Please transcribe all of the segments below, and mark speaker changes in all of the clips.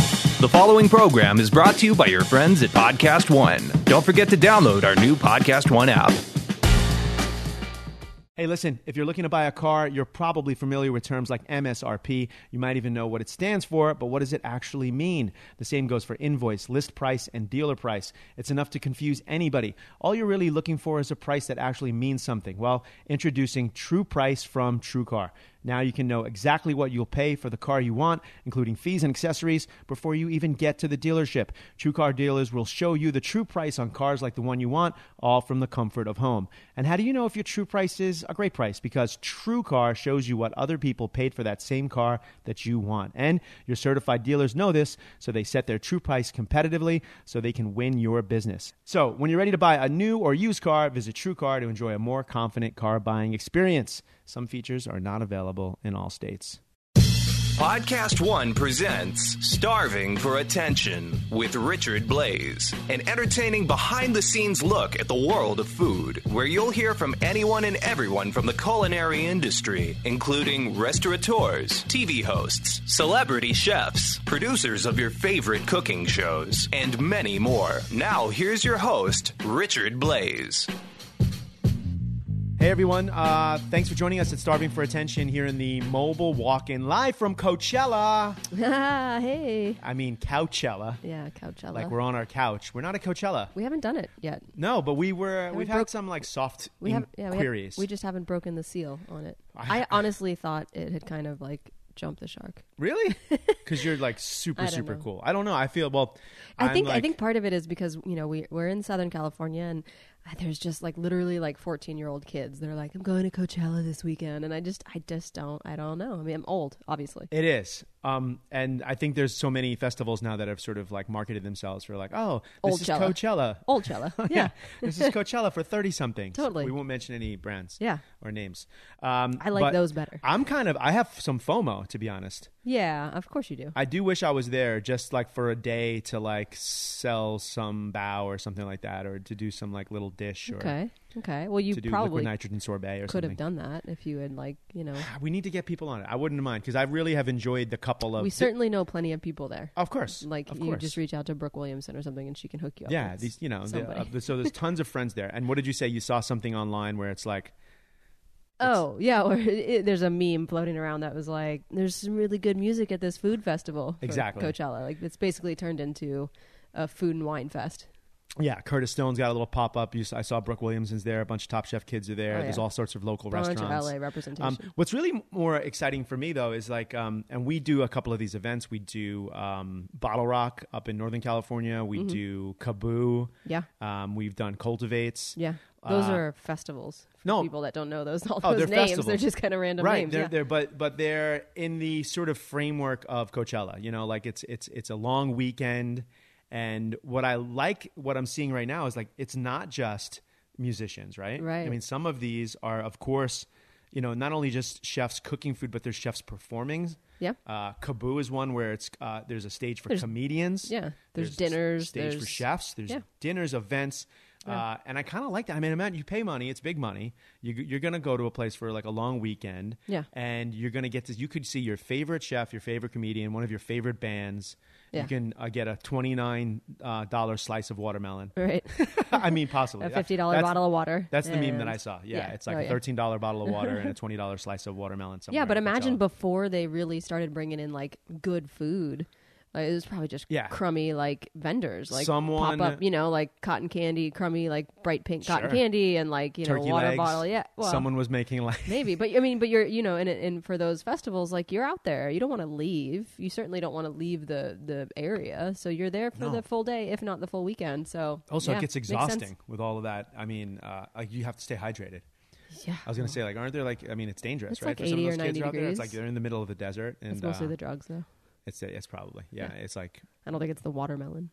Speaker 1: The following program is brought to you by your friends at Podcast One. Don't forget to download our new Podcast One app.
Speaker 2: Hey, listen, if you're looking to buy a car, you're probably familiar with terms like MSRP. You might even know what it stands for, but what does it actually mean? The same goes for invoice, list price, and dealer price. It's enough to confuse anybody. All you're really looking for is a price that actually means something. Well, introducing True Price from TrueCar. Now you can know exactly what you'll pay for the car you want, including fees and accessories, before you even get to the dealership. True car dealers will show you the true price on cars like the one you want, all from the comfort of home. And how do you know if your true price is a great price? Because True Car shows you what other people paid for that same car that you want. And your certified dealers know this, so they set their true price competitively so they can win your business. So when you're ready to buy a new or used car, visit True Car to enjoy a more confident car buying experience. Some features are not available in all states.
Speaker 1: Podcast One presents Starving for Attention with Richard Blaze, an entertaining behind the scenes look at the world of food, where you'll hear from anyone and everyone from the culinary industry, including restaurateurs, TV hosts, celebrity chefs, producers of your favorite cooking shows, and many more. Now, here's your host, Richard Blaze.
Speaker 2: Hey everyone, uh, thanks for joining us at Starving for Attention here in the mobile walk in live from Coachella.
Speaker 3: Ah, hey.
Speaker 2: I mean, Couchella.
Speaker 3: Yeah, Coachella.
Speaker 2: Like we're on our couch. We're not at Coachella.
Speaker 3: we haven't done it yet.
Speaker 2: No, but we were. We've had
Speaker 3: broke-
Speaker 2: some like soft
Speaker 3: We have yeah, we, have-
Speaker 2: inquiries.
Speaker 3: we just haven't broken the seal on it.
Speaker 2: I-
Speaker 3: I, honestly thought it had kind of like jumped the shark.
Speaker 2: really because you're like super
Speaker 3: I don't
Speaker 2: super
Speaker 3: know.
Speaker 2: cool. I don't know. I feel well.
Speaker 3: I
Speaker 2: I'm,
Speaker 3: think I
Speaker 2: like-
Speaker 3: think part of it is because you know we we're in Southern California and uh, there's just like literally like 14 year old kids. They're like, I'm going to Coachella this weekend, and I just I just don't I don't know. I mean, I'm old, obviously.
Speaker 2: It is. Um, and I think there's so many festivals now that have sort of like marketed themselves for like, oh, this
Speaker 3: Old
Speaker 2: is
Speaker 3: Cella.
Speaker 2: Coachella.
Speaker 3: Old Chella, yeah.
Speaker 2: this is Coachella for 30 something.
Speaker 3: Totally.
Speaker 2: We won't mention any brands.
Speaker 3: Yeah.
Speaker 2: Or names. Um,
Speaker 3: I like
Speaker 2: but
Speaker 3: those better.
Speaker 2: I'm kind of, I have some FOMO, to be honest.
Speaker 3: Yeah, of course you do.
Speaker 2: I do wish I was there just like for a day to like sell some bow or something like that or to do some like little dish or
Speaker 3: Okay, okay. Well, you
Speaker 2: to do liquid
Speaker 3: probably
Speaker 2: nitrogen sorbet or
Speaker 3: could
Speaker 2: something.
Speaker 3: have done that if you had like you know.
Speaker 2: We need to get people on it. I wouldn't mind because I really have enjoyed the couple of.
Speaker 3: We certainly know plenty of people there.
Speaker 2: of course.
Speaker 3: like
Speaker 2: of
Speaker 3: you
Speaker 2: course.
Speaker 3: just reach out to Brooke Williamson or something, and she can hook you up.
Speaker 2: yeah
Speaker 3: with
Speaker 2: these you know the,
Speaker 3: somebody.
Speaker 2: uh, so there's tons of friends there and what did you say you saw something online where it's like
Speaker 3: oh yeah, or it, there's a meme floating around that was like, "There's some really good music at this food festival." for
Speaker 2: Exactly.
Speaker 3: Coachella. Like it's basically turned into a food and wine fest.
Speaker 2: yeah curtis stone's got a little pop-up you, s- i saw brooke williamson's there a bunch of top chef kids are there
Speaker 3: Oh,
Speaker 2: there's
Speaker 3: yeah.
Speaker 2: all sorts of local
Speaker 3: Bunch of
Speaker 2: restaurants
Speaker 3: LA representation.
Speaker 2: um, what's really m- more exciting for me though is like um, and we do a couple of these events we do um, bottle rock up in northern california
Speaker 3: Mm-hmm.
Speaker 2: we do kaboo
Speaker 3: Yeah.
Speaker 2: um, we've done cultivates
Speaker 3: Yeah, those
Speaker 2: Uh,
Speaker 3: are festivals. For
Speaker 2: no.
Speaker 3: people that don't know those all
Speaker 2: Oh,
Speaker 3: those
Speaker 2: they're
Speaker 3: names, they're
Speaker 2: festivals.
Speaker 3: just kind of random
Speaker 2: right
Speaker 3: names.
Speaker 2: they're,
Speaker 3: yeah.
Speaker 2: they're but but they're in the sort of framework of coachella you know like it's it's it's a long weekend and what i like what i'm seeing right now is like it's not just musicians right i
Speaker 3: Right.
Speaker 2: mean some of these are of course you know not only just chefs cooking food but there's chefs performing
Speaker 3: Yeah.
Speaker 2: uh, kaboo is one where it's uh, there's a stage for comedians
Speaker 3: yeah, there's dinners,
Speaker 2: stage for
Speaker 3: there's-
Speaker 2: chefs there's
Speaker 3: yeah.
Speaker 2: dinners events uh, and I kind of like that. I mean, imagine you pay money; it's big money. You, you're going to go to a place for like a long weekend,
Speaker 3: Yeah.
Speaker 2: and you're going to get to you could see your favorite chef, your favorite comedian, one of your favorite bands.
Speaker 3: Yeah.
Speaker 2: You can uh, get a twenty nine dollar slice of watermelon.
Speaker 3: right.
Speaker 2: I mean, possibly
Speaker 3: a fifty dollar
Speaker 2: That's-
Speaker 3: bottle of water.
Speaker 2: That's the meme that
Speaker 3: and-
Speaker 2: I saw. Yeah, it's like
Speaker 3: Oh,
Speaker 2: a
Speaker 3: yeah.
Speaker 2: thirteen dollar bottle of water and a twenty dollar slice of watermelon. Somewhere
Speaker 3: Yeah, but
Speaker 2: in
Speaker 3: imagine
Speaker 2: Coachella.
Speaker 3: before they really started bringing in like good food. Like, it was probably just
Speaker 2: Yeah.
Speaker 3: crummy like vendors, like
Speaker 2: Someone-
Speaker 3: pop up, you know, like cotton candy, crummy like bright pink cotton
Speaker 2: Sure.
Speaker 3: candy, and like you
Speaker 2: turkey
Speaker 3: know water
Speaker 2: legs.
Speaker 3: bottle. Yeah, well,
Speaker 2: someone was making like
Speaker 3: maybe, but I mean, but you're you know, and and for those festivals, like you're out there, you don't want to leave. You certainly don't want to leave the the area, so you're there for
Speaker 2: No.
Speaker 3: the full day, if not the full weekend. So
Speaker 2: Also,
Speaker 3: yeah,
Speaker 2: it gets
Speaker 3: makes sense.
Speaker 2: exhausting with all of that. I mean, uh, like you have to stay hydrated.
Speaker 3: Yeah,
Speaker 2: I was gonna say, like, aren't there like? I mean, it's dangerous,
Speaker 3: It's
Speaker 2: right?
Speaker 3: like
Speaker 2: For some of
Speaker 3: 80
Speaker 2: those
Speaker 3: or
Speaker 2: kids
Speaker 3: 90
Speaker 2: out there, it's like
Speaker 3: degrees.
Speaker 2: they're in the middle of the desert, and
Speaker 3: it's mostly
Speaker 2: uh,
Speaker 3: the drugs, though.
Speaker 2: it's it's probably yeah, it's like
Speaker 3: I don't think it's the watermelon.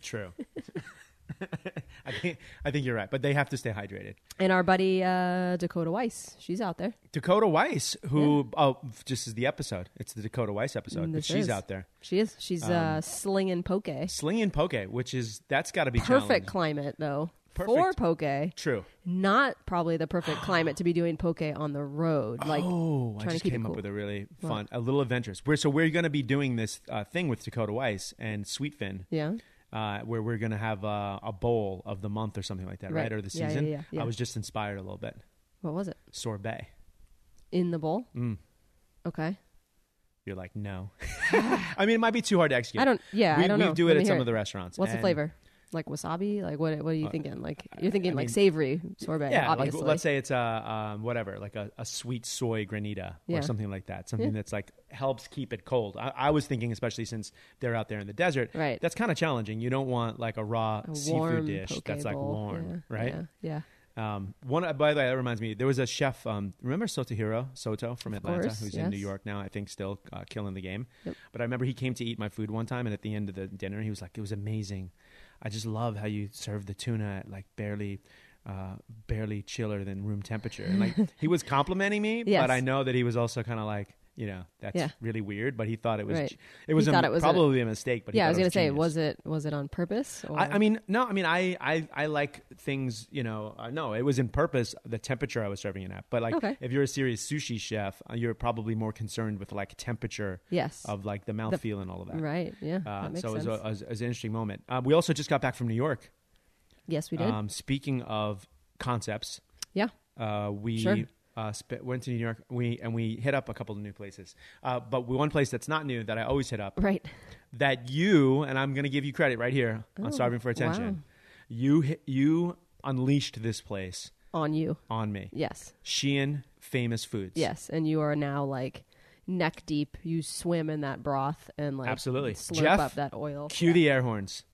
Speaker 2: true. I think I think you're right, but they have to stay hydrated.
Speaker 3: And our buddy uh, Dakota Weiss, she's out there.
Speaker 2: Dakota Weiss, who oh, just is the episode. It's the Dakota Weiss episode, but
Speaker 3: Mm, This
Speaker 2: she's
Speaker 3: is.
Speaker 2: out there Um,
Speaker 3: She is. She's uh, slinging poke.
Speaker 2: slinging poke, which is that's got to be
Speaker 3: Perfect
Speaker 2: challenging.
Speaker 3: climate, though,
Speaker 2: perfect.
Speaker 3: for poke.
Speaker 2: True.
Speaker 3: Not probably the perfect climate to be doing poke on the road. Like
Speaker 2: Oh, I
Speaker 3: trying
Speaker 2: just
Speaker 3: to keep
Speaker 2: came
Speaker 3: it
Speaker 2: up
Speaker 3: cool.
Speaker 2: with a really fun, a little adventurous. We're, so we're going to be doing this uh, thing with Dakota Weiss and Sweetfin.
Speaker 3: yeah.
Speaker 2: uh, where we're going to have uh, a bowl of the month or something like that, right?
Speaker 3: Right.
Speaker 2: Or the
Speaker 3: Yeah, yeah,
Speaker 2: season.
Speaker 3: yeah, yeah.
Speaker 2: I was just inspired a little bit.
Speaker 3: What was it
Speaker 2: Sorbet.
Speaker 3: in the bowl?
Speaker 2: Mm.
Speaker 3: Okay.
Speaker 2: You're like, no. I mean, it might be too hard to execute.
Speaker 3: I don't. Yeah,
Speaker 2: we,
Speaker 3: I don't
Speaker 2: we
Speaker 3: know.
Speaker 2: do
Speaker 3: Let
Speaker 2: it
Speaker 3: me
Speaker 2: at
Speaker 3: hear
Speaker 2: some of the restaurants.
Speaker 3: What's the
Speaker 2: and- Uh,
Speaker 3: flavor? Like wasabi? Like what? What are you thinking? Like you're thinking
Speaker 2: I
Speaker 3: like
Speaker 2: mean-
Speaker 3: savory sorbet?
Speaker 2: Yeah,
Speaker 3: obviously.
Speaker 2: like let's say it's a um, whatever, like a, a sweet soy granita
Speaker 3: Yeah.
Speaker 2: or something like that. Something
Speaker 3: Yeah.
Speaker 2: that's like helps keep it cold. I, I was thinking, especially since they're out there in the desert,
Speaker 3: Right.
Speaker 2: That's kind of challenging. You don't want like a raw
Speaker 3: a
Speaker 2: seafood
Speaker 3: warm
Speaker 2: dish
Speaker 3: poke
Speaker 2: that's like
Speaker 3: bowl.
Speaker 2: warm,
Speaker 3: Yeah,
Speaker 2: right?
Speaker 3: Yeah, yeah.
Speaker 2: Um, one by the way, that reminds me. There was a chef. Um, remember Sotohiro Soto from Atlanta,
Speaker 3: course,
Speaker 2: who's in New
Speaker 3: yes.
Speaker 2: York now. I think still uh, killing the game.
Speaker 3: Yep.
Speaker 2: But I remember he came to eat my food one time, and at the end of the dinner, he was like, "It was amazing. I just love how you serve the tuna at like barely." Uh, barely chiller than room temperature, and like he was complimenting me,
Speaker 3: Yes.
Speaker 2: but I know that he was also kind of like, you know, that's
Speaker 3: Yeah.
Speaker 2: really weird. But he thought it was,
Speaker 3: Right.
Speaker 2: it was,
Speaker 3: He
Speaker 2: a-
Speaker 3: thought it was a-
Speaker 2: probably a, mistake. But he
Speaker 3: yeah, I
Speaker 2: thought
Speaker 3: was
Speaker 2: it
Speaker 3: gonna say,
Speaker 2: genius.
Speaker 3: was it was it on purpose? Or?
Speaker 2: I, I mean, no, I mean, I, I, I like things, you know, uh, no, it was in purpose, the temperature I was serving it at. But like,
Speaker 3: Okay.
Speaker 2: if you're a serious sushi chef, uh, you're probably more concerned with like temperature
Speaker 3: yes.
Speaker 2: of like the mouthfeel and all of that.
Speaker 3: right. Yeah.
Speaker 2: Uh,
Speaker 3: that makes
Speaker 2: so it was,
Speaker 3: sense.
Speaker 2: a, it was- it was an interesting moment. Uh, we also just got back from New York.
Speaker 3: yes, we did.
Speaker 2: Um, speaking of concepts,
Speaker 3: yeah.
Speaker 2: uh, we
Speaker 3: Sure.
Speaker 2: uh, sp- went to New York. We and we hit up a couple of new places. Uh, but one place that's not new that I always hit up
Speaker 3: Right.
Speaker 2: that you and I'm going to give you credit right here
Speaker 3: Oh,
Speaker 2: on starving for attention.
Speaker 3: wow.
Speaker 2: You hi- you unleashed this place
Speaker 3: On you.
Speaker 2: on me.
Speaker 3: Yes.
Speaker 2: Shein famous foods.
Speaker 3: Yes. And you are now like neck deep. You swim in that broth and like
Speaker 2: Absolutely.
Speaker 3: slurp
Speaker 2: Jeff,
Speaker 3: up that oil.
Speaker 2: Cue the air horns.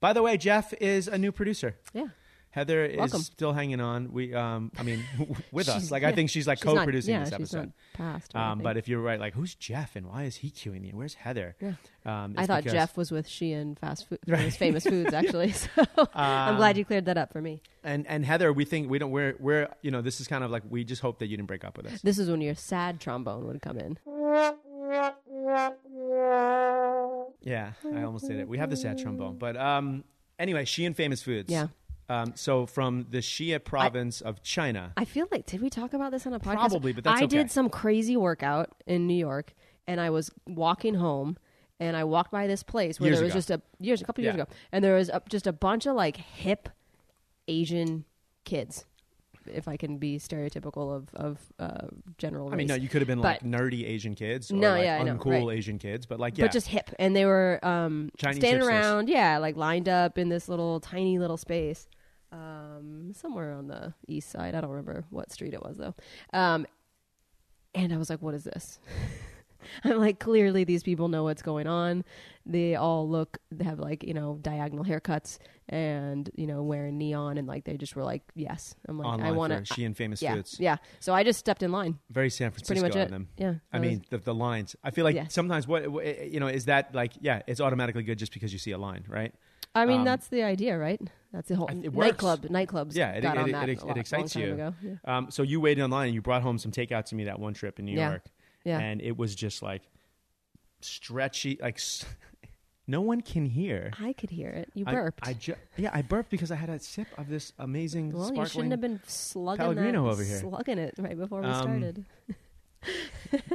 Speaker 2: By the way, Jeff is a new producer.
Speaker 3: Yeah.
Speaker 2: Heather is
Speaker 3: Welcome.
Speaker 2: still hanging on. We um I mean with us.
Speaker 3: She's-
Speaker 2: Like I
Speaker 3: yeah.
Speaker 2: think she's like
Speaker 3: She's not-
Speaker 2: co-producing
Speaker 3: yeah,
Speaker 2: this
Speaker 3: she's
Speaker 2: episode.
Speaker 3: not passed. or
Speaker 2: Um,
Speaker 3: anything.
Speaker 2: but if you're right, like who's Jeff and why is he queuing the? Where's Heather?
Speaker 3: Yeah.
Speaker 2: Um,
Speaker 3: I
Speaker 2: it's
Speaker 3: thought
Speaker 2: because-
Speaker 3: Jeff was with Sheehan Fast Food,
Speaker 2: Right. Um,
Speaker 3: famous, famous Foods, actually. So I'm glad you cleared that up for me.
Speaker 2: and and Heather. We think we don't. We're we're you know this is kind of like we just hope that you didn't break up with us.
Speaker 3: This is when your sad trombone would come in.
Speaker 2: Yeah, I almost did it. We have the sad trombone, but um, anyway, Xi'an famous foods.
Speaker 3: Yeah.
Speaker 2: Um, so from the Xia province of China.
Speaker 3: I feel like did we talk about this on a podcast?
Speaker 2: Probably, but that's
Speaker 3: I
Speaker 2: okay.
Speaker 3: did some crazy workout in New York, and I was walking home, and I walked by this place where
Speaker 2: Years
Speaker 3: there was
Speaker 2: ago.
Speaker 3: just a years, a couple years
Speaker 2: Yeah.
Speaker 3: ago, and there was a, just a bunch of like hip Asian kids. If I can be stereotypical of of uh, general,
Speaker 2: I mean, no,
Speaker 3: race.
Speaker 2: you could have been like
Speaker 3: But-
Speaker 2: nerdy Asian kids or
Speaker 3: No,
Speaker 2: like
Speaker 3: yeah, I know,
Speaker 2: uncool
Speaker 3: right.
Speaker 2: Asian kids, but like yeah,
Speaker 3: but just hip. And they were um,
Speaker 2: Chinese
Speaker 3: standing
Speaker 2: hipsters.
Speaker 3: around, yeah, like lined up in this little tiny little space um, somewhere on the east side. I don't remember what street it was though. Um, and I was like, "What is this?" I'm like, clearly these people know what's going on. They all look, they have like you know diagonal haircuts and you know wearing neon, and like they just were like, "Yes." I'm like,
Speaker 2: online
Speaker 3: I want
Speaker 2: for Xi'an famous
Speaker 3: Yeah,
Speaker 2: foods.
Speaker 3: yeah. So I just stepped in line.
Speaker 2: Very San
Speaker 3: Pretty
Speaker 2: Francisco
Speaker 3: much
Speaker 2: of
Speaker 3: it.
Speaker 2: them.
Speaker 3: Yeah.
Speaker 2: I
Speaker 3: that was-
Speaker 2: mean the, the lines. I feel like
Speaker 3: Yeah.
Speaker 2: sometimes what you know is that like yeah, it's automatically good just because you see a line, right?
Speaker 3: I mean,
Speaker 2: Um,
Speaker 3: that's the idea, right? That's the whole
Speaker 2: I th- it
Speaker 3: nightclub. Nightclubs,
Speaker 2: Yeah, it-
Speaker 3: got
Speaker 2: it-
Speaker 3: on
Speaker 2: it-
Speaker 3: that
Speaker 2: it ex-
Speaker 3: a lot-
Speaker 2: it excites
Speaker 3: long time
Speaker 2: you.
Speaker 3: ago. Yeah.
Speaker 2: Um, so you waited online and you brought home some takeout to me that one trip in New
Speaker 3: Yeah.
Speaker 2: York.
Speaker 3: Yeah.
Speaker 2: And it was just like stretchy, like s- no one can hear.
Speaker 3: I could hear it. You
Speaker 2: I-
Speaker 3: burped.
Speaker 2: I, ju- yeah, I burped because I had a sip of this amazing
Speaker 3: well,
Speaker 2: sparkling.
Speaker 3: you shouldn't have been slugging
Speaker 2: Pellegrino
Speaker 3: that,
Speaker 2: over here.
Speaker 3: slugging it right before we
Speaker 2: Um,
Speaker 3: started.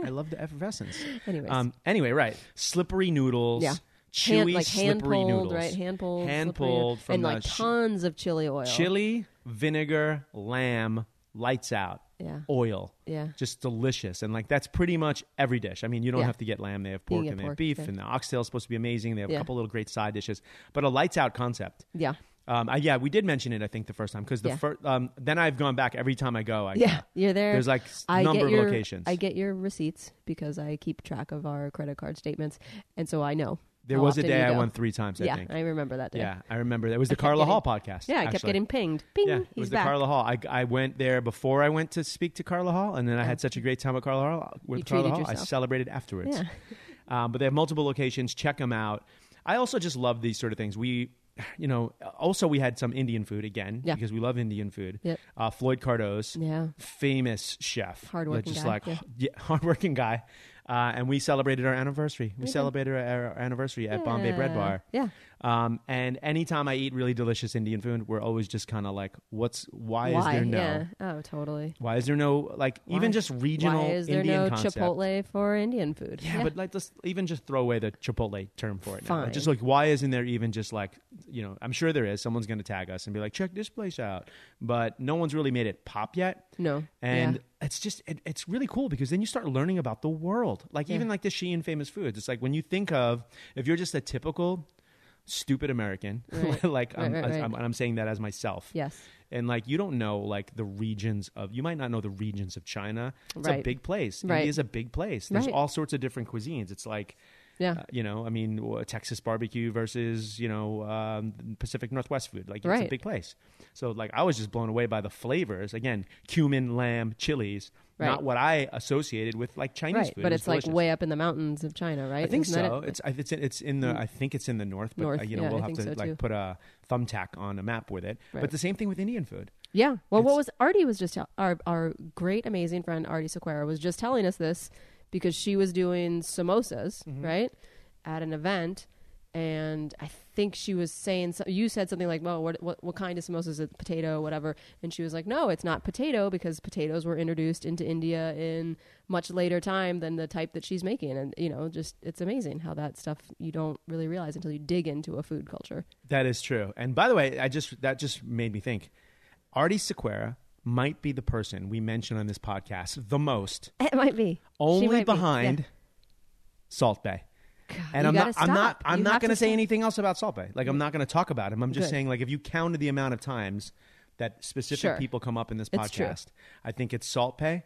Speaker 2: I love the effervescence.
Speaker 3: Anyways,
Speaker 2: um, anyway, right. Slippery noodles.
Speaker 3: Yeah.
Speaker 2: Chewy,
Speaker 3: hand, like hand
Speaker 2: slippery
Speaker 3: pulled,
Speaker 2: noodles.
Speaker 3: right? Hand pulled,
Speaker 2: Hand
Speaker 3: slippery-
Speaker 2: pulled from
Speaker 3: and
Speaker 2: the
Speaker 3: like
Speaker 2: sh-
Speaker 3: tons of chili oil.
Speaker 2: Chili, vinegar, lamb, lights out,
Speaker 3: Yeah.
Speaker 2: oil.
Speaker 3: Yeah.
Speaker 2: Just delicious. And like that's pretty much every dish. I mean, you don't
Speaker 3: Yeah.
Speaker 2: have to get lamb. They have pork
Speaker 3: get
Speaker 2: and they have
Speaker 3: pork,
Speaker 2: beef,
Speaker 3: yeah.
Speaker 2: and the oxtail is supposed to be amazing. They have a
Speaker 3: Yeah.
Speaker 2: couple little great side dishes, but a lights out concept.
Speaker 3: Yeah.
Speaker 2: Um, I, yeah, we did mention it, I think, the first time because the
Speaker 3: Yeah.
Speaker 2: first. Um, then I've gone back every time I go. I
Speaker 3: Yeah,
Speaker 2: go.
Speaker 3: you're there.
Speaker 2: There's like s-
Speaker 3: I
Speaker 2: number
Speaker 3: get
Speaker 2: of
Speaker 3: your,
Speaker 2: locations.
Speaker 3: I get your receipts because I keep track of our credit card statements, and so I know.
Speaker 2: there
Speaker 3: how
Speaker 2: was a
Speaker 3: often you
Speaker 2: day I
Speaker 3: go.
Speaker 2: won three times. I
Speaker 3: Yeah,
Speaker 2: think.
Speaker 3: I remember that day.
Speaker 2: yeah, I remember that. It was the
Speaker 3: kept
Speaker 2: Carla
Speaker 3: getting-
Speaker 2: Hall podcast.
Speaker 3: Yeah, I kept
Speaker 2: actually.
Speaker 3: getting pinged. Ping.
Speaker 2: Yeah,
Speaker 3: he's
Speaker 2: it was the
Speaker 3: back.
Speaker 2: Carla Hall. I, I went there before I went to speak to Carla Hall, and then I had such a great time with Carla Hall. With
Speaker 3: You
Speaker 2: Carla
Speaker 3: treated
Speaker 2: Hall, I
Speaker 3: yourself.
Speaker 2: celebrated afterwards. um, but they have multiple locations. Check them out. I also just love these sort of things. We, you know, also we had some Indian food again
Speaker 3: Yeah.
Speaker 2: because we love Indian food.
Speaker 3: Yep.
Speaker 2: Uh, Floyd Cardo's
Speaker 3: Yeah.
Speaker 2: famous chef,
Speaker 3: Hardworking
Speaker 2: just
Speaker 3: guy,
Speaker 2: like
Speaker 3: yeah.
Speaker 2: yeah, hardworking guy. Uh, and we celebrated our anniversary. We celebrated our, our anniversary at Bombay Bread
Speaker 3: Yeah.
Speaker 2: Bar.
Speaker 3: Yeah.
Speaker 2: Um, and anytime I eat really delicious Indian food, we're always just kind of like, what's why, is there no?
Speaker 3: Yeah. Oh, totally.
Speaker 2: Why is there no like even just regional
Speaker 3: Why is there
Speaker 2: Indian
Speaker 3: no
Speaker 2: concept?
Speaker 3: Chipotle for Indian food?
Speaker 2: Yeah, but like let's even just throw away the Chipotle term for it. Now. Like, Just
Speaker 3: Fine.
Speaker 2: like why isn't there even just like you know I'm sure there is someone's going to tag us and be like check this place out, but no one's really made it pop yet.
Speaker 3: No.
Speaker 2: and
Speaker 3: Yeah.
Speaker 2: it's just it, it's really cool because then you start learning about the world. Like even like the Shein famous foods. It's like when you think of if you're just a typical stupid American,
Speaker 3: Right.
Speaker 2: like I'm,
Speaker 3: Right, right, right.
Speaker 2: I'm, I'm saying that as myself
Speaker 3: yes.
Speaker 2: and like you don't know like the regions of you might not know the regions of China. It's a
Speaker 3: Right.
Speaker 2: big place.
Speaker 3: Right.
Speaker 2: India is a big place. There's
Speaker 3: Right.
Speaker 2: all sorts of different cuisines. It's like
Speaker 3: Yeah.
Speaker 2: uh, you know, I mean, w- Texas barbecue versus you know um, Pacific Northwest food. Like it's a
Speaker 3: Right.
Speaker 2: big place. So like I was just blown away by the flavors. Again, cumin, lamb, chilies.
Speaker 3: Right.
Speaker 2: Not what I associated with like Chinese
Speaker 3: right.
Speaker 2: food. It
Speaker 3: But
Speaker 2: was
Speaker 3: it's like
Speaker 2: delicious.
Speaker 3: way up in the mountains of China, right?
Speaker 2: I think
Speaker 3: Isn't that
Speaker 2: so.
Speaker 3: it?
Speaker 2: It's I- it's in, it's in the I think it's in the north, but
Speaker 3: North,
Speaker 2: uh, you know
Speaker 3: yeah,
Speaker 2: we'll
Speaker 3: I
Speaker 2: have
Speaker 3: think
Speaker 2: to
Speaker 3: so,
Speaker 2: like
Speaker 3: too.
Speaker 2: put a thumbtack on a map with it. But
Speaker 3: Right.
Speaker 2: the same thing with Indian food.
Speaker 3: Yeah. Well, what was Artie was just tell- our our great amazing friend Artie Sequeira was just telling us this because she was doing samosas
Speaker 2: Mm-hmm.
Speaker 3: right at an event, and I think she was saying so- you said something like, "Well, what what what kind of samosas? Is it potato, whatever?" And she was like, "No, it's not potato because potatoes were introduced into India in much later time than the type that she's making." And you know, just it's amazing how that stuff you don't really realize until you dig into a food culture.
Speaker 2: That is true. And by the way, I just that just made me think. Artie Sequeira might be the person we mention on this podcast the most,
Speaker 3: It might be She might
Speaker 2: only
Speaker 3: be.
Speaker 2: behind
Speaker 3: Yeah. Ah,
Speaker 2: Salt Bay. and
Speaker 3: you
Speaker 2: I'm not,
Speaker 3: gotta
Speaker 2: I'm not
Speaker 3: stop.
Speaker 2: I'm
Speaker 3: You
Speaker 2: not
Speaker 3: have
Speaker 2: going to
Speaker 3: to
Speaker 2: say
Speaker 3: stop.
Speaker 2: anything else about Salt Bay. Like I'm not going to talk about him. I'm just
Speaker 3: Good.
Speaker 2: saying like if you counted the amount of times that specific
Speaker 3: Sure.
Speaker 2: people come up in this
Speaker 3: It's true.
Speaker 2: podcast, I think it's Salt Bay,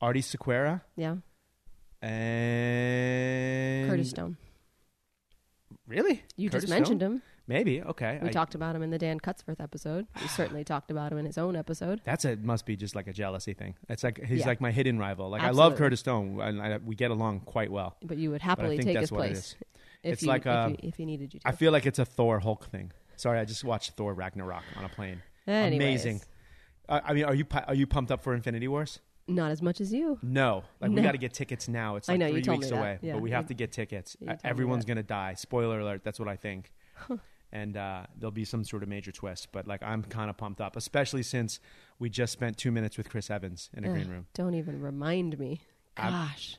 Speaker 2: Artie Sequeira,
Speaker 3: Yeah.
Speaker 2: and
Speaker 3: Curtis Stone.
Speaker 2: Really?
Speaker 3: You
Speaker 2: Curtis
Speaker 3: just mentioned
Speaker 2: Stone?
Speaker 3: him.
Speaker 2: Maybe. Okay.
Speaker 3: We
Speaker 2: I-
Speaker 3: talked about him in the Dan Cutsforth episode. We certainly talked about him in his own episode.
Speaker 2: That's a must be just like a jealousy thing. It's like he's
Speaker 3: Yeah.
Speaker 2: like my hidden rival. Like I love
Speaker 3: Absolutely.
Speaker 2: Curtis Stone, and I, we get along quite well.
Speaker 3: But you would
Speaker 2: But I
Speaker 3: happily
Speaker 2: think
Speaker 3: take
Speaker 2: that's
Speaker 3: his
Speaker 2: what it
Speaker 3: place
Speaker 2: is.
Speaker 3: if,
Speaker 2: It's
Speaker 3: you,
Speaker 2: like,
Speaker 3: if,
Speaker 2: um,
Speaker 3: you, if he needed you to.
Speaker 2: I feel like it's a Thor Hulk thing. Sorry, I just watched Thor Ragnarok on a plane.
Speaker 3: Anyways.
Speaker 2: Amazing. Uh, I mean, are you pu- are you pumped up for Infinity Wars?
Speaker 3: Not as much as you.
Speaker 2: No, like we
Speaker 3: No.
Speaker 2: got to get tickets now. It's
Speaker 3: I
Speaker 2: like
Speaker 3: know, you
Speaker 2: three
Speaker 3: told
Speaker 2: weeks
Speaker 3: me that.
Speaker 2: away,
Speaker 3: Yeah,
Speaker 2: but we
Speaker 3: you-
Speaker 2: have to get tickets. Uh,
Speaker 3: you told me
Speaker 2: Everyone's
Speaker 3: that.
Speaker 2: gonna die. Spoiler alert. That's what I think. and uh, there'll be some sort of major twist, but like I'm kind of pumped up, especially since we just spent two minutes with Chris Evans in a green
Speaker 3: Ugh,
Speaker 2: room.
Speaker 3: Don't even remind me.
Speaker 2: I'm-
Speaker 3: Gosh.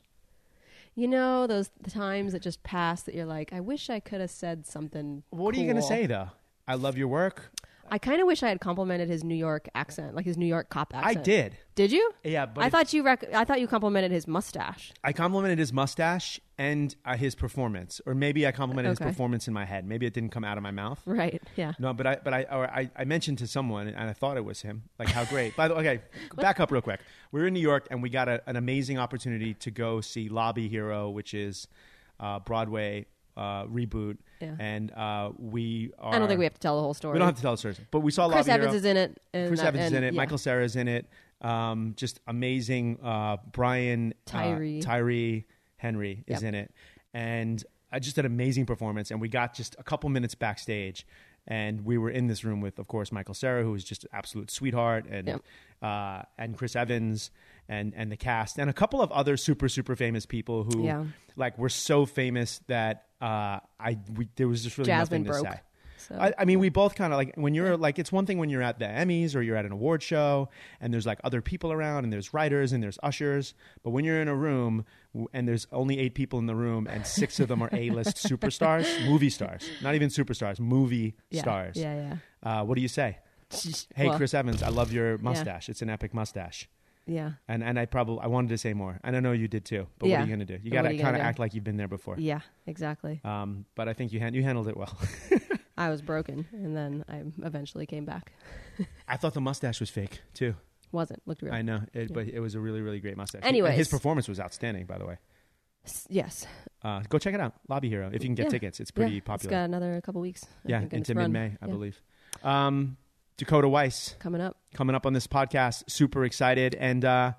Speaker 3: you know those the times that just pass that you're like, I wish I could have said something.
Speaker 2: What are you gonna
Speaker 3: cool."
Speaker 2: say though? I love your work.
Speaker 3: I kind of wish I had complimented his New York accent, like his New York cop accent.
Speaker 2: I did.
Speaker 3: Did you?
Speaker 2: Yeah, but
Speaker 3: I
Speaker 2: it-
Speaker 3: thought you rec- I thought you complimented his mustache.
Speaker 2: I complimented his mustache and uh, his performance, or maybe I complimented
Speaker 3: Okay.
Speaker 2: his performance in my head. Maybe it didn't come out of my mouth.
Speaker 3: Right. Yeah.
Speaker 2: No, but I but I, or I I mentioned to someone and I thought it was him. Like how great. By the way, okay, back up real quick. We were in New York and we got a, an amazing opportunity to go see Lobby Hero, which is uh, Broadway uh, reboot.
Speaker 3: Yeah.
Speaker 2: And uh, we are.
Speaker 3: I don't think we have to tell the whole story.
Speaker 2: We don't have to tell the story, but we saw
Speaker 3: Chris
Speaker 2: Lobby
Speaker 3: Evans
Speaker 2: Hero.
Speaker 3: is in it. And
Speaker 2: Chris
Speaker 3: that-
Speaker 2: Evans is
Speaker 3: and-
Speaker 2: in it.
Speaker 3: yeah.
Speaker 2: Michael Sarah's in it. Um, just amazing. Uh, Brian uh,
Speaker 3: Tyree.
Speaker 2: Tyree Henry is
Speaker 3: Yep.
Speaker 2: in it, and uh, just an amazing performance. And we got just a couple minutes backstage, and we were in this room with, of course, Michael Sarah, who is just an absolute sweetheart, and
Speaker 3: Yep.
Speaker 2: uh, and Chris Evans, and and the cast, and a couple of other super super famous people who
Speaker 3: Yeah.
Speaker 2: like were so famous that uh, I we, there was just really nothing
Speaker 3: Jasmine
Speaker 2: to
Speaker 3: broke.
Speaker 2: say.
Speaker 3: So-
Speaker 2: I, I mean, we both kind of like when you're like, it's one thing when you're at the Emmys or you're at an award show and there's like other people around and there's writers and there's ushers. But when you're in a room w- and there's only eight people in the room and six of them are A list superstars, movie stars, not even superstars, movie
Speaker 3: Yeah.
Speaker 2: stars.
Speaker 3: Yeah, yeah.
Speaker 2: Uh, what do you say? Hey,
Speaker 3: Well,
Speaker 2: Chris Evans, I love your mustache. It's an epic mustache.
Speaker 3: Yeah.
Speaker 2: And, and I probably I wanted to say more, and I know you did too. But what
Speaker 3: Yeah.
Speaker 2: are you gonna do? You
Speaker 3: But what
Speaker 2: gotta
Speaker 3: are you gonna
Speaker 2: kind of
Speaker 3: do?
Speaker 2: act like you've been there before.
Speaker 3: Yeah, exactly.
Speaker 2: Um, but I think you han- you handled it well.
Speaker 3: I was broken and then I eventually came back.
Speaker 2: I thought the mustache was fake too.
Speaker 3: Wasn't looked real.
Speaker 2: I know, it, but it was a really, really great mustache.
Speaker 3: Anyways.
Speaker 2: and his performance was outstanding, by the way.
Speaker 3: S- yes.
Speaker 2: Uh, go check it out, Lobby Hero, if you can get
Speaker 3: Yeah.
Speaker 2: tickets. It's pretty
Speaker 3: yeah, It's
Speaker 2: popular.
Speaker 3: got another couple weeks. I
Speaker 2: yeah,
Speaker 3: think, in its
Speaker 2: into
Speaker 3: run.
Speaker 2: mid-May, I
Speaker 3: Yeah.
Speaker 2: believe. Um, Dakota Weiss
Speaker 3: Coming up.
Speaker 2: coming up on this podcast. Super excited, and uh,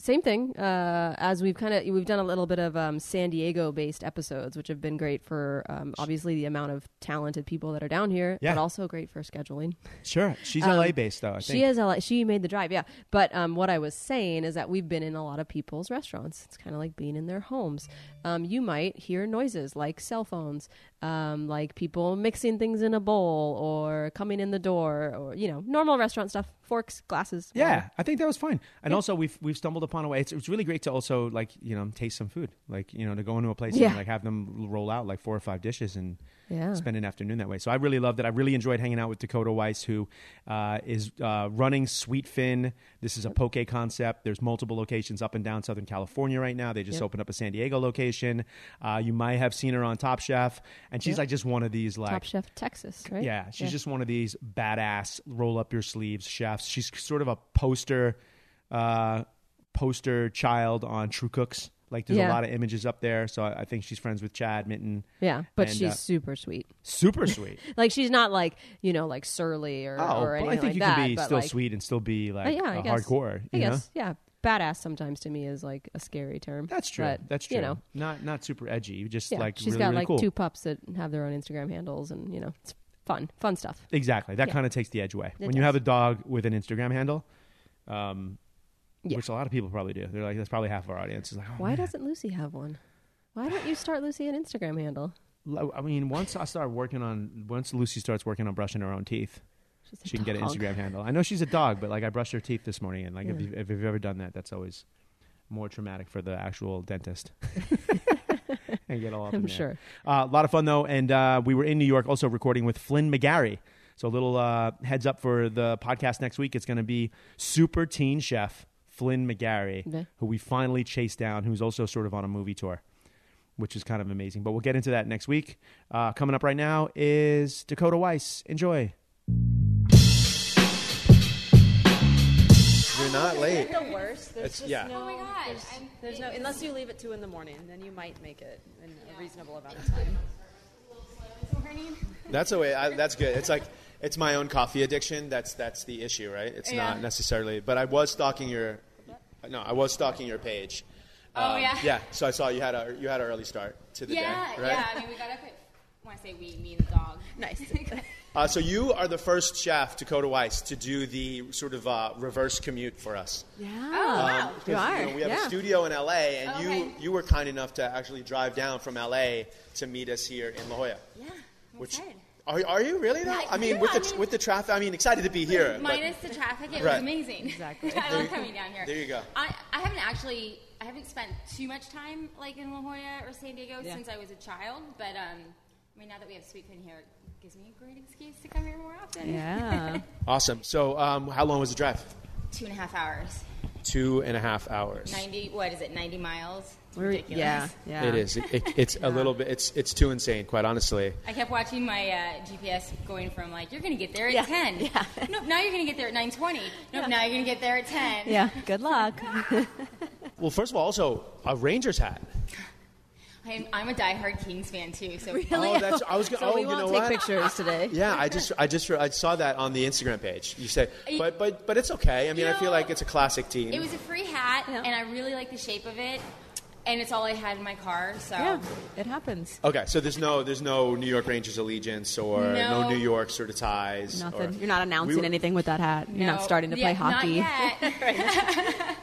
Speaker 3: Same thing. Uh, as we've kind of we've done a little bit of um, San Diego based episodes, which have been great for um, obviously the amount of talented people that are down here,
Speaker 2: Yeah.
Speaker 3: but also great for scheduling.
Speaker 2: Sure. She's
Speaker 3: Um,
Speaker 2: LA based though. I think.
Speaker 3: She is LA. She made the drive, yeah. But um, what I was saying is that we've been in a lot of people's restaurants. It's kind of like being in their homes. Um, you might hear noises like cell phones, um, like people mixing things in a bowl or coming in the door, or you know, normal restaurant stuff: forks, glasses.
Speaker 2: Yeah, I think that was fine. And also, we've we've stumbled upon a way. It's, it's really great to also like you know taste some food, like you know to go into a place
Speaker 3: Yeah.
Speaker 2: and like have them roll out like four or five dishes and
Speaker 3: Yeah.
Speaker 2: spend an afternoon that way. So I really loved it. I really enjoyed hanging out with Dakota Weiss, who uh, is uh, running Sweetfin. This is a poke concept. There's multiple locations up and down Southern California right now. They just
Speaker 3: Yep.
Speaker 2: opened up a San Diego location. Uh, you might have seen her on Top Chef, and she's
Speaker 3: Yep.
Speaker 2: like just one of these like
Speaker 3: Top Chef Texas, right?
Speaker 2: yeah, she's just one of these badass roll up your sleeves chefs. She's sort of a poster uh poster child on True Cooks. Like there's a
Speaker 3: Yeah.
Speaker 2: lot of images up there, so I, I think she's friends with Chad Minton.
Speaker 3: yeah, but
Speaker 2: and,
Speaker 3: she's
Speaker 2: uh,
Speaker 3: super sweet.
Speaker 2: Super sweet.
Speaker 3: Like she's not like you know like surly or,
Speaker 2: oh,
Speaker 3: or
Speaker 2: but
Speaker 3: anything
Speaker 2: I think
Speaker 3: like
Speaker 2: you
Speaker 3: that.
Speaker 2: can be
Speaker 3: but,
Speaker 2: still
Speaker 3: like,
Speaker 2: sweet and still be
Speaker 3: Uh,
Speaker 2: like
Speaker 3: yeah, I
Speaker 2: a
Speaker 3: guess.
Speaker 2: hardcore.
Speaker 3: I
Speaker 2: You know?
Speaker 3: guess, yeah. Badass sometimes to me is like a scary term.
Speaker 2: That's true.
Speaker 3: But,
Speaker 2: That's true.
Speaker 3: You know,
Speaker 2: Not not super edgy, just
Speaker 3: yeah.
Speaker 2: like
Speaker 3: she's
Speaker 2: really,
Speaker 3: got
Speaker 2: really
Speaker 3: like
Speaker 2: cool.
Speaker 3: two pups that have their own Instagram handles, and you know, it's fun, fun stuff.
Speaker 2: Exactly. That
Speaker 3: Yeah.
Speaker 2: kind of takes the edge away.
Speaker 3: It
Speaker 2: when you
Speaker 3: does.
Speaker 2: have a dog with an Instagram handle, um,
Speaker 3: Yeah.
Speaker 2: which a lot of people probably do. They're like, that's probably half of our audience. Is like, oh,
Speaker 3: Why
Speaker 2: man.
Speaker 3: doesn't Lucy have one? Why don't you start Lucy an Instagram handle?
Speaker 2: Lo- I mean, once I start working on, once Lucy starts working on brushing her own teeth,
Speaker 3: She's a
Speaker 2: she can get an
Speaker 3: dog.
Speaker 2: Instagram handle. I know she's a dog, but like I brushed her teeth this morning, and like if,
Speaker 3: Yeah.
Speaker 2: you've, if you've ever done that, that's always more traumatic for the actual dentist. and get all up in
Speaker 3: I'm
Speaker 2: there.
Speaker 3: sure.
Speaker 2: Uh, a lot of fun though, and uh, we were in New York also recording with Flynn McGarry. So a little uh, heads up for the podcast next week. It's going to be Super Teen Chef Flynn McGarry,
Speaker 3: Okay.
Speaker 2: who we finally chased down, who's also sort of on a movie tour, which is kind of amazing. But we'll get into that next week. Uh, coming up right now is Dakota Weiss. Enjoy.
Speaker 4: You're not late.
Speaker 5: The worst. There's just
Speaker 2: yeah.
Speaker 5: no.
Speaker 6: Oh my god.
Speaker 5: There's,
Speaker 6: I'm-
Speaker 5: there's no unless you leave at two in the morning, then you might make it in a reasonable amount of time.
Speaker 4: That's a way. I, that's good. It's like it's my own coffee addiction. That's that's the issue, right? It's
Speaker 6: Yeah.
Speaker 4: not necessarily. But I was stalking your. No, I was stalking your page.
Speaker 6: Oh,
Speaker 4: Um,
Speaker 6: yeah.
Speaker 4: Yeah. So I saw you had a you had an early start to the
Speaker 6: Yeah,
Speaker 4: day, right?
Speaker 6: yeah. I mean, we got up at, when I say we, me and the dog.
Speaker 5: Nice.
Speaker 4: Uh, so you are the first chef, Dakota Weiss, to do the sort of uh, reverse commute for us.
Speaker 3: Yeah,
Speaker 5: Oh.
Speaker 6: wow.
Speaker 4: Because,
Speaker 3: you are.
Speaker 4: know, we have
Speaker 3: yeah.
Speaker 4: a studio in LA, and you
Speaker 6: Okay.
Speaker 4: you were kind enough to actually drive down from LA to meet us here in La Jolla.
Speaker 6: Yeah. I'm
Speaker 4: Which
Speaker 6: excited.
Speaker 4: are, are you really though?
Speaker 6: Yeah,
Speaker 4: I mean,
Speaker 6: yeah,
Speaker 4: with the
Speaker 6: I mean-
Speaker 4: with the traffic. I mean, excited to be here. but-
Speaker 6: Minus the traffic, it
Speaker 4: Right.
Speaker 6: was amazing. Exactly. I
Speaker 4: There
Speaker 6: love
Speaker 4: you-
Speaker 6: coming down here.
Speaker 4: there you go.
Speaker 6: I, I haven't actually, I haven't spent too much time like in La Jolla or San Diego
Speaker 5: Yeah.
Speaker 6: since I was a child, but um, I mean, now that we have Sweetfin here, it gives me a great excuse to come here more often.
Speaker 5: yeah.
Speaker 4: Awesome. So, um, how long was the drive?
Speaker 6: Two and a half hours.
Speaker 4: Two and a half hours.
Speaker 6: 90, what is it, 90 miles? It's
Speaker 5: We're,
Speaker 6: ridiculous.
Speaker 5: yeah. Yeah.
Speaker 4: It is. It, it- it's a little bit. It's it's too insane, quite honestly.
Speaker 6: I kept watching my uh, GPS going from like you're gonna get there at
Speaker 5: Yeah,
Speaker 6: ten.
Speaker 5: yeah.
Speaker 6: Nope, now you're gonna get there at nine twenty. Nope, now you're gonna get there at ten.
Speaker 5: Yeah. Good luck.
Speaker 4: Well, first of all, also a Rangers hat.
Speaker 6: I'm, I'm a diehard Kings fan too. So
Speaker 4: Oh, that's. I was. Gonna,
Speaker 5: so
Speaker 4: oh,
Speaker 5: we
Speaker 4: you
Speaker 5: won't
Speaker 4: know
Speaker 5: take
Speaker 4: what?
Speaker 5: pictures today.
Speaker 4: Yeah, I just, I just, I saw that on the Instagram page. You said,
Speaker 6: I-
Speaker 4: but, but, but it's okay. I mean,
Speaker 6: You
Speaker 4: I feel
Speaker 6: know,
Speaker 4: like it's a classic team.
Speaker 6: it was a free hat,
Speaker 5: Yeah.
Speaker 6: and I really like the shape of it, and it's all I had in my car. So
Speaker 5: Yeah. It happens.
Speaker 4: okay, so there's no, there's no New York Rangers allegiance or no,
Speaker 6: No.
Speaker 4: New York sort of ties. or-
Speaker 5: Nothing. You're not announcing
Speaker 4: We were-
Speaker 5: anything with that hat. You're
Speaker 6: No,
Speaker 5: not starting to
Speaker 6: yeah,
Speaker 5: play hockey.
Speaker 6: Not yet.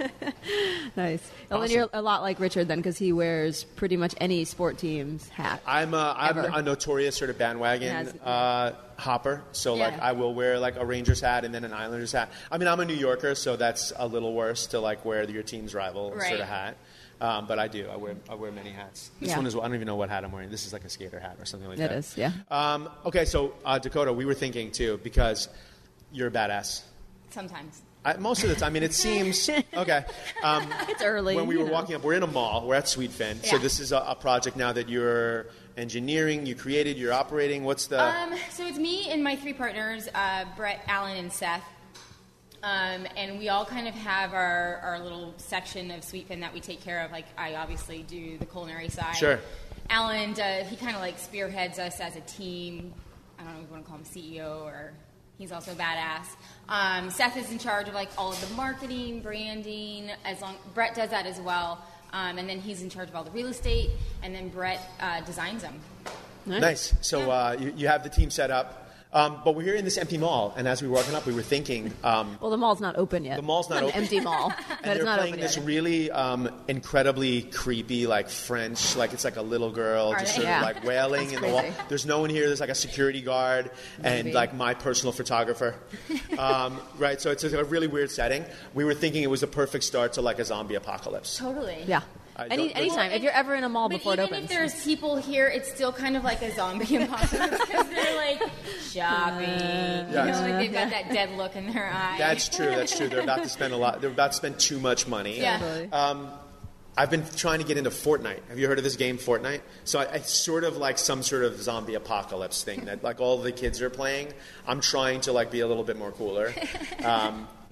Speaker 5: Nice. Well, then you're a lot like Richard then, because he wears pretty much any sport team's hat.
Speaker 4: I'm a, I'm
Speaker 5: Ever.
Speaker 4: a notorious sort of bandwagon
Speaker 5: Yes.
Speaker 4: uh, hopper. So like
Speaker 5: Yeah.
Speaker 4: I will wear like a Rangers hat and then an Islanders hat. I mean I'm a New Yorker, so that's a little worse to like wear your team's rival
Speaker 6: Right.
Speaker 4: sort of hat. Um, but I do. I wear I wear many hats. This
Speaker 5: Yeah.
Speaker 4: one is I don't even know what hat I'm wearing. This is like a skater hat or something like
Speaker 5: It
Speaker 4: that.
Speaker 5: is, yeah.
Speaker 4: Um, okay, so uh, Dakota, we were thinking too because you're a badass.
Speaker 6: Sometimes.
Speaker 4: I, most of the time, I mean, it seems okay. Um,
Speaker 5: It's early.
Speaker 4: when we
Speaker 5: you
Speaker 4: were
Speaker 5: know.
Speaker 4: walking up, we're in a mall. We're at Sweetfin. So
Speaker 6: Yeah.
Speaker 4: this is a, a project now that you're engineering, you created, you're operating. What's the?
Speaker 6: Um, so it's me and my three partners, uh, Brett, Alan, and Seth. Um, and we all kind of have our, our little section of Sweetfin that we take care of. Like I obviously do the culinary side.
Speaker 4: Sure.
Speaker 6: Alan, uh, he kind of like spearheads us as a team. I don't know if you want to call him CEO or. He's also badass. Um, Seth is in charge of like all of the marketing, branding. As long Brett does that as well, um, and then he's in charge of all the real estate. And then Brett uh, designs them.
Speaker 2: Nice. So uh, you, you have the team set up. Um, but we're here in this empty mall, and as we were walking up, we were thinking, um,
Speaker 3: Well, the mall's not open yet.
Speaker 2: The mall's not
Speaker 3: An
Speaker 2: open.
Speaker 3: empty mall,
Speaker 2: and
Speaker 3: but
Speaker 2: they're
Speaker 3: it's not
Speaker 2: playing
Speaker 3: open
Speaker 2: this
Speaker 3: yet.
Speaker 2: really um, incredibly creepy, like French, like it's like a little girl
Speaker 6: Are
Speaker 2: just
Speaker 6: they?
Speaker 2: sort
Speaker 3: Yeah.
Speaker 2: of like wailing
Speaker 3: That's
Speaker 2: in the wall.
Speaker 3: crazy.
Speaker 2: There's no one here. There's like a security guard and like my personal photographer, um, right? So it's a really weird setting. We were thinking it was the perfect start to like a zombie apocalypse.
Speaker 6: Totally.
Speaker 3: yeah.
Speaker 2: I don't-
Speaker 3: Any
Speaker 2: but-
Speaker 3: anytime if you're ever in a mall
Speaker 6: But
Speaker 3: before it
Speaker 6: even
Speaker 3: opens.
Speaker 6: if there's people here, it's still kind of like a zombie apocalypse because they're like shopping. You
Speaker 2: Yes.
Speaker 6: know, like they've got that dead look in their eye.
Speaker 2: That's true. That's true. They're about to spend a lot. They're about to spend too much money.
Speaker 6: Yeah.
Speaker 2: Uh, I've been trying to get into Fortnite. Have you heard of this game, Fortnite? So I, it's sort of like some sort of zombie apocalypse thing that like all the kids are playing. I'm trying to like be a little bit more cooler.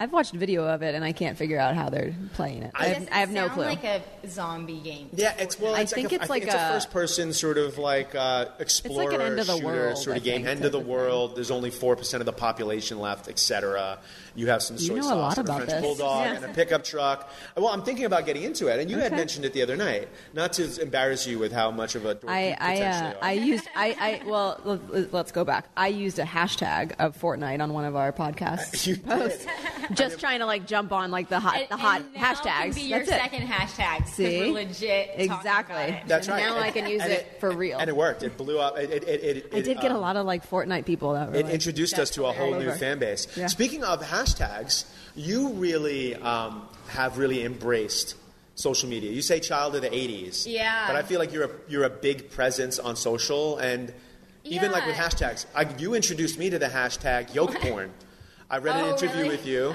Speaker 3: I've watched video of it and I can't figure out how they're playing it. I,
Speaker 6: It
Speaker 3: have,
Speaker 6: doesn't
Speaker 3: I have no
Speaker 6: sound
Speaker 3: clue.
Speaker 6: Like a zombie game.
Speaker 2: Yeah, it's well.
Speaker 3: I
Speaker 2: It's
Speaker 3: think
Speaker 2: like a,
Speaker 3: it's
Speaker 2: I think
Speaker 3: like
Speaker 2: it's a,
Speaker 3: a-
Speaker 2: first-person sort of like uh, explorer
Speaker 3: end of the
Speaker 2: shooter
Speaker 3: world,
Speaker 2: sort of
Speaker 3: I
Speaker 2: game.
Speaker 3: think,
Speaker 2: End
Speaker 3: type
Speaker 2: of the
Speaker 3: of thing.
Speaker 2: world. There's only four percent of the population left, etc. You have some soy
Speaker 3: know a
Speaker 2: sauce and
Speaker 3: lot
Speaker 2: a
Speaker 3: about
Speaker 2: French
Speaker 3: this.
Speaker 2: bulldog
Speaker 3: Yeah.
Speaker 2: and a pickup truck. Well, I'm thinking about getting into it, and you had
Speaker 3: Okay.
Speaker 2: mentioned it the other night. Not to embarrass you with how much of a dork you
Speaker 3: I I,
Speaker 2: potentially
Speaker 3: uh,
Speaker 2: are.
Speaker 3: I used I, I well let- let's go back. I used a hashtag of Fortnite on one of our podcasts,
Speaker 2: You did.
Speaker 3: just trying to like jump on like the hot
Speaker 6: And-
Speaker 3: the hot
Speaker 6: and now
Speaker 3: hashtags.
Speaker 6: Can be your
Speaker 3: That's it.
Speaker 6: second hashtag. 'cause
Speaker 3: See?
Speaker 6: we're legit. talking
Speaker 3: Exactly.
Speaker 6: about it.
Speaker 2: That's
Speaker 3: And
Speaker 2: right.
Speaker 3: now I can use
Speaker 2: and
Speaker 3: it for real.
Speaker 2: And it worked. It blew up. It, it, it, it,
Speaker 3: I
Speaker 2: it,
Speaker 3: did get a
Speaker 2: um,
Speaker 3: lot of like Fortnite people that were
Speaker 2: It
Speaker 3: like,
Speaker 2: introduced us to a whole new
Speaker 3: over.
Speaker 2: fan base.
Speaker 3: Yeah.
Speaker 2: Speaking of hashtags, you really um, have really embraced social media. You say child of the '80s,
Speaker 6: Yeah.
Speaker 2: but I feel like you're a, you're a big presence on social, and even like with
Speaker 6: Yeah.
Speaker 2: hashtags, I, you introduced me to the hashtag yoke porn. I read an
Speaker 6: Oh,
Speaker 2: interview
Speaker 6: really?
Speaker 2: with you.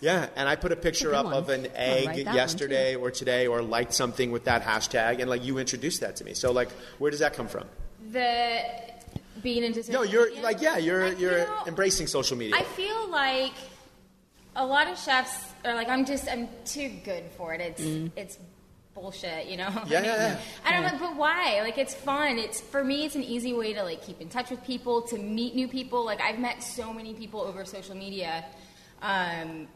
Speaker 2: Yeah, and I put a picture
Speaker 3: good
Speaker 2: up
Speaker 3: one.
Speaker 2: of an
Speaker 3: I'll write
Speaker 2: egg
Speaker 3: that one,
Speaker 2: yesterday or today, or liked something with that hashtag, and like you introduced that to me. So like, where does that come from?
Speaker 6: The being into social
Speaker 2: No, you're
Speaker 6: media.
Speaker 2: like yeah, you're
Speaker 6: Like, you
Speaker 2: you're
Speaker 6: know,
Speaker 2: embracing social media.
Speaker 6: I feel like a lot of chefs are like, I'm just, I'm too good for it. It's, it's bullshit, you know.
Speaker 2: Mm. Yeah, yeah, yeah.
Speaker 6: And I'm like, but why? Like, it's fun. It's for me, it's an easy way to like keep in touch with people, to meet new people. Like, I've met so many people over social media. Um,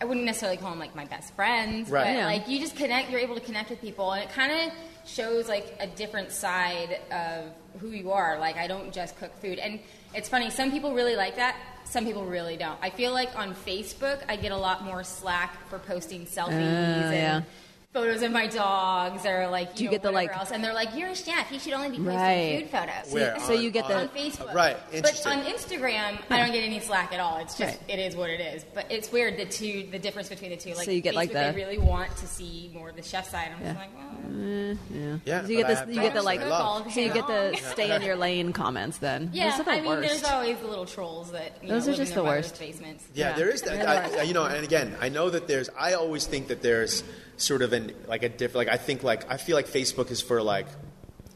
Speaker 6: I wouldn't necessarily call them like my best friends,
Speaker 2: Right.
Speaker 6: but
Speaker 3: Yeah.
Speaker 6: like you just connect. You're able to connect with people, and it kind of shows like a different side of who you are. Like I don't just cook food, and it's funny. Some people really like that. Some people really don't. I feel like on Facebook, I get a lot more slack for posting selfies and
Speaker 3: Oh, yeah.
Speaker 6: photos of my dogs, or like you,
Speaker 3: Do you
Speaker 6: know,
Speaker 3: get the,
Speaker 6: whatever
Speaker 3: like-
Speaker 6: else. And they're like, "You're a chef. He should only be posting
Speaker 3: Right.
Speaker 6: food photos."
Speaker 2: Where?
Speaker 3: So you get
Speaker 6: on
Speaker 3: the
Speaker 6: Facebook.
Speaker 2: Right,
Speaker 6: But
Speaker 2: interesting.
Speaker 6: on Instagram, I don't get any slack at all. It's just
Speaker 3: Right.
Speaker 6: it is what it is. But it's weird the two, the difference between the two. Like
Speaker 3: So you get,
Speaker 6: Facebook,
Speaker 3: like,
Speaker 6: they
Speaker 3: the-
Speaker 6: really want to see more of the chef side. I'm just
Speaker 3: Yeah. Mm-hmm.
Speaker 6: like, well,
Speaker 2: Yeah,
Speaker 3: you get
Speaker 2: but I
Speaker 3: this-
Speaker 2: have
Speaker 3: you get the,
Speaker 2: friends
Speaker 3: like,
Speaker 2: that I love.
Speaker 6: Golf.
Speaker 3: "Eh, So you get the
Speaker 6: Yeah.
Speaker 3: stay in your lane comments then. Those
Speaker 6: yeah.
Speaker 3: are the
Speaker 6: I mean,
Speaker 3: worst.
Speaker 6: there's always the little trolls that you
Speaker 3: Those
Speaker 6: know,
Speaker 3: are
Speaker 6: live
Speaker 3: just
Speaker 6: in their
Speaker 3: the
Speaker 6: mother's
Speaker 3: worst.
Speaker 6: Basements.
Speaker 2: Yeah,
Speaker 3: Yeah.
Speaker 2: there is that. I, I- you know, and again, I know that there's. I always think that there's sort of an like a different. Like I think like I feel like Facebook is for like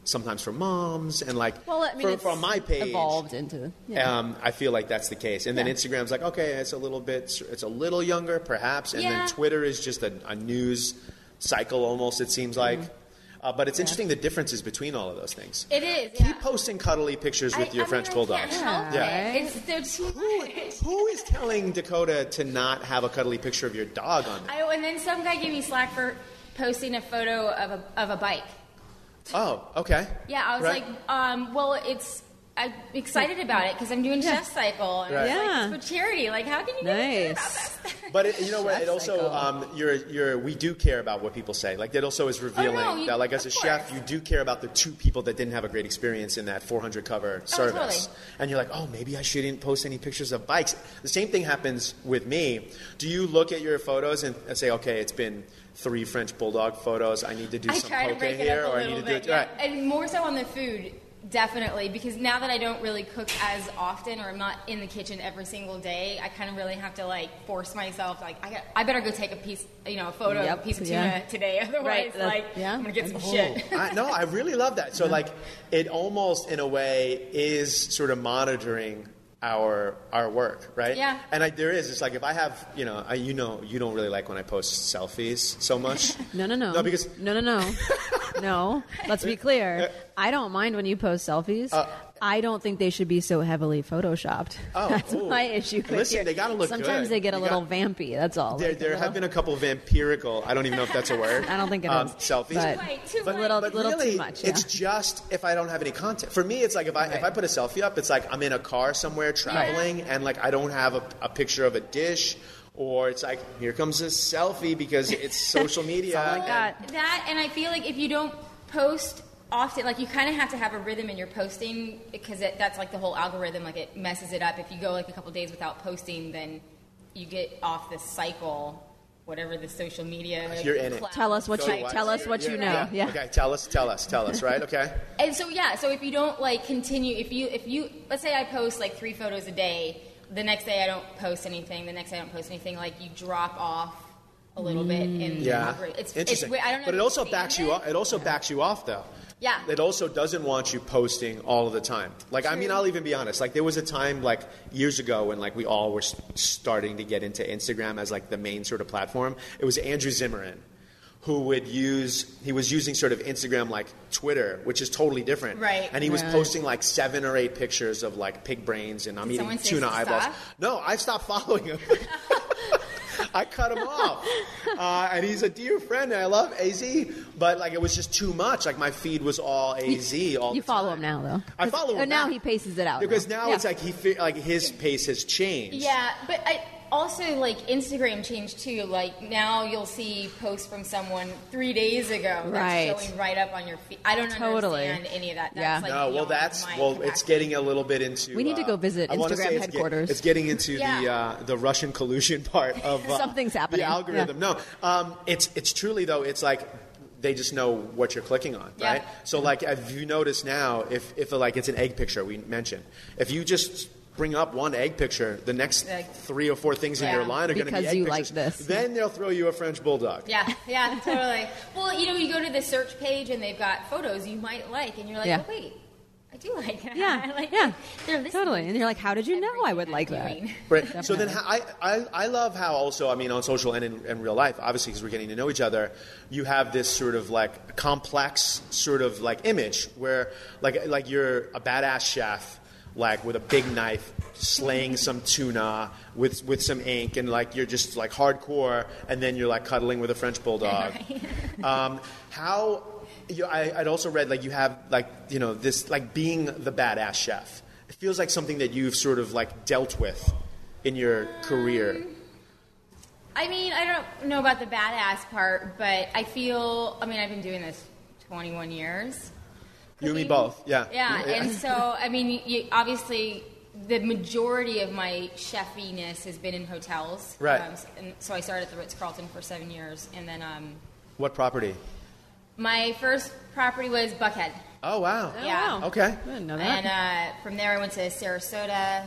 Speaker 2: sometimes for moms and like
Speaker 3: well, I mean,
Speaker 2: for,
Speaker 3: it's
Speaker 2: for on my page
Speaker 3: evolved into. Yeah.
Speaker 2: Um, I feel like that's the case, and then
Speaker 3: Yeah.
Speaker 2: Instagram's like, okay, it's a little bit, it's a little younger, perhaps, and
Speaker 6: Yeah.
Speaker 2: then Twitter is just a, a news cycle almost. It seems like,
Speaker 3: Mm-hmm.
Speaker 2: uh, but it's interesting the differences between all of those things.
Speaker 6: It is. Yeah.
Speaker 2: Keep posting cuddly pictures with
Speaker 6: I-
Speaker 2: your
Speaker 6: I
Speaker 2: French
Speaker 6: mean, I
Speaker 2: bulldogs.
Speaker 6: can't help
Speaker 2: Yeah.
Speaker 6: it. It's they're too much.
Speaker 2: Who is telling Dakota to not have a cuddly picture of your dog on there?
Speaker 6: I, and then some guy gave me slack for posting a photo of a of a bike.
Speaker 2: Oh, okay.
Speaker 6: Yeah, I was
Speaker 2: Right.
Speaker 6: like, um, well, it's I'm excited about it because I'm doing Chef Cycle. And I was
Speaker 3: Right.
Speaker 6: like, it's for charity. Like, how can you do about
Speaker 3: Nice.
Speaker 6: this?
Speaker 2: But it, you know what? It
Speaker 3: Chef's
Speaker 2: also,
Speaker 3: cycle.
Speaker 2: um, you're, you're, we do care about what people say. Like that also is revealing
Speaker 6: Oh, you-
Speaker 2: that, like as a
Speaker 6: of
Speaker 2: chef,
Speaker 6: course.
Speaker 2: you do care about the two people that didn't have a great experience in that 400 cover service.
Speaker 6: Oh, totally.
Speaker 2: And you're like, oh, maybe I shouldn't post any pictures of bikes. The same thing happens with me. Do you look at your photos and, and say, okay, it's been three French bulldog photos. I need to do
Speaker 6: I
Speaker 2: some
Speaker 6: try to
Speaker 2: poke
Speaker 6: break
Speaker 2: here,
Speaker 6: it up a
Speaker 2: or I
Speaker 6: little
Speaker 2: need to
Speaker 6: bit,
Speaker 2: do it
Speaker 6: yeah.
Speaker 2: right.
Speaker 6: and more so on the food, definitely, because now that I don't really cook as often, or I'm not in the kitchen every single day, I kind of really have to like force myself. Like, I, got, I better go take a piece, you know, a photo of a
Speaker 3: Yep,
Speaker 6: piece of tuna
Speaker 3: yeah.
Speaker 6: today, otherwise,
Speaker 3: Right, that-
Speaker 6: like,
Speaker 3: yeah.
Speaker 6: I'm gonna get some
Speaker 3: Oh.
Speaker 6: shit.
Speaker 2: I, no, I really love that. So like, it almost in a way is sort of monitoring our our work, right?
Speaker 6: Yeah.
Speaker 2: And I, there is. It's like if I have, you know, I, you know, you don't really like when I post selfies so much.
Speaker 3: No, no, no.
Speaker 2: No, because Uh,
Speaker 3: no, no, no, no. Let's be clear. I don't mind when you post selfies. I don't think they should be so heavily photoshopped.
Speaker 2: Oh,
Speaker 3: that's
Speaker 2: ooh.
Speaker 3: my issue. with
Speaker 2: Listen,
Speaker 3: your-
Speaker 2: they gotta look
Speaker 3: Sometimes
Speaker 2: good.
Speaker 3: they get a
Speaker 2: You
Speaker 3: little
Speaker 2: got-
Speaker 3: vampy. That's all.
Speaker 2: There,
Speaker 3: Like a
Speaker 2: there have
Speaker 3: little-
Speaker 2: been a couple vampirical. I don't even know if that's a word.
Speaker 3: I don't think it
Speaker 2: um,
Speaker 3: is,
Speaker 2: Selfies.
Speaker 3: but-
Speaker 6: Too white, too
Speaker 2: but,
Speaker 6: white.
Speaker 3: Little-
Speaker 2: but
Speaker 3: little too
Speaker 2: really,
Speaker 3: much, yeah.
Speaker 2: It's just if I don't have any content. For me, it's like if I if I put a selfie up, it's like I'm in a car somewhere traveling, and like I don't have a, a picture of a dish, or it's like here comes a selfie because it's social media.
Speaker 3: all I
Speaker 2: and-
Speaker 3: got.
Speaker 6: That and I feel like if you don't post often, like you kind of have to have a rhythm in your posting because it, that's like the whole algorithm. Like it messes it up. If you go like a couple days without posting, then you get off this cycle, whatever the social media. like,
Speaker 2: You're in it.
Speaker 6: cloud
Speaker 3: Tell us what
Speaker 2: So
Speaker 3: you
Speaker 2: what?
Speaker 3: tell us what you know. Yeah.
Speaker 2: Okay. Tell us. Tell us. Tell us. Right. Okay.
Speaker 6: And so yeah, so if you don't like continue, if you if you let's say I post like three photos a day, the next day I don't post anything, the next day I don't post anything, like you drop off a little bit and
Speaker 2: Mm. Yeah.
Speaker 6: it's
Speaker 2: Interesting.
Speaker 6: It's, weird. I don't know
Speaker 2: but
Speaker 6: if
Speaker 2: it
Speaker 6: you
Speaker 2: also
Speaker 6: see
Speaker 2: backs you. Off, it also backs you off though.
Speaker 6: Yeah.
Speaker 2: It also doesn't want you posting all of the time. Like I mean,
Speaker 6: True.
Speaker 2: I'll even be honest. Like there was a time like years ago when like we all were s- starting to get into Instagram as like the main sort of platform. It was Andrew Zimmerman who would use he was using sort of Instagram like Twitter, which is totally different.
Speaker 6: Right.
Speaker 2: And he was
Speaker 3: Right.
Speaker 2: posting like seven or eight pictures of like pig brains and I'm
Speaker 6: Did
Speaker 2: eating
Speaker 6: someone say
Speaker 2: tuna
Speaker 6: stop?
Speaker 2: eyeballs. No, I stopped following him. I cut him off. Uh, and he's a dear friend, and I love AZ, but like it was just too much. Like my feed was all AZ. all
Speaker 3: You
Speaker 2: the
Speaker 3: follow
Speaker 2: time.
Speaker 3: him now, though.
Speaker 2: I follow him
Speaker 3: Oh, now
Speaker 2: now.
Speaker 3: he paces it out.
Speaker 2: because now
Speaker 3: Yeah.
Speaker 2: it's like he fe- like his pace has changed.
Speaker 6: Yeah, but I also like Instagram changed too. Like now you'll see posts from someone three days ago that's
Speaker 3: Right.
Speaker 6: showing right up on your feed. I don't
Speaker 3: Totally.
Speaker 6: understand any of that. That's
Speaker 3: Yeah.
Speaker 6: like
Speaker 2: No, well,
Speaker 6: beyond
Speaker 2: that's
Speaker 6: my
Speaker 2: well, it's
Speaker 6: capacity.
Speaker 2: getting a little bit into.
Speaker 3: We need to
Speaker 2: uh,
Speaker 3: go visit
Speaker 2: I wanna
Speaker 3: Instagram
Speaker 2: say it's get-
Speaker 3: headquarters.
Speaker 2: it's getting into the
Speaker 6: Yeah.
Speaker 2: uh, the Russian collusion part of uh,
Speaker 3: Something's happening.
Speaker 2: The algorithm. No, um, it's it's truly though. It's like they just know what you're clicking on,
Speaker 6: Yeah.
Speaker 2: right? So like, if you notice now, if if like it's an egg picture we mentioned, if you just bring up one egg picture, the next
Speaker 6: Like-
Speaker 2: three or four things in
Speaker 6: Yeah.
Speaker 2: your line are going to be
Speaker 3: Because
Speaker 2: egg
Speaker 3: you like
Speaker 2: pictures.
Speaker 3: this.
Speaker 2: Then they'll throw you a French bulldog.
Speaker 6: Yeah, yeah, totally. well, you know, you go to the search page and they've got photos you might like, and you're like,
Speaker 3: Yeah.
Speaker 6: oh, wait, I do like that.
Speaker 3: Yeah,
Speaker 6: like,
Speaker 3: yeah,
Speaker 6: they're listening
Speaker 3: totally. And you're like, how did you
Speaker 6: to
Speaker 3: know I would
Speaker 6: everything
Speaker 3: like
Speaker 6: I'm
Speaker 3: that?
Speaker 6: doing.
Speaker 2: Right. So then how, I, I, I love how also, I mean, on social and in, in real life, obviously, because we're getting to know each other, you have this sort of like complex sort of like image where like, like you're a badass chef, like with a big knife, slaying some tuna with, with some ink, and like you're just like hardcore, and then you're like cuddling with a French bulldog. um, how you, I, I'd also read like you have like you know this like being the badass chef. It feels like something that you've sort of like dealt with in your career.
Speaker 6: I mean, I don't know about the badass part, but I feel, I mean, I've been doing this 21 years.
Speaker 2: You and me
Speaker 6: cooking.
Speaker 2: both. Yeah.
Speaker 6: Yeah, and so I mean, you, obviously, the majority of my chefiness has been in hotels.
Speaker 2: Right.
Speaker 6: Um, s- and so I started at the Ritz Carlton for seven years, and then um,
Speaker 2: what property?
Speaker 6: my first property was Buckhead.
Speaker 2: Oh wow.
Speaker 6: yeah.
Speaker 3: wow.
Speaker 2: Okay.
Speaker 3: I didn't know that.
Speaker 6: And uh, from there, I went to Sarasota.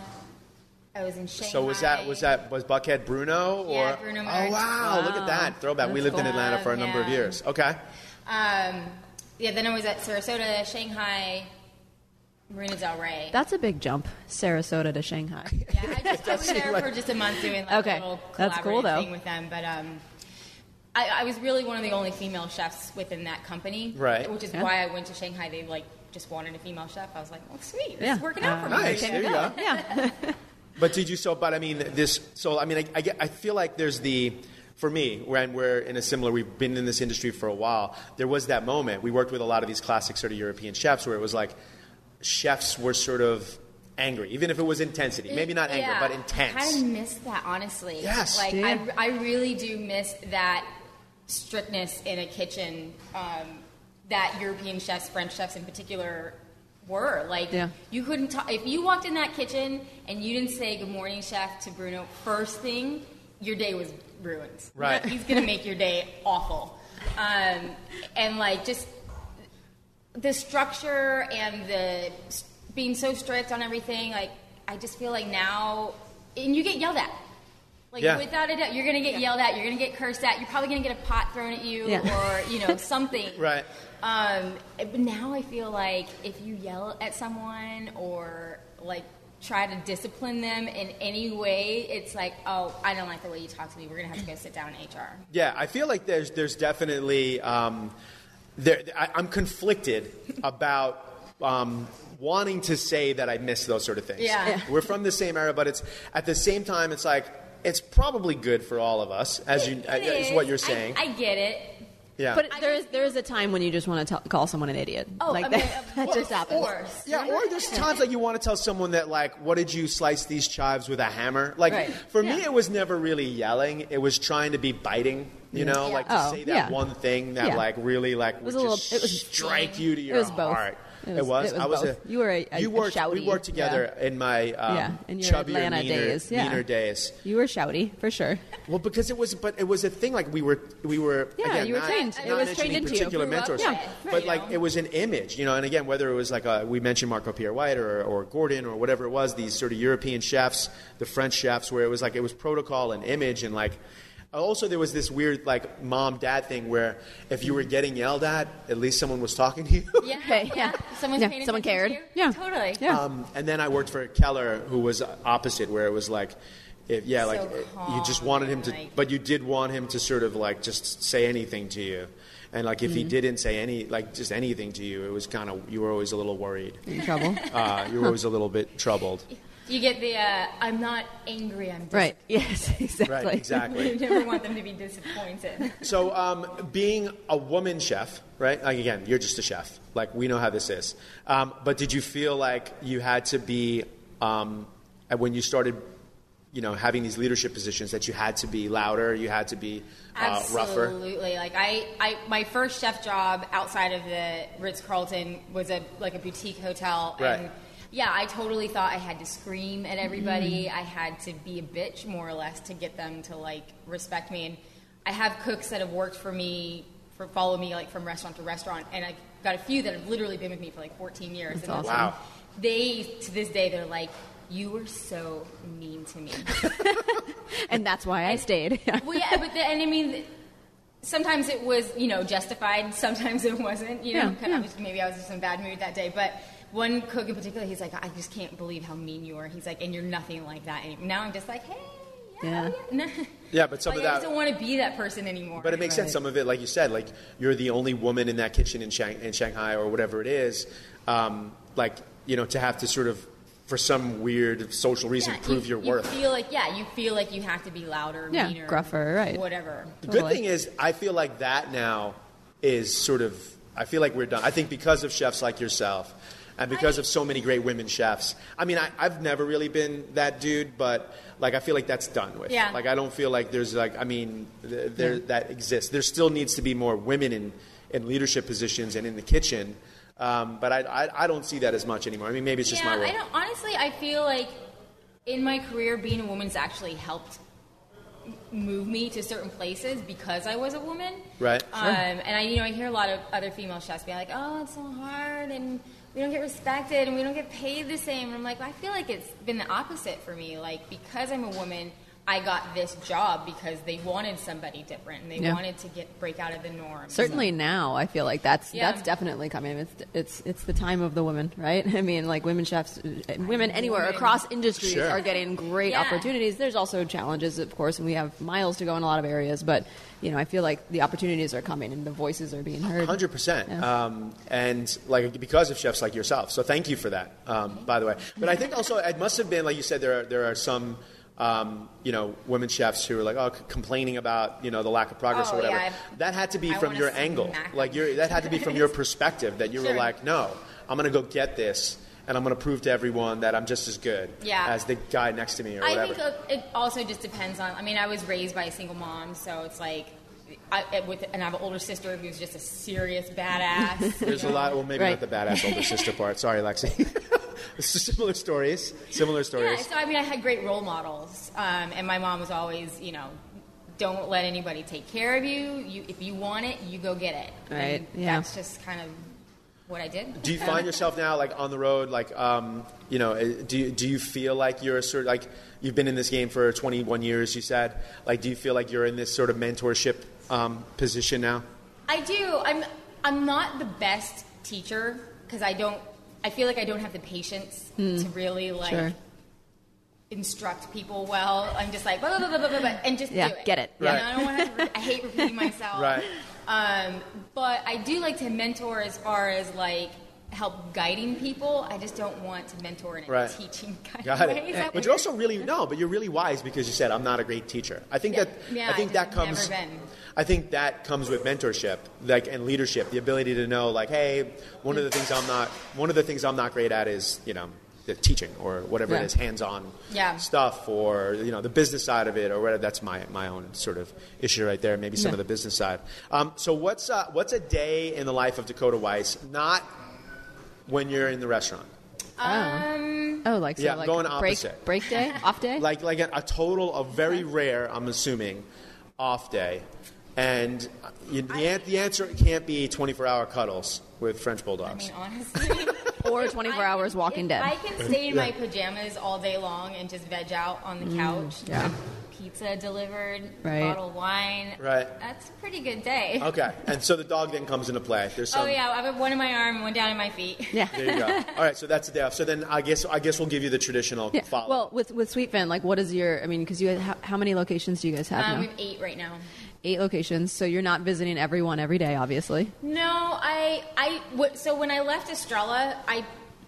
Speaker 6: I was in Shanghai.
Speaker 2: So was that was that was Buckhead Bruno or
Speaker 6: Yeah, Bruno
Speaker 2: Oh
Speaker 6: Mars.
Speaker 2: wow, look at that throwback. we lived in Atlanta for a number of
Speaker 6: Yeah.
Speaker 2: years. Okay.
Speaker 6: Um, yeah. Then I was at Sarasota, Shanghai, Marina Del Rey.
Speaker 3: That's a big jump, Sarasota to Shanghai.
Speaker 6: Yeah, I just I was there for just a month doing like
Speaker 3: Okay,
Speaker 6: a little
Speaker 3: that's
Speaker 6: collaborative
Speaker 3: cool, though.
Speaker 6: thing with them, but um, I, I was really one of the only female chefs within that company,
Speaker 2: Right.
Speaker 6: Which is
Speaker 3: Yeah.
Speaker 6: why I went to Shanghai. They like just wanted a female chef. I was like, well, sweet, this
Speaker 3: Yeah.
Speaker 6: is working out for me.
Speaker 2: Nice. There you go.
Speaker 3: yeah,
Speaker 2: But did you so? But I mean, this. So I mean, I, I, get, I feel like there's the. For me, when we're in a similar, we've been in this industry for a while. There was that moment. We worked with a lot of these classic sort of European chefs, where it was like, chefs were sort of angry, even if it was intensity. Maybe not anger,
Speaker 6: Yeah.
Speaker 2: but
Speaker 6: I kind
Speaker 2: intense.
Speaker 6: of miss that, honestly.
Speaker 2: Yes.
Speaker 6: Like,
Speaker 3: Yeah.
Speaker 6: I, I really do miss that strictness in a kitchen um, that European chefs, French chefs in particular, were. Like,
Speaker 3: Yeah.
Speaker 6: you couldn't talk. If you walked in that kitchen and you didn't say good morning, chef, to Bruno first thing, your day was ruined.
Speaker 2: Right.
Speaker 6: He's going to make your day awful. Um, and, like, just the structure and the s- being so strict on everything like i just feel like now and you get yelled at like
Speaker 2: Yeah.
Speaker 6: without a doubt you're gonna get yelled at you're gonna get cursed at you're probably gonna get a pot thrown at you
Speaker 3: Yeah.
Speaker 6: or you know something
Speaker 2: Right.
Speaker 6: um, but now i feel like if you yell at someone or like try to discipline them in any way it's like oh i don't like the way you talk to me we're gonna have to go sit down in hr
Speaker 2: Yeah, I feel like there's there's definitely um, there. I, I'm conflicted about um, wanting to say that I miss those sort of things.
Speaker 6: Yeah. Yeah.
Speaker 2: We're from the same era, but it's at the same time, it's like, it's probably good for all of us, as you,
Speaker 6: It
Speaker 2: is what you're saying.
Speaker 6: I, I get it.
Speaker 2: yeah.
Speaker 3: But there is there is a time when you just want to tell, call someone an idiot.
Speaker 6: Oh,
Speaker 3: like
Speaker 6: I mean,
Speaker 3: that,
Speaker 6: of
Speaker 3: that just
Speaker 6: course, of
Speaker 3: happens.
Speaker 6: course.
Speaker 2: Yeah, or there's times like you want to tell someone that like, what did you slice these chives with a hammer? Like
Speaker 3: Right.
Speaker 2: for me,
Speaker 3: Yeah.
Speaker 2: it was never really yelling; it was trying to be biting. You know, like to
Speaker 3: Oh,
Speaker 2: say that
Speaker 3: yeah.
Speaker 2: one thing that
Speaker 3: Yeah.
Speaker 2: like really like
Speaker 3: was
Speaker 2: would
Speaker 3: a
Speaker 2: just
Speaker 3: little- it was-
Speaker 2: strike you to your
Speaker 3: was both.
Speaker 2: heart.
Speaker 3: It was- it was
Speaker 2: I was.
Speaker 3: both.
Speaker 2: A,
Speaker 3: You were a- a-
Speaker 2: you
Speaker 3: a
Speaker 2: worked. we
Speaker 3: shouty,
Speaker 2: worked together in my um,
Speaker 3: Yeah, in your
Speaker 2: chubbier,
Speaker 3: Atlanta
Speaker 2: meaner,
Speaker 3: days, yeah.
Speaker 2: meaner days.
Speaker 3: You were shouty for sure.
Speaker 2: Well, because it was, but it was a thing. Like we were, we were.
Speaker 3: Yeah,
Speaker 2: again,
Speaker 3: you were
Speaker 2: not,
Speaker 3: trained.
Speaker 2: not
Speaker 3: It was
Speaker 2: mentioning
Speaker 3: trained into you.
Speaker 2: particular
Speaker 6: Grew up
Speaker 2: mentors,
Speaker 6: with it,
Speaker 2: but
Speaker 6: you
Speaker 2: like
Speaker 6: know?
Speaker 2: it was an image, you know. And again, whether it was like a, we mentioned Marco Pierre White or, or Gordon or whatever it was, these sort of European chefs, the French chefs, where it was like it was protocol and image and like. Also, there was this weird like mom dad thing where if you were getting yelled at, at least someone was talking to you.
Speaker 6: Yeah.
Speaker 3: Okay, yeah.
Speaker 6: Someone's
Speaker 3: Yeah,
Speaker 6: paying
Speaker 3: someone
Speaker 6: attention
Speaker 3: cared.
Speaker 6: to you?
Speaker 3: Yeah.
Speaker 6: Totally.
Speaker 3: Yeah.
Speaker 2: Um, and then I worked for Keller, who was opposite, where it was like, if, yeah,
Speaker 6: So
Speaker 2: like uh, you just
Speaker 6: calm
Speaker 2: wanted him
Speaker 6: and,
Speaker 2: to,
Speaker 6: like-
Speaker 2: but you did want him to sort of like just say anything to you. And like if he
Speaker 6: Mm-hmm.
Speaker 2: didn't say any, like just anything to you, it was kind of you were always a little worried.
Speaker 3: In trouble.
Speaker 2: Uh, you were always a little bit troubled.
Speaker 6: You get the uh, I'm not angry, I'm
Speaker 3: right. Yes.
Speaker 6: disappointed.
Speaker 3: Exactly.
Speaker 2: Right, exactly.
Speaker 6: You never want them to be disappointed.
Speaker 2: So, um, being a woman chef, right? Like again, you're just a chef. Like we know how this is. Um, but did you feel like you had to be um, and when you started, you know, having these leadership positions that you had to be louder, you had to be uh, rougher?
Speaker 6: Absolutely. Like I, I, my first chef job outside of the Ritz Carlton was a like a boutique hotel.
Speaker 2: Right.
Speaker 6: And yeah, I totally thought I had to scream at everybody.
Speaker 2: Mm.
Speaker 6: I had to be a bitch more or less to get them to like respect me. And I have cooks that have worked for me for follow me like from restaurant to restaurant, and I've got a few that have literally been with me for like 14 years. and
Speaker 3: awesome.
Speaker 2: Wow.
Speaker 6: They to this day they're like. You were so mean to me.
Speaker 3: And that's why I stayed. Yeah.
Speaker 6: Well, yeah, but the, and I mean, sometimes it was you know justified, sometimes it wasn't. You know,
Speaker 3: Yeah,
Speaker 6: kind of-
Speaker 3: yeah.
Speaker 6: just- maybe I was just in a bad mood that day. But one cook in particular, he's like, I just can't believe how mean you are. He's like, and you're nothing like that anymore. Now I'm just like, hey, yeah,
Speaker 3: Yeah.
Speaker 6: oh, yeah. No.
Speaker 2: Yeah, but some
Speaker 6: like,
Speaker 2: of
Speaker 6: I just
Speaker 2: that-
Speaker 6: don't want to be that person anymore.
Speaker 2: But it makes sense. Some of it, like you said, like you're the only woman in that kitchen in, Shang- in Shanghai or whatever it is. Um, like you know, to have to sort of, for some weird social reason,
Speaker 6: Yeah,
Speaker 2: prove
Speaker 6: you,
Speaker 2: your worth.
Speaker 6: You feel like yeah, you feel like you have to be louder,
Speaker 3: Yeah,
Speaker 6: meaner,
Speaker 3: gruffer, right.
Speaker 6: Whatever.
Speaker 2: The good
Speaker 3: Totally.
Speaker 2: thing is, I feel like that now is sort of. I feel like we're done. I think because of chefs like yourself, and because of so many great women chefs. I mean, I, I've never really been that dude, but like I feel like that's done with.
Speaker 6: Yeah.
Speaker 2: Like I don't feel like there's like I mean th- there that exists. There still needs to be more women in in leadership positions and in the kitchen, um, but I, I I don't see that as much anymore. I mean, maybe it's just
Speaker 6: yeah,
Speaker 2: my world.
Speaker 6: I don't. Honestly, I feel like in my career, being a woman's actually helped move me to certain places because I was a woman.
Speaker 2: Right.
Speaker 6: Um, and I, you know, I hear a lot of other female chefs being like, "Oh, it's so hard, and we don't get respected, and we don't get paid the same." And I'm like, I feel like it's been the opposite for me. Like because I'm a woman. I got this job because they wanted somebody different and they
Speaker 3: Yeah.
Speaker 6: wanted to get break out of the norm.
Speaker 3: Certainly now, I feel like that's
Speaker 6: Yeah.
Speaker 3: that's definitely coming. It's it's it's the time of the women, right? I mean, like women chefs, uh, women anywhere
Speaker 6: Women.
Speaker 3: across industries
Speaker 2: Sure.
Speaker 3: are getting great
Speaker 6: Yeah.
Speaker 3: opportunities. There's also challenges, of course, and we have miles to go in a lot of areas. But you know, I feel like the opportunities are coming and the voices are being heard.
Speaker 2: Hundred percent,
Speaker 3: Yeah.
Speaker 2: um, and like because of chefs like yourself. So thank you for that, um, by the way. But I think also it must have been like you said there are there are some um, you know women chefs who are like oh c- complaining about you know the lack of progress
Speaker 6: Oh,
Speaker 2: or whatever.
Speaker 6: yeah, I've-
Speaker 2: that had to be
Speaker 6: I
Speaker 2: from
Speaker 6: wanna
Speaker 2: your
Speaker 6: smack
Speaker 2: angle,
Speaker 6: them.
Speaker 2: like your that had to be from your perspective that you were
Speaker 6: Sure.
Speaker 2: like no, I'm gonna go get this and I'm gonna prove to everyone that I'm just as good
Speaker 6: Yeah.
Speaker 2: as the guy next to me or whatever.
Speaker 6: I think uh, it also just depends on. I mean, I was raised by a single mom, so it's like, I, it- with and I have an older sister who's just a serious badass.
Speaker 2: There's a lot. Well, maybe
Speaker 3: Right.
Speaker 2: not the badass older sister part. Sorry, Lexi. similar stories. Similar stories.
Speaker 6: yeah, so I mean, I had great role models, um, and my mom was always, you know, don't let anybody take care of you. You, if you want it, you go get it.
Speaker 3: Right,
Speaker 6: And
Speaker 3: yeah.
Speaker 6: That's just kind of what I did.
Speaker 2: do you find yourself now like on the road like um, you know eh, do you, do you feel like you're a sort of, like you've been in this game for 21 years you said like do you feel like you're in this sort of mentorship um, position now
Speaker 6: I do. I'm I'm not the best teacher because I don't. I feel like I don't have the patience
Speaker 2: Hmm.
Speaker 6: to really like
Speaker 3: Sure.
Speaker 6: instruct people well. I'm just like blah blah blah blah blah, blah, blah and just
Speaker 3: Yeah,
Speaker 6: do it.
Speaker 3: get it.
Speaker 6: You know,
Speaker 2: Right.
Speaker 6: I don't want to. Have to re- I hate repeating myself.
Speaker 2: Right.
Speaker 6: Um, but I do like to mentor as far as like help guiding people. I just don't want to mentor in a
Speaker 2: Right.
Speaker 6: teaching kind
Speaker 2: Got
Speaker 6: of way. Is that
Speaker 2: it.
Speaker 6: what
Speaker 2: But you're also really no, but you're really wise because you said I'm not a great teacher. I think
Speaker 6: Yeah.
Speaker 2: that
Speaker 6: Yeah,
Speaker 2: I think
Speaker 6: I
Speaker 2: that
Speaker 6: just have
Speaker 2: comes.
Speaker 6: never been.
Speaker 2: I think that comes with mentorship, like and leadership, the ability to know, like, hey, one of the things I'm not one of the things I'm not great at is you know the teaching or whatever
Speaker 3: Yeah.
Speaker 2: it is, hands-on
Speaker 6: Yeah.
Speaker 2: stuff, or you know the business side of it, or whatever. That's my my own sort of issue right there. Maybe some
Speaker 3: Yeah.
Speaker 2: of the business side. Um, so what's uh, what's a day in the life of Dakota Weiss? Not when you're in the restaurant.
Speaker 6: Um,
Speaker 3: Oh, like so
Speaker 2: Yeah,
Speaker 3: like
Speaker 2: going
Speaker 3: break
Speaker 2: opposite.
Speaker 3: break day, off day.
Speaker 2: like like a, a total of very rare, I'm assuming, off day, and uh, you, the, an, the answer can't be 24-hour cuddles with French
Speaker 6: I
Speaker 2: bulldogs.
Speaker 6: mean, honestly.
Speaker 3: or 24
Speaker 6: I-
Speaker 3: hours Walking
Speaker 6: if
Speaker 3: Dead.
Speaker 6: I can stay in my pajamas all day long and just veg out on the couch.
Speaker 3: Mm, yeah.
Speaker 6: have Pizza delivered,
Speaker 3: Right.
Speaker 6: bottle of wine.
Speaker 2: Right.
Speaker 6: That's a pretty good day.
Speaker 2: okay, and so the dog then comes into play. There's
Speaker 6: Oh
Speaker 2: some.
Speaker 6: yeah, I have one in my arm and one down in my feet.
Speaker 3: yeah.
Speaker 2: There you go. All right, so that's the day off. So then I guess I guess we'll give you the traditional
Speaker 3: Yeah.
Speaker 2: follow.
Speaker 3: Well, with with Sweet Fin, like, what is your? I mean, because you how, how many locations do you guys have
Speaker 6: Um,
Speaker 3: now?
Speaker 6: we have eight right now.
Speaker 3: Eight locations. So you're not visiting everyone every day, obviously.
Speaker 6: No, I, I, w- so when I left Estrella, I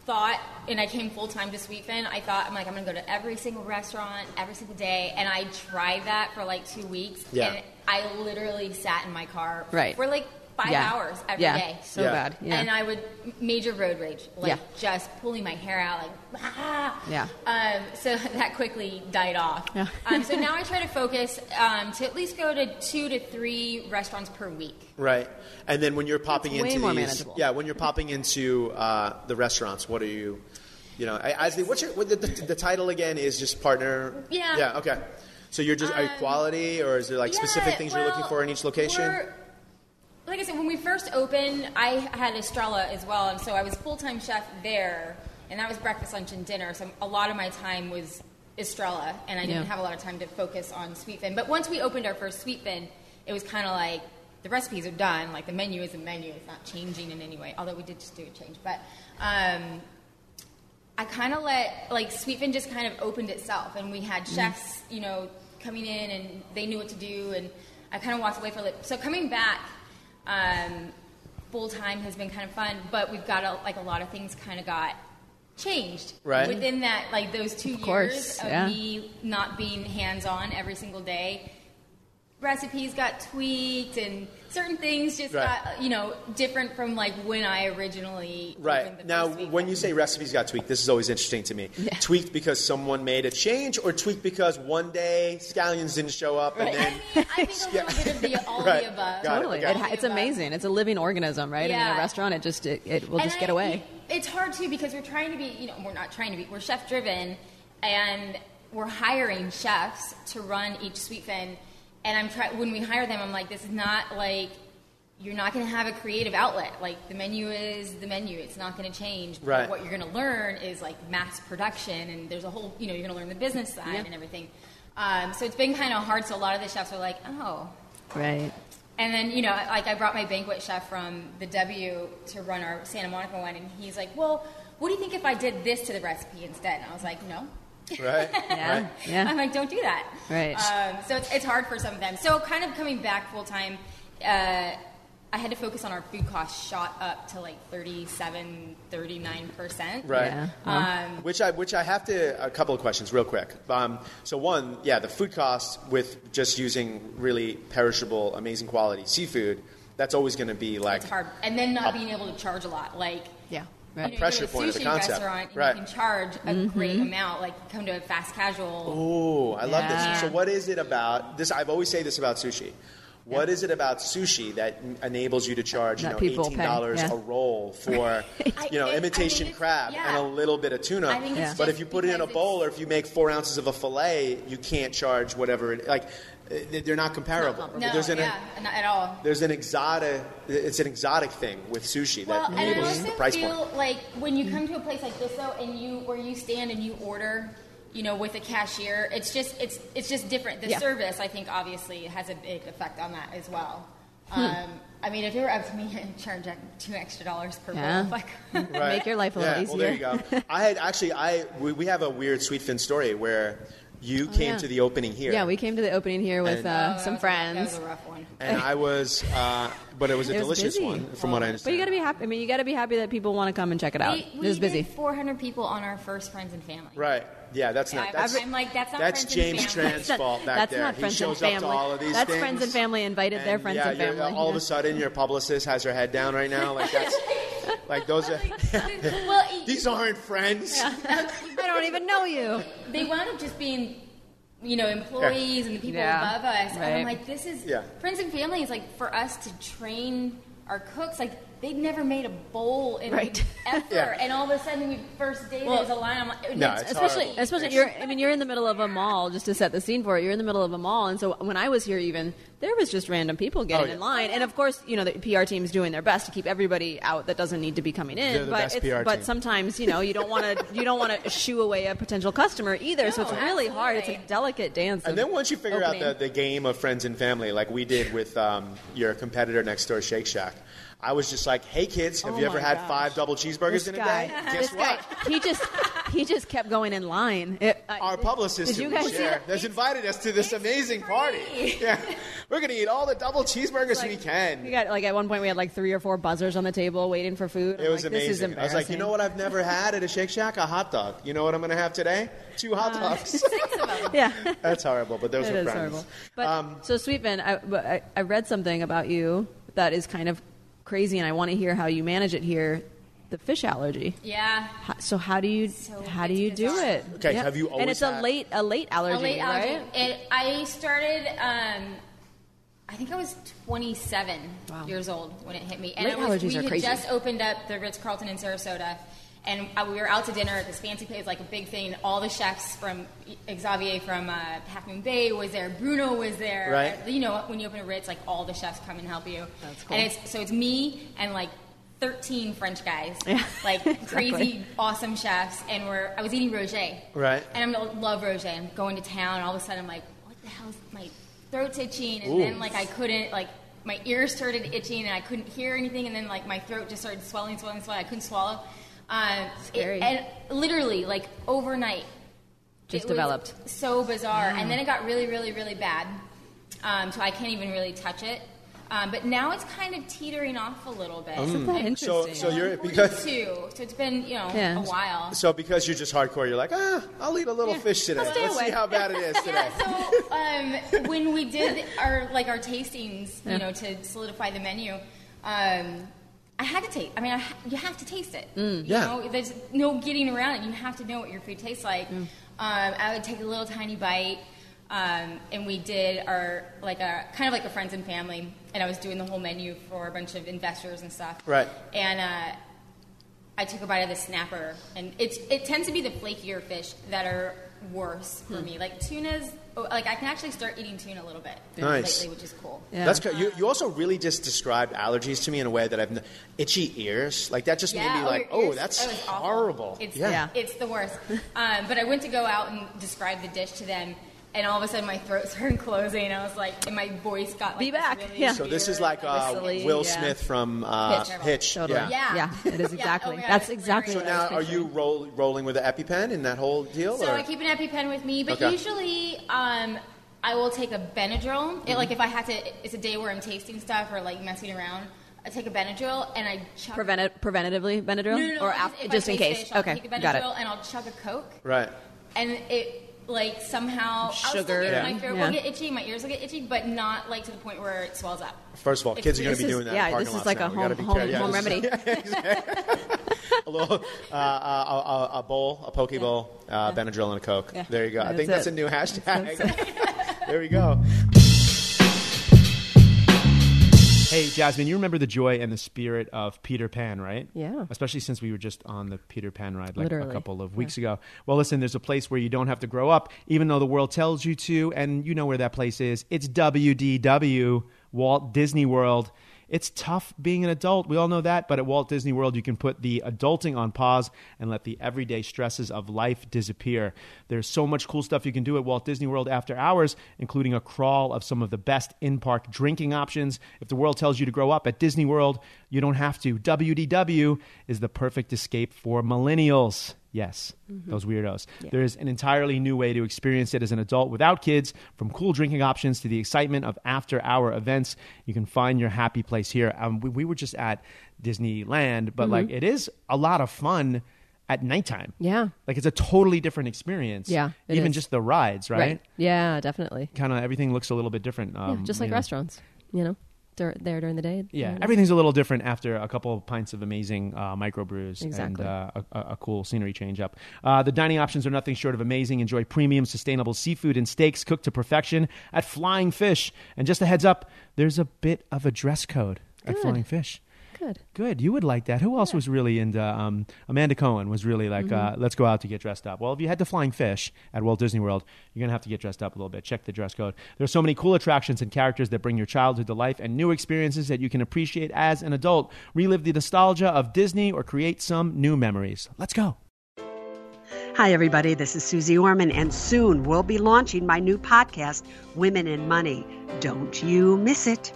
Speaker 6: thought, and I came full time to Sweetfin. I thought I'm like I'm gonna go to every single restaurant every single day, and I tried that for like two weeks.
Speaker 2: Yeah.
Speaker 6: And I literally sat in my car
Speaker 3: Right.
Speaker 6: for like five
Speaker 3: Yeah.
Speaker 6: hours every day.
Speaker 3: yeah. So
Speaker 2: Yeah.
Speaker 3: bad. Yeah.
Speaker 6: And I would major road rage, like
Speaker 3: Yeah.
Speaker 6: just pulling my hair out, like ah.
Speaker 3: Yeah.
Speaker 6: Um, so that quickly died off.
Speaker 3: Yeah.
Speaker 6: um, so now I try to focus um, to at least go to two to three restaurants per week.
Speaker 2: right, and then when you're popping
Speaker 3: That's way
Speaker 2: into
Speaker 3: more
Speaker 2: these,
Speaker 3: manageable.
Speaker 2: yeah, when you're popping into uh, the restaurants, what are you? You know, I, I, what's your, what the, the, the title again? Is just partner.
Speaker 6: Yeah.
Speaker 2: Yeah. Okay. So you're just are you
Speaker 6: Um,
Speaker 2: quality, or is there like specific
Speaker 6: Yeah,
Speaker 2: things you're looking
Speaker 6: well,
Speaker 2: for in each location?
Speaker 6: we're- Like I said, when we first opened, I had Estrella as well, and so I was full time chef there, and that was breakfast, lunch, and dinner. So a lot of my time was Estrella, and I didn't
Speaker 3: Yeah.
Speaker 6: have a lot of time to focus on Sweetfin. But once we opened our first Sweetfin, it was kind of like the recipes are done, like the menu is the menu, it's not changing in any way. Although we did just do a change, but. Um, I kind of let like Sweetfin just kind of opened itself, and we had chefs, you know, coming in and they knew what to do, and I kind of walked away for a little. So coming back um, full time has been kind of fun, but we've got a, like a lot of things kind of got changed
Speaker 2: Right.
Speaker 6: within that like those two
Speaker 3: Of course,
Speaker 6: years of
Speaker 3: yeah.
Speaker 6: me not being hands on every single day. Recipes got tweaked, and certain things just
Speaker 2: Right.
Speaker 6: got you know different from like when I originally opened
Speaker 2: Right.
Speaker 6: the
Speaker 2: Now,
Speaker 6: first week.
Speaker 2: when you say recipes got tweaked, this is always interesting to me. Tweaked because someone made a change, or tweaked because one day scallions didn't show up, and
Speaker 6: I
Speaker 2: then
Speaker 6: mean, I think a little bit of the all
Speaker 2: Right.
Speaker 6: the above.
Speaker 2: Got it,
Speaker 3: Totally.
Speaker 2: okay.
Speaker 3: It, ha- it's amazing. It's a living organism, right? And in
Speaker 6: Yeah.
Speaker 3: a restaurant, it just it, it will
Speaker 6: And
Speaker 3: just get
Speaker 6: I-
Speaker 3: away.
Speaker 6: It's hard too because we're trying to be, you know, we're not trying to be, we're chef driven and we're hiring chefs to run each sweet fin. And I'm try when we hire them, I'm like, this is not like you're not going to have a creative outlet. Like the menu is the menu; it's not going to change. But
Speaker 2: Right.
Speaker 6: What you're going to learn is like mass production, and there's a whole, you know, you're going to learn the business side
Speaker 3: Yeah.
Speaker 6: and everything. Um, so it's been kind of hard. So a lot of the chefs are like, oh,
Speaker 3: Right.
Speaker 6: And then, you know, like I brought my banquet chef from the W to run our Santa Monica one, and he's like, Well, what do you think if I did this to the recipe instead? And I was like, No.
Speaker 2: right,
Speaker 3: Yeah.
Speaker 2: right.
Speaker 3: Yeah.
Speaker 6: I'm like, Don't do that.
Speaker 3: Right.
Speaker 6: Um, so it's, it's hard for some of them. So, kind of coming back full time, uh, I had to focus on our food cost shot up to like 37, 39%.
Speaker 2: Right.
Speaker 3: Yeah.
Speaker 6: Uh,
Speaker 3: Um,
Speaker 6: Um,
Speaker 2: Which I which I have to a couple of questions real quick. Um, so one, yeah, the food costs with just using really perishable, amazing quality seafood. That's always going to be like
Speaker 6: It's hard. And then not being able to charge a lot. Like,
Speaker 3: Yeah.
Speaker 6: you know,
Speaker 3: Right. Mm-hmm.
Speaker 6: you
Speaker 2: pressure
Speaker 6: go to a
Speaker 2: point
Speaker 6: sushi
Speaker 2: of the concept.
Speaker 6: restaurant, and
Speaker 2: Right.
Speaker 6: you can charge a great amount. Like, you come to a fast casual.
Speaker 2: Oh, I love this.
Speaker 3: Yeah.
Speaker 2: So what is it about this? I've always say this about sushi. What is it about sushi that m- enables you to charge you
Speaker 3: That
Speaker 2: know
Speaker 3: people
Speaker 2: eighteen
Speaker 3: pay,
Speaker 2: dollars
Speaker 3: yeah.
Speaker 2: a roll for you know
Speaker 6: I- I- I
Speaker 2: imitation
Speaker 6: mean, it's-
Speaker 2: crab
Speaker 6: yeah.
Speaker 2: and a little bit of tuna?
Speaker 6: I think it's Yeah.
Speaker 2: But
Speaker 6: just
Speaker 2: if you put it in a
Speaker 6: because
Speaker 2: bowl, or
Speaker 6: it's-
Speaker 2: if you make four ounces of a fillet, you can't charge whatever it like. uh, They're not comparable.
Speaker 6: No,
Speaker 2: there's an
Speaker 6: yeah, not at all.
Speaker 2: there's an exotic it's an exotic thing with sushi
Speaker 6: Well,
Speaker 2: that
Speaker 6: and I
Speaker 2: enables
Speaker 6: also
Speaker 2: the price
Speaker 6: feel
Speaker 2: point.
Speaker 6: like when you come to a place like this though, and you where you stand and you order, you know, with a cashier, it's just it's it's just different. The
Speaker 3: Yeah.
Speaker 6: service, I think, obviously has a big effect on that as well. Um, I mean, if it were up to me, I'd charge like two extra dollars per
Speaker 3: Yeah.
Speaker 6: bowl. Like,
Speaker 2: Right.
Speaker 3: Make your life a little
Speaker 2: yeah.
Speaker 3: easier.
Speaker 2: Well, there you go. I had actually, I we, we have a weird Sweetfin story where You came
Speaker 3: Oh, yeah.
Speaker 2: to the opening here.
Speaker 3: Yeah, we came to the opening here with
Speaker 2: And-
Speaker 3: uh,
Speaker 6: Oh, that
Speaker 3: some
Speaker 6: was a- That was
Speaker 3: friends.
Speaker 6: a rough one.
Speaker 2: And I was, uh, but it was a
Speaker 3: It was
Speaker 2: delicious
Speaker 3: busy.
Speaker 2: one, from what I
Speaker 3: But
Speaker 2: understand.
Speaker 3: you got to be happy. I mean, you got to be happy that people want to come and check it out.
Speaker 6: We, we
Speaker 3: it was busy.
Speaker 6: did 400 people on our first friends and family.
Speaker 2: right. Yeah, that's
Speaker 6: Yeah,
Speaker 2: not.
Speaker 6: I've-
Speaker 2: That's,
Speaker 6: I'm like, that's not
Speaker 2: that's
Speaker 6: friends and
Speaker 2: James
Speaker 6: family.
Speaker 2: Tran's
Speaker 3: That's not-
Speaker 2: fault back
Speaker 3: that's
Speaker 2: there.
Speaker 3: not friends
Speaker 2: he shows up
Speaker 3: and
Speaker 2: to
Speaker 3: family.
Speaker 2: all of these
Speaker 3: That's
Speaker 2: things.
Speaker 3: friends and family invited their friends
Speaker 2: yeah,
Speaker 3: and
Speaker 2: you're-
Speaker 3: family,
Speaker 2: All of
Speaker 3: yeah.
Speaker 2: a sudden, your publicist has her head down right now. Like that's, like those are.
Speaker 6: well, e-, it-
Speaker 2: These aren't friends.
Speaker 3: I don't even know you.
Speaker 6: they wound up just being, you know, employees and the people
Speaker 3: Yeah.
Speaker 6: above us. And
Speaker 3: Right.
Speaker 6: I'm like, this is
Speaker 2: Yeah.
Speaker 6: friends and family is like for us to train our cooks. Like they'd never made a bowl in
Speaker 3: Right.
Speaker 6: ever,
Speaker 2: Yeah.
Speaker 6: and all of a sudden, we first day
Speaker 3: Well,
Speaker 6: there's a line. I'm like,
Speaker 2: No,
Speaker 6: it's-
Speaker 2: it's
Speaker 3: especially
Speaker 2: horrible.
Speaker 3: especially you're I mean you're in the middle of a mall just to set the scene for it you're in the middle of a mall and so when I was here even there was just random people getting
Speaker 2: Oh, yeah.
Speaker 3: in line and of course you know the PR team's doing their best to keep everybody out that doesn't need to be coming in
Speaker 2: They're the
Speaker 3: but
Speaker 2: best PR
Speaker 3: but
Speaker 2: team.
Speaker 3: sometimes you know you don't want to you don't want to shoo away a potential customer either so it's
Speaker 6: No,
Speaker 3: really hard it's a
Speaker 6: absolutely.
Speaker 3: delicate dance
Speaker 2: And
Speaker 3: of
Speaker 2: then once you figure out
Speaker 3: opening.
Speaker 2: the, the game of friends and family, like we did with um, your competitor next door, Shake Shack, I was just like, "Hey kids, have
Speaker 3: Oh
Speaker 2: you ever
Speaker 3: my
Speaker 2: had
Speaker 3: gosh.
Speaker 2: five double cheeseburgers
Speaker 3: this
Speaker 2: in a
Speaker 3: guy,
Speaker 2: day?
Speaker 3: this
Speaker 2: Guess
Speaker 3: guy,
Speaker 2: what?
Speaker 3: he just he just kept going in line. It- I-
Speaker 2: Our publicist,
Speaker 3: Did
Speaker 2: who
Speaker 3: you
Speaker 2: we
Speaker 3: guys see
Speaker 2: share,
Speaker 3: that?
Speaker 2: has invited us to this amazing party. Yeah, we're gonna eat all the double cheeseburgers we can.
Speaker 3: We got like at one point we had like three or four buzzers on the table waiting for food.
Speaker 2: It
Speaker 3: I'm
Speaker 2: was
Speaker 3: like, This is
Speaker 2: amazing.
Speaker 3: embarrassing.
Speaker 2: I was like, you know what? I've never had at a Shake Shack a hot dog. You know what I'm gonna have today? Two hot
Speaker 3: Uh,
Speaker 2: dogs.
Speaker 3: Yeah,
Speaker 2: That's horrible, but those
Speaker 3: it
Speaker 2: were
Speaker 3: is
Speaker 2: friends. Um,
Speaker 3: horrible. But so Sweetman, I, but I, I read something about you that is kind of crazy, and I want to hear how you manage it here. The fish allergy.
Speaker 6: yeah.
Speaker 3: How- So how do you
Speaker 6: So
Speaker 3: how do
Speaker 6: it's
Speaker 3: you do
Speaker 6: bizarre.
Speaker 3: it?
Speaker 2: Okay, have you
Speaker 3: And
Speaker 2: always
Speaker 3: it's a
Speaker 2: had-
Speaker 3: late a late allergy,
Speaker 6: A late allergy.
Speaker 3: right?
Speaker 6: It, I started. Um, I think I was 27
Speaker 3: Wow.
Speaker 6: years old when it hit me. And
Speaker 3: Late
Speaker 6: I was,
Speaker 3: allergies
Speaker 6: we
Speaker 3: are
Speaker 6: had
Speaker 3: crazy.
Speaker 6: just opened up the Ritz Carlton in Sarasota, and uh, we were out to dinner at this fancy place, like a big thing. and All the chefs from Xavier from uh, Half Moon Bay was there. Bruno was there.
Speaker 2: Right.
Speaker 6: You know, when you open a Ritz, like all the chefs come and help you.
Speaker 3: That's cool.
Speaker 6: And it's so it's me and like. 13 French guys,
Speaker 3: Yeah,
Speaker 6: like
Speaker 3: exactly.
Speaker 6: crazy, awesome chefs, and we're. I was eating Roger,
Speaker 2: Right.
Speaker 6: and I am love Roger. I'm going to town. And all of a sudden, I'm like, what the hell's my throat's itching, and
Speaker 2: Ooh.
Speaker 6: then like I couldn't like my ears started itching, and I couldn't hear anything, and then like my throat just started swelling, swelling, swelling. I couldn't swallow. Um,
Speaker 3: Scary.
Speaker 6: it- and literally, like overnight,
Speaker 3: Just
Speaker 6: it was
Speaker 3: developed. Mm.
Speaker 6: so bizarre, and then it got really, really, really bad. Um, so I can't even really touch it. Um, but now it's kind of teetering off a little bit.
Speaker 2: Mm. So,
Speaker 3: Interesting.
Speaker 2: so you're
Speaker 6: I'm
Speaker 2: because
Speaker 6: 42, so it's been you know
Speaker 3: Yeah.
Speaker 6: a while.
Speaker 2: So because you're just hardcore, you're like, ah, I'll eat a little fish today.
Speaker 3: I'll stay
Speaker 2: Let's see
Speaker 3: away."
Speaker 2: how bad it is today.
Speaker 6: Yeah, so um, when we did our like our tastings, you
Speaker 3: Yeah.
Speaker 6: know, to solidify the menu, um, I had to taste. I mean, I, ha- you have to taste it.
Speaker 3: Mm.
Speaker 6: you
Speaker 2: Yeah.
Speaker 6: know, there's no getting around it. You have to know what your food tastes like.
Speaker 3: Mm.
Speaker 6: Um, I would take a little tiny bite. Um, and we did our like a kind of like a friends and family, and I was doing the whole menu for a bunch of investors and stuff.
Speaker 2: Right.
Speaker 6: And uh, I took a bite of the snapper, and it's it tends to be the flakier fish that are worse
Speaker 2: Hmm.
Speaker 6: for me. Like tunas, oh, like I can actually start eating tuna a little bit
Speaker 2: Nice.
Speaker 6: lately, which is cool.
Speaker 3: Yeah.
Speaker 2: That's good. You, you also really just described allergies to me in a way that I've n- itchy ears. Like that just made me like,
Speaker 6: or
Speaker 2: oh,
Speaker 6: yours-
Speaker 2: that's
Speaker 6: it was awful.
Speaker 2: horrible.
Speaker 6: It's,
Speaker 2: yeah.
Speaker 3: Yeah.
Speaker 6: it's the worst. Um, but I went to go out and describe the dish to them, and all of a sudden my throat started closing. And I was like, and my voice got like
Speaker 3: Be
Speaker 6: this
Speaker 3: back.
Speaker 6: Really
Speaker 3: Yeah.
Speaker 2: So this is like uh,
Speaker 3: Whistly,
Speaker 2: Will
Speaker 3: yeah.
Speaker 2: Smith from uh,
Speaker 6: Hitch.
Speaker 2: Hitch.
Speaker 3: Totally.
Speaker 2: Yeah.
Speaker 6: Yeah.
Speaker 3: Yeah, it is
Speaker 6: Yeah,
Speaker 3: exactly.
Speaker 6: oh my God,
Speaker 3: That's
Speaker 6: it's
Speaker 3: exactly.
Speaker 2: So
Speaker 6: hilarious.
Speaker 3: what I
Speaker 2: now,
Speaker 3: was
Speaker 2: are you
Speaker 3: picturing.
Speaker 2: roll, rolling with an EpiPen in that whole deal?
Speaker 6: So
Speaker 2: or?
Speaker 6: I keep an EpiPen with me, but
Speaker 2: Okay.
Speaker 6: usually um, I will take a Benadryl. It, like if I have to, it's a day where I'm tasting stuff or like messing around. I take a Benadryl and I chuck.
Speaker 3: Preventi- preventatively Benadryl
Speaker 6: No, no, no,
Speaker 3: or
Speaker 6: just,
Speaker 3: af-
Speaker 6: if I
Speaker 3: just in
Speaker 6: taste
Speaker 3: case?
Speaker 6: fish, I'll
Speaker 3: okay,
Speaker 6: take a Benadryl
Speaker 3: got it.
Speaker 6: And I'll chug a Coke,
Speaker 2: right.
Speaker 6: and it like somehow I'll still
Speaker 3: Sugar.
Speaker 6: get-
Speaker 3: Yeah.
Speaker 6: My throat
Speaker 3: Yeah.
Speaker 6: will get itchy, my ears will get itchy, but not like to the point where it swells up.
Speaker 2: First of all,
Speaker 6: It's-
Speaker 2: kids are going to
Speaker 3: this
Speaker 2: be
Speaker 3: is-
Speaker 2: doing that.
Speaker 3: yeah,
Speaker 2: in parking
Speaker 3: this is
Speaker 2: lots
Speaker 3: like a
Speaker 2: now. We gotta
Speaker 3: home-
Speaker 2: be
Speaker 3: home-
Speaker 2: careful. Yeah,
Speaker 3: home
Speaker 2: this is-
Speaker 3: remedy.
Speaker 2: Yeah, exactly. a little uh, a, a, a bowl, a poke bowl, uh, Benadryl, and a Coke.
Speaker 3: Yeah.
Speaker 2: There you go. I
Speaker 3: That's
Speaker 2: think that's
Speaker 3: it.
Speaker 2: a new hashtag. there we go.
Speaker 7: Hey, Jasmine, you remember the joy and the spirit of Peter Pan, right?
Speaker 8: Yeah.
Speaker 7: Especially since we were just on the Peter Pan ride like a
Speaker 3: Literally.
Speaker 7: couple of weeks ago. Well, listen, there's a place where you don't have to grow up, even though the world tells you to, and you know where that place is. It's WDW, Walt Disney World. It's tough being an adult. We all know that. But at Walt Disney World, you can put the adulting on pause and let the everyday stresses of life disappear. There's so much cool stuff you can do at Walt Disney World after hours, including a crawl of some of the best in park drinking options. If the world tells you to grow up at Disney World, you don't have to. WDW is the perfect escape for millennials. Yes,
Speaker 8: Mm-hmm.
Speaker 7: those weirdos. There is an entirely new way to experience it as an adult without kids, from cool drinking options to the excitement of after hour events. You can find your happy place here. Um, we, we were just at Disneyland,
Speaker 8: Mm-hmm.
Speaker 7: but like it is a lot of fun at nighttime.
Speaker 8: Yeah.
Speaker 7: Like it's a totally different experience.
Speaker 8: Yeah, it
Speaker 7: Even
Speaker 8: is.
Speaker 7: just the rides, right?
Speaker 8: Yeah, definitely.
Speaker 7: Kind of everything looks a little bit different. Um,
Speaker 8: yeah, just like
Speaker 7: you know.
Speaker 8: restaurants, you know, dur- there during the day.
Speaker 7: Yeah,
Speaker 8: during the-
Speaker 7: everything's a little different after a couple of pints of amazing uh, microbrews
Speaker 8: Exactly.
Speaker 7: and uh, a, a cool scenery change up. Uh, the dining options are nothing short of amazing. Enjoy premium, sustainable seafood and steaks cooked to perfection at Flying Fish. And just a heads up, there's a bit of a dress code at
Speaker 8: Good.
Speaker 7: Flying Fish.
Speaker 8: Good.
Speaker 7: Good, you would like that. Who else was really into um, Amanda Cohen? Was really like, uh, let's go out to get dressed up. Well, if you head to Flying Fish at Walt Disney World, you're gonna have to get dressed up a little bit. Check the dress code. There's so many cool attractions and characters that bring your childhood to life and new experiences that you can appreciate as an adult. Relive the nostalgia of Disney or create some new memories. Let's go.
Speaker 9: Hi, everybody. This is Susie Orman, and soon we'll be launching my new podcast, Women in Money. Don't you miss it.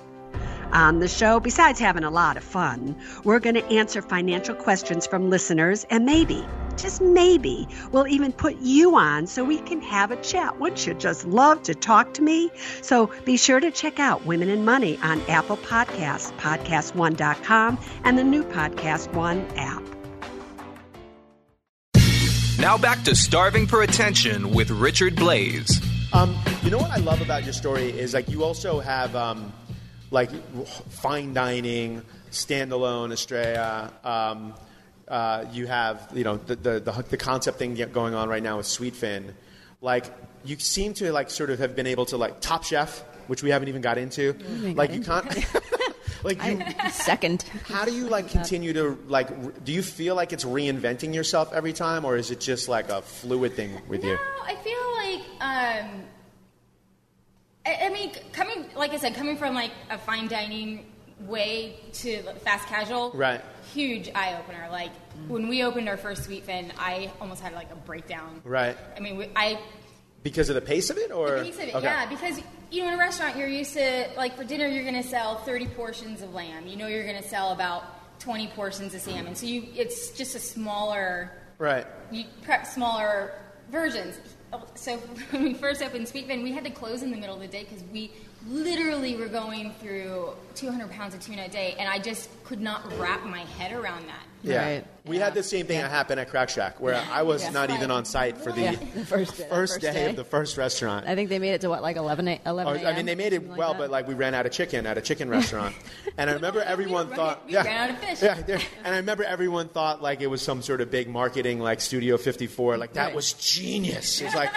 Speaker 9: On the show, besides having a lot of fun, we're going to answer financial questions from listeners, and maybe, just maybe, we'll even put you on so we can have a chat. Wouldn't you just love to talk to me? So be sure to check out Women in Money on Apple Podcasts, podcast1.com, and the new Podcast One app.
Speaker 1: Now back to Starving for Attention with Richard Blaze.
Speaker 2: Um, you know what I love about your story is like you also have um, like fine dining, standalone Estrella. Um, uh, you have you know the, the the the concept thing going on right now with Sweetfin. Like you seem to like sort of have been able to like Top Chef, which we haven't even got into. Like you can't. like you,
Speaker 3: Second.
Speaker 2: how do you like continue to like? re- Do you feel like it's reinventing yourself every time, or is it just like a fluid thing with you?
Speaker 6: No, I feel like um, I, I mean, c- coming like I said, coming from like a fine dining way to fast casual,
Speaker 2: Right. Mm.
Speaker 6: Huge eye opener. Like when we opened our first Sweetfin, I almost had like a breakdown.
Speaker 2: Right.
Speaker 6: I mean, we, I
Speaker 2: Because of the pace of it, or
Speaker 6: the piece of it,
Speaker 2: Okay.
Speaker 6: yeah, because you know in a restaurant you're used to like for dinner you're going to sell 30 portions of lamb. You know you're going to sell about 20 portions of salmon. So you it's just a smaller
Speaker 2: Right.
Speaker 6: you prep smaller versions. So when we first opened Sweetfin, we had to close in the middle of the day because we literally were going through 200 pounds of tuna a day, and I just could not wrap my head around that.
Speaker 2: Yeah.
Speaker 3: Right.
Speaker 2: We had the same thing happen at Crack Shack where I was not even on site for the
Speaker 3: Yeah, the first day-
Speaker 2: first
Speaker 3: first
Speaker 2: day,
Speaker 3: day.
Speaker 2: of the first restaurant.
Speaker 3: I think they made it to what, like 11 a- 11
Speaker 2: Or, I mean, they made it
Speaker 3: Something like
Speaker 2: well,
Speaker 3: that.
Speaker 2: but like we ran out of chicken at a chicken restaurant, and I remember
Speaker 6: We
Speaker 2: everyone
Speaker 6: ran-
Speaker 2: thought,
Speaker 6: we
Speaker 2: yeah,
Speaker 6: ran out of fish.
Speaker 2: yeah, there- and I remember everyone thought like it was some sort of big marketing like Studio 54, like that
Speaker 3: Right.
Speaker 2: was genius. It's like,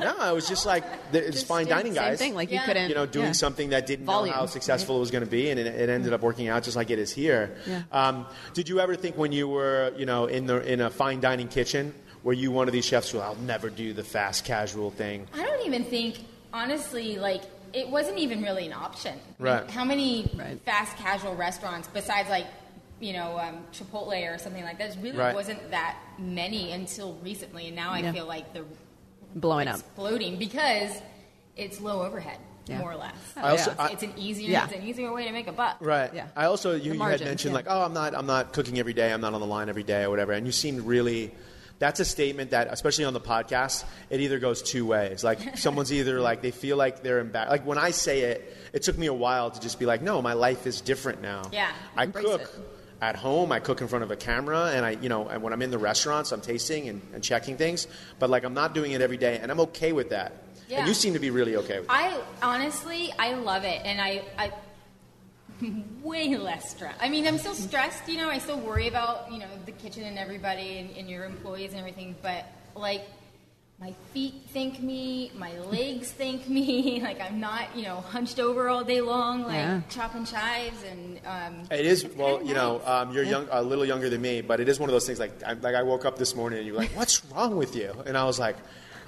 Speaker 2: no, it was just like the- it's fine dining
Speaker 3: Same
Speaker 2: guys,
Speaker 3: thing. Like you
Speaker 6: Yeah.
Speaker 3: couldn't.
Speaker 2: you know, doing
Speaker 3: yeah.
Speaker 2: something that didn't
Speaker 3: Volume,
Speaker 2: know how successful it was going to be, and it, it ended up working out just like it is here.
Speaker 3: Yeah.
Speaker 2: Um, did you ever think when you were, you know, in the in a fine dining kitchen, were you one of these chefs who I'll never do the fast casual thing?
Speaker 6: I don't even think, honestly, like it wasn't even really an option. I mean,
Speaker 2: Right.
Speaker 6: how many
Speaker 3: Right.
Speaker 6: fast casual restaurants besides like you know um, Chipotle or something like that? There really
Speaker 2: Right.
Speaker 6: wasn't that many until recently, and now I
Speaker 3: Yeah.
Speaker 6: feel like the
Speaker 3: Blowing up.
Speaker 6: exploding because it's low overhead,
Speaker 3: Yeah.
Speaker 6: more or less.
Speaker 3: I also-
Speaker 6: it's,
Speaker 2: I-
Speaker 6: it's an easier,
Speaker 3: Yeah.
Speaker 6: it's an easier way to make a buck.
Speaker 2: Right.
Speaker 3: Yeah.
Speaker 2: I also you,
Speaker 3: The
Speaker 2: you had
Speaker 3: margin,
Speaker 2: mentioned
Speaker 3: yeah.
Speaker 2: like, oh, I'm not I'm not cooking every day. I'm not on the line every day or whatever. And you seemed really. That's a statement that, especially on the podcast, it either goes two ways. Like someone's either like they feel like they're embarrassed. Like when I say it, it took me a while to just be like, no, my life is different now.
Speaker 6: Yeah,
Speaker 2: I
Speaker 6: embrace
Speaker 2: cook
Speaker 6: it.
Speaker 2: at home. I cook in front of a camera, and I, you know, and when I'm in the restaurants, I'm tasting and, and checking things. But like I'm not doing it every day, and I'm okay with that.
Speaker 6: Yeah.
Speaker 2: And you seem to be really okay with. it.
Speaker 6: I honestly, I love it, and I, I way less stress. I mean, I'm still stressed, you know. I still worry about you know the kitchen and everybody and, and your employees and everything, but like. My feet thank me. My legs thank me. Like I'm not, you know, hunched over all day long, like
Speaker 3: Yeah.
Speaker 6: chopping chives and um,
Speaker 2: It is
Speaker 6: It's
Speaker 2: well,
Speaker 6: kinda
Speaker 2: you know,
Speaker 6: nice.
Speaker 2: um, you're young, a little younger than me, but it is one of those things. Like, I, like I woke up this morning and you're like, "What's wrong with you?" And I was like,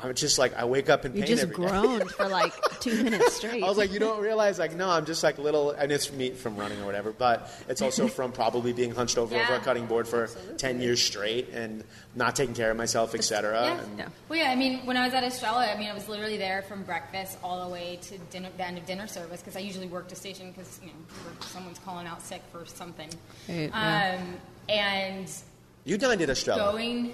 Speaker 2: "I'm just like I wake up in
Speaker 3: You
Speaker 2: pain
Speaker 3: just
Speaker 2: every day."
Speaker 3: groaned for like two minutes straight.
Speaker 2: I was like, "You don't realize, like, no, I'm just like little, and it's me from running or whatever, but it's also from probably being hunched over over a
Speaker 6: Yeah.
Speaker 2: cutting board for ten years straight and not taking care of myself, etc."
Speaker 6: Yeah.
Speaker 2: And-
Speaker 3: Yeah.
Speaker 6: Well, yeah. I mean, when I was at Estrella, I mean, I was literally there from breakfast all the way to dinner, the end of dinner service because I usually worked a station because you know we're- someone's calling out sick for something.
Speaker 3: Right, yeah.
Speaker 6: Um, and
Speaker 2: You dined at Estrella.
Speaker 6: going,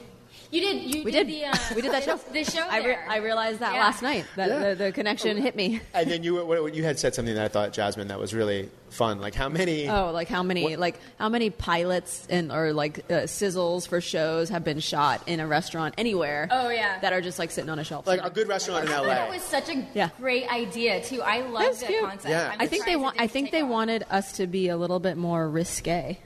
Speaker 6: You did. You
Speaker 3: We
Speaker 6: did.
Speaker 3: did.
Speaker 6: The, uh,
Speaker 3: we did that show.
Speaker 6: The show.
Speaker 3: I, re-
Speaker 6: there.
Speaker 3: I realized that
Speaker 6: Yeah.
Speaker 3: last night. That
Speaker 2: Yeah. Oh.
Speaker 3: the, the connection hit me.
Speaker 2: And then you were- what- you had said something that I thought Jasmine that was really fun. Like how many?
Speaker 3: Oh, like how many like how many pilots and or like uh, sizzles for shows have been shot in a restaurant anywhere?
Speaker 6: Oh, yeah.
Speaker 3: that are just like sitting on a shelf.
Speaker 2: like a good restaurant in
Speaker 6: I thought
Speaker 2: LA.
Speaker 6: That was such a
Speaker 3: Yeah.
Speaker 6: great idea too. I love
Speaker 3: That's
Speaker 6: the
Speaker 3: cute.
Speaker 6: concept.
Speaker 2: Yeah.
Speaker 6: I'm
Speaker 3: I think
Speaker 6: surprised
Speaker 3: they
Speaker 6: it
Speaker 3: want. I
Speaker 6: didn't
Speaker 3: think
Speaker 6: take
Speaker 3: they
Speaker 6: off.
Speaker 3: wanted us to be a little bit more risque.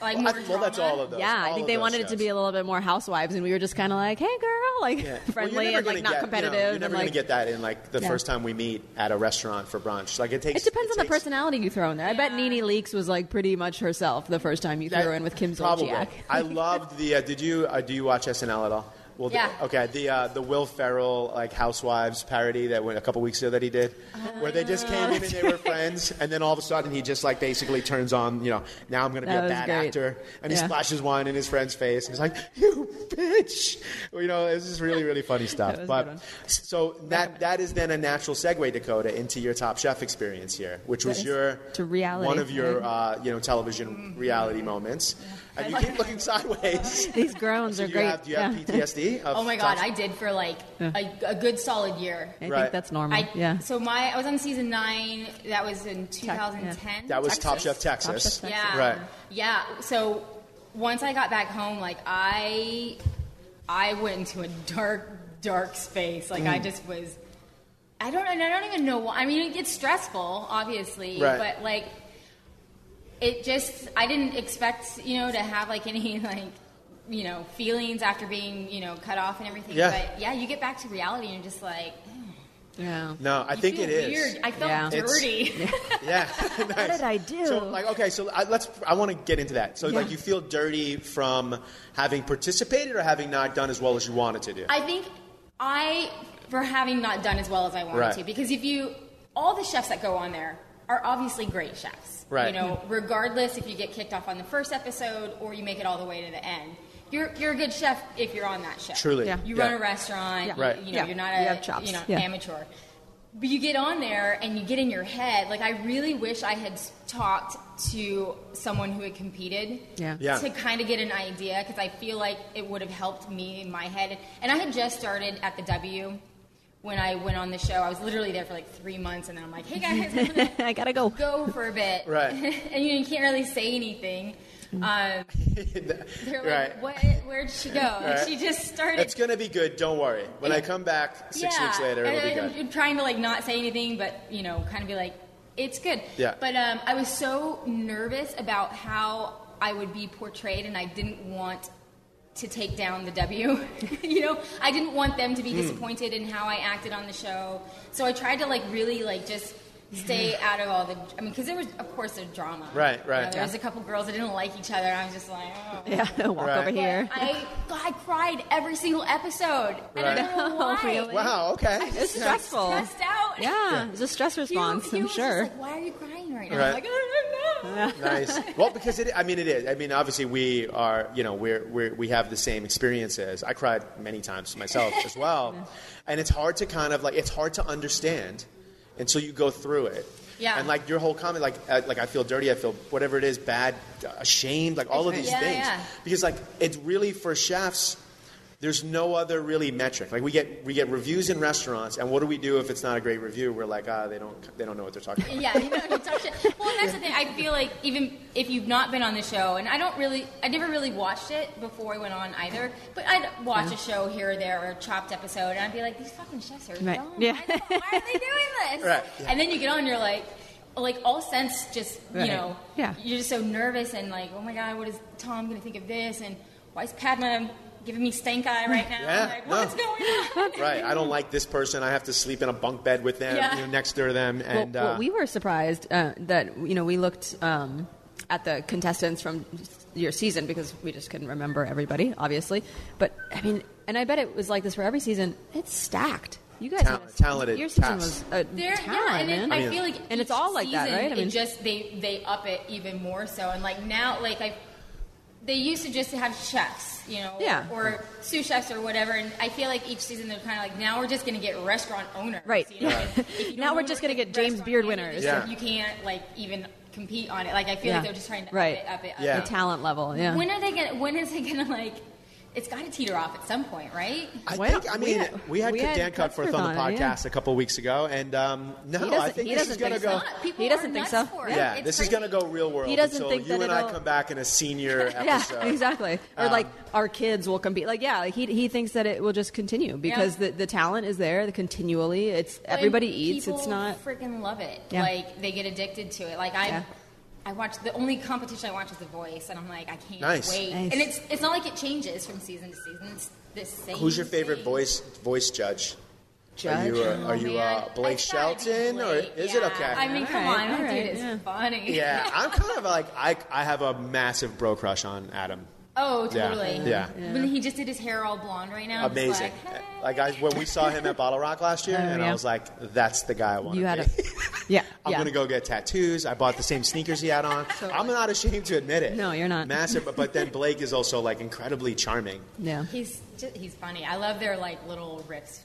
Speaker 6: like
Speaker 2: Well,
Speaker 6: more
Speaker 2: I- well, that's
Speaker 6: drama.
Speaker 2: all of those.
Speaker 3: yeah, I
Speaker 2: all
Speaker 3: think
Speaker 2: of
Speaker 3: they
Speaker 2: those
Speaker 3: wanted it to
Speaker 2: shows.
Speaker 3: be a little bit more housewives, and we were just kind of like, "Hey, girl," like
Speaker 2: Yeah. Well, you're
Speaker 3: friendly
Speaker 2: never
Speaker 3: and
Speaker 2: gonna
Speaker 3: like not
Speaker 2: get-
Speaker 3: competitive.
Speaker 2: You know, you're
Speaker 3: and,
Speaker 2: never
Speaker 3: like,
Speaker 2: gonna get that in like the
Speaker 3: Yeah.
Speaker 2: first time we meet at a restaurant for brunch. Like it takes.
Speaker 3: It depends on the
Speaker 2: takes-
Speaker 3: personality you throw in there. I bet Nene Leakes was like pretty much herself the first time you
Speaker 2: that-
Speaker 3: threw in with Kim
Speaker 2: probably.
Speaker 3: Zolciak.
Speaker 2: I loved the. Uh, did you uh, do you watch SNL at all? Well, the-
Speaker 6: Yeah.
Speaker 2: okay. The uh, the Will Ferrell like Housewives parody that went a couple weeks ago that he did, where they just came in and
Speaker 3: Uh.
Speaker 2: they were friends, and then all of a sudden he just like basically turns on you know now I'm going to be
Speaker 3: That
Speaker 2: a
Speaker 3: was
Speaker 2: bad
Speaker 3: great.
Speaker 2: actor, and he
Speaker 3: Yeah.
Speaker 2: splashes wine in his friend's face, and he's like you bitch, you know this is really really funny stuff.
Speaker 3: That was a
Speaker 2: but
Speaker 3: good one.
Speaker 2: so that that is then a natural segue Dakota into your Top Chef experience here, which was
Speaker 3: is-
Speaker 2: your
Speaker 3: to reality.
Speaker 2: one of your uh, you know television reality moments, and you keep looking sideways.
Speaker 3: These groans
Speaker 2: So
Speaker 3: are
Speaker 2: you
Speaker 3: great.
Speaker 2: have, do you have
Speaker 3: Yeah.
Speaker 2: PTSD? Of
Speaker 6: Oh my god, I
Speaker 2: Top-
Speaker 6: did for like a, a good solid year.
Speaker 3: I
Speaker 2: Right.
Speaker 3: think that's normal.
Speaker 6: I,
Speaker 3: yeah.
Speaker 6: So my I was on season nine. That was in 2010.
Speaker 2: that was Top Chef
Speaker 6: Texas.
Speaker 2: Texas.
Speaker 3: Top Chef
Speaker 6: Yeah.
Speaker 2: Right.
Speaker 6: Yeah. So once I got back home, like I, I went into a dark, dark space. Like
Speaker 2: Mm.
Speaker 6: I just was. I don't. I don't even know. Why. I mean, it gets stressful, obviously.
Speaker 2: Right.
Speaker 6: But like, it just. I didn't expect you know to have like any like. You know, feelings after being, you know, cut off and everything.
Speaker 2: Yeah.
Speaker 6: But yeah, you get back to reality and you're just like,
Speaker 3: yeah.
Speaker 2: No, I
Speaker 6: you
Speaker 2: think
Speaker 6: feel
Speaker 2: it is.
Speaker 6: Weird. I felt
Speaker 3: Yeah.
Speaker 2: It's-
Speaker 6: dirty.
Speaker 2: Yeah. what
Speaker 3: did I do?
Speaker 2: So, like, okay, so I, let's. I want to get into that. So, like,
Speaker 3: Yeah.
Speaker 2: you feel dirty from having participated or having not done as well as you wanted to do.
Speaker 6: I think I for having not done as well as I wanted
Speaker 2: Right.
Speaker 6: to because if you all the chefs that go on there are obviously great chefs.
Speaker 2: Right.
Speaker 6: You know, regardless if you get kicked off on the first episode or you make it all the way to the end. You're, you're a good chef if you're on that show.
Speaker 2: Truly.
Speaker 3: Yeah.
Speaker 6: You
Speaker 2: Yeah.
Speaker 6: run a restaurant.
Speaker 3: Yeah.
Speaker 6: You,
Speaker 2: Right.
Speaker 6: you know,
Speaker 3: Yeah.
Speaker 6: you're not a
Speaker 3: You have chops.
Speaker 6: you know,
Speaker 3: Yeah.
Speaker 6: amateur. But you get on there and you get in your head. Like I really wish I had talked to someone who had competed
Speaker 3: Yeah.
Speaker 2: Yeah.
Speaker 6: to kind of get an idea because I feel like it would have helped me in my head. And I had just started at the W when I went on the show. I was literally there for like three months, and then I'm like, hey guys, I'm gonna
Speaker 3: I gotta go.
Speaker 6: go for a bit.
Speaker 2: Right.
Speaker 6: and you, know, you can't really say anything.
Speaker 3: Mm.
Speaker 6: Um, they're like,
Speaker 2: Right.
Speaker 6: what, where'd she go? And she just started.
Speaker 2: It's gonna be good. Don't worry. When I come back six
Speaker 6: yeah.
Speaker 2: weeks later, it'll be
Speaker 6: and
Speaker 2: good.
Speaker 6: I'm trying to like not say anything, but you know, kind of be like, it's good.
Speaker 2: Yeah.
Speaker 6: But um, I was so nervous about how I would be portrayed, and I didn't want to take down the W. you know, I didn't want them to be
Speaker 2: Hmm.
Speaker 6: disappointed in how I acted on the show. So I tried to like really like just stay out of all the. I mean, because there was of course there's drama.
Speaker 2: Hmm. Right,
Speaker 6: You know,
Speaker 2: right.
Speaker 6: there was a couple girls that didn't like each other. and I was just like, oh.
Speaker 3: Yeah. Walk
Speaker 2: Right.
Speaker 3: over
Speaker 6: But
Speaker 3: here.
Speaker 6: I, I cried every single episode, and I
Speaker 2: Right.
Speaker 6: don't know why.
Speaker 3: really?
Speaker 2: Wow. Okay.
Speaker 3: It's stressful.
Speaker 6: Stressed out.
Speaker 3: Yeah, it's a stress
Speaker 6: He-
Speaker 3: response.
Speaker 6: he
Speaker 3: I'm
Speaker 6: was
Speaker 3: sure.
Speaker 6: Just like, Why are you crying right now?
Speaker 2: Right.
Speaker 6: I'm like, I don't know.
Speaker 2: nice. Well, because it, I mean, it is. I mean, obviously, we are. You know, we're, we're we have the same experiences. I cried many times myself as well, and it's hard to kind of like it's hard to understand until you go through it.
Speaker 6: Yeah.
Speaker 2: And like your whole comment, like uh, like I feel dirty, I feel whatever it is, bad, uh, ashamed, like all of these
Speaker 6: Yeah,
Speaker 2: things.
Speaker 6: yeah.
Speaker 2: Because like it's really for chefs. There's no other really metric. Like we get we get reviews in restaurants, and what do we do if it's not a great review? We're like, ah, they don't they don't know what they're talking about.
Speaker 6: yeah, you know, you talk shit. Well, and that's the thing. I feel like even if you've not been on the show, and I don't really, I never really watched it before I went on either. But I'd watch a show here or there or a chopped episode, and I'd be like, these fucking chefs are
Speaker 3: Right.
Speaker 6: dumb.
Speaker 3: Yeah.
Speaker 6: I don't- Why are they doing this?
Speaker 2: Right, yeah.
Speaker 6: And then you get on, and you're like. Like all sense, just you
Speaker 3: Right.
Speaker 6: know,
Speaker 3: Yeah.
Speaker 6: you're just so nervous and like, oh my god, what is Tom gonna think of this? And why is Padma giving me stank eye right now?
Speaker 2: Yeah,
Speaker 6: like,
Speaker 2: no.
Speaker 6: what's going on?
Speaker 2: Right. I don't like this person. I have to sleep in a bunk bed with them,
Speaker 6: Yeah.
Speaker 2: you know, next to them. And
Speaker 3: well, well,
Speaker 2: uh,
Speaker 3: we were surprised uh, that you know we looked um, at the contestants from your season because we just couldn't remember everybody, obviously. But I mean, and I bet it was like this for every season. It's stacked. You guys,
Speaker 2: Talent- talented
Speaker 3: Your season
Speaker 2: cast.
Speaker 3: was a
Speaker 6: They're,
Speaker 3: talent,
Speaker 6: yeah, and it,
Speaker 3: man.
Speaker 6: I feel like
Speaker 3: and it's
Speaker 6: each
Speaker 3: all like that,
Speaker 6: season,
Speaker 3: right? I mean,
Speaker 6: it just they they up it even more so, and like now, like I, they used to just have chefs, you know,
Speaker 3: Yeah.
Speaker 6: or sous chefs or whatever, and I feel like each season they're kind of like now we're just gonna get restaurant owners,
Speaker 3: Right.
Speaker 6: You know?
Speaker 3: Yeah.
Speaker 6: If- if you don't
Speaker 3: Now
Speaker 6: know
Speaker 3: we're just
Speaker 6: what
Speaker 3: gonna
Speaker 6: the
Speaker 3: get James
Speaker 6: restaurant
Speaker 3: Beard
Speaker 6: is,
Speaker 3: winners.
Speaker 2: Yeah.
Speaker 6: You can't like even compete on it. Like I feel
Speaker 3: Yeah.
Speaker 6: like they're just trying to
Speaker 3: Right.
Speaker 2: uh,
Speaker 6: up it, up it, up
Speaker 2: Yeah.
Speaker 6: it.
Speaker 3: the talent level. Yeah.
Speaker 6: When are they gonna? When is it gonna like? it's got to teeter off at some point, right?
Speaker 2: I
Speaker 3: Wow.
Speaker 2: think. I
Speaker 3: We
Speaker 2: mean, we
Speaker 3: had-
Speaker 2: had, we had
Speaker 3: we had
Speaker 2: Dan Cutforth on the
Speaker 3: Cutforth on it, yeah.
Speaker 2: podcast a couple weeks ago, and um, no,
Speaker 3: He
Speaker 2: I
Speaker 3: doesn't-
Speaker 2: think
Speaker 3: he
Speaker 2: this is
Speaker 3: doesn't
Speaker 2: gonna
Speaker 3: think
Speaker 2: go.
Speaker 3: so.
Speaker 6: Not. People
Speaker 3: He doesn't
Speaker 6: are
Speaker 3: think
Speaker 6: nuts
Speaker 3: so.
Speaker 6: For it.
Speaker 2: Yeah,
Speaker 6: It's
Speaker 2: this is
Speaker 6: crazy.
Speaker 2: gonna go real world.
Speaker 3: He doesn't
Speaker 2: until
Speaker 3: think
Speaker 2: you
Speaker 3: that
Speaker 2: and I
Speaker 3: it'll-
Speaker 2: come back in a senior
Speaker 3: Yeah,
Speaker 2: episode.
Speaker 3: exactly. Or
Speaker 2: um,
Speaker 3: like our kids will compete. Like, yeah, like he he thinks that it will just continue because
Speaker 6: Yeah.
Speaker 3: the, the talent is there. The continually, it's
Speaker 6: Well, and
Speaker 3: everybody eats.
Speaker 6: people
Speaker 3: It's not.
Speaker 6: freaking love it.
Speaker 3: Yeah.
Speaker 6: Like they get addicted to it. Like I,
Speaker 3: Yeah.
Speaker 6: I watch the only competition I watch is The Voice, and I'm like, I can't
Speaker 2: Nice.
Speaker 6: wait.
Speaker 3: Nice.
Speaker 6: And it's it's not like it changes from season to season. It's the same.
Speaker 2: Who's your favorite
Speaker 6: thing.
Speaker 2: voice voice judge? Are you
Speaker 3: Judge? Oh,
Speaker 2: uh, are you
Speaker 6: Man,
Speaker 2: uh, Blake
Speaker 6: it's gotta be
Speaker 2: Shelton or
Speaker 6: Blake.
Speaker 2: is
Speaker 6: Yeah.
Speaker 2: it okay?
Speaker 6: I mean, come
Speaker 3: Alright,
Speaker 6: on, that
Speaker 3: alright,
Speaker 6: dude is
Speaker 3: yeah.
Speaker 6: funny.
Speaker 2: yeah, I'm kind of like I I have a massive bro crush on Adam.
Speaker 6: oh,
Speaker 2: Yeah,
Speaker 6: totally.
Speaker 2: yeah.
Speaker 6: When he just did his hair all blonde right now, I'm just
Speaker 2: Amazing. Uh,
Speaker 6: Like, hey.
Speaker 2: Like I when we saw him at Bottle Rock last year,
Speaker 3: Oh,
Speaker 2: and I
Speaker 3: yeah.
Speaker 2: was like, that's the guy I want.
Speaker 3: You had
Speaker 2: be.
Speaker 3: a, yeah.
Speaker 2: I'm
Speaker 3: yeah.
Speaker 2: gonna go get tattoos. I bought the same sneakers he had on. I'm not ashamed to admit it.
Speaker 3: No, you're not.
Speaker 2: Massive, but, but then Blake is also like incredibly charming.
Speaker 3: Yeah.
Speaker 6: He's just, he's funny. I love their like little riffs.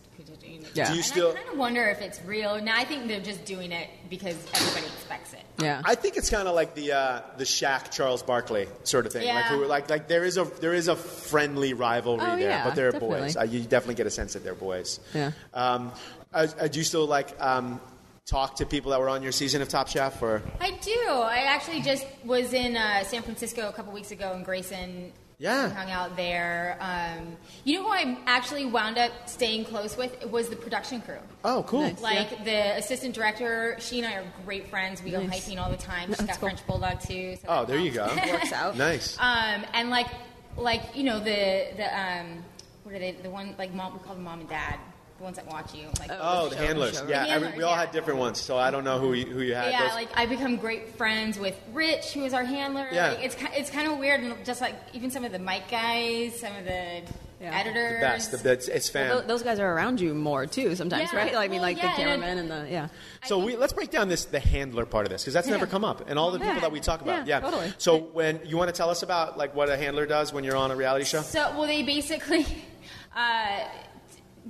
Speaker 6: Yeah.
Speaker 3: Yeah. Do you
Speaker 6: and
Speaker 2: still-
Speaker 6: I kind of wonder if it's real. Now I think they're just doing it because everybody expects it.
Speaker 3: Yeah.
Speaker 2: I think it's kind of like the uh, the Shaq Charles Barkley sort of thing. Like,
Speaker 6: Yeah.
Speaker 2: who, like like there is a there is a friendly rivalry
Speaker 3: Oh,
Speaker 2: there,
Speaker 3: yeah,
Speaker 2: but they're
Speaker 3: definitely.
Speaker 2: boys. Uh, you definitely get a sense that they're boys.
Speaker 3: Yeah.
Speaker 2: Um, uh, uh, do you still like um, talk to people that were on your season of Top Chef or?
Speaker 6: I do. I actually just was in uh, San Francisco a couple weeks ago in Grayson.
Speaker 2: Yeah.
Speaker 6: We hung out there. Um, you know who I actually wound up staying close with It was the production crew.
Speaker 2: Oh, cool.
Speaker 6: Like the assistant director, she and I are great friends. We go hiking all the time. She's got
Speaker 3: cool.
Speaker 6: French bulldog too. So
Speaker 2: Oh,
Speaker 6: that
Speaker 2: there you go.
Speaker 6: helps.
Speaker 3: Works out.
Speaker 2: Nice.
Speaker 6: Um, and like, like you know the the um, what are they? The one like mom we call them mom and dad, the ones that watch you. Like
Speaker 2: Oh, the handlers. Yeah, every-
Speaker 6: The handlers,
Speaker 2: we all
Speaker 6: yeah.
Speaker 2: had different ones, so I don't know who you, who you had.
Speaker 6: yeah,
Speaker 2: Those-
Speaker 6: like I become great friends with Rich, who is our handler.
Speaker 2: Yeah.
Speaker 6: Like, it's ki- it's kind of weird, and just like even some of the mic guys, some of the
Speaker 3: Yeah.
Speaker 2: the
Speaker 6: editors.
Speaker 2: best. The, it's, it's fan.
Speaker 3: Tho- those guys are around you more too sometimes,
Speaker 6: Yeah.
Speaker 3: right? Like, I mean,
Speaker 6: Well,
Speaker 3: like
Speaker 6: yeah,
Speaker 3: the
Speaker 6: and
Speaker 3: cameraman and, the yeah.
Speaker 2: So we let's break down this the handler part of this because that's never come up, and all the people
Speaker 3: Yeah.
Speaker 2: that we talk about.
Speaker 3: Yeah,
Speaker 2: Yeah,
Speaker 3: totally.
Speaker 2: So when you want to tell us about like what a handler does when you're on a reality show?
Speaker 6: So, well, they basically, uh,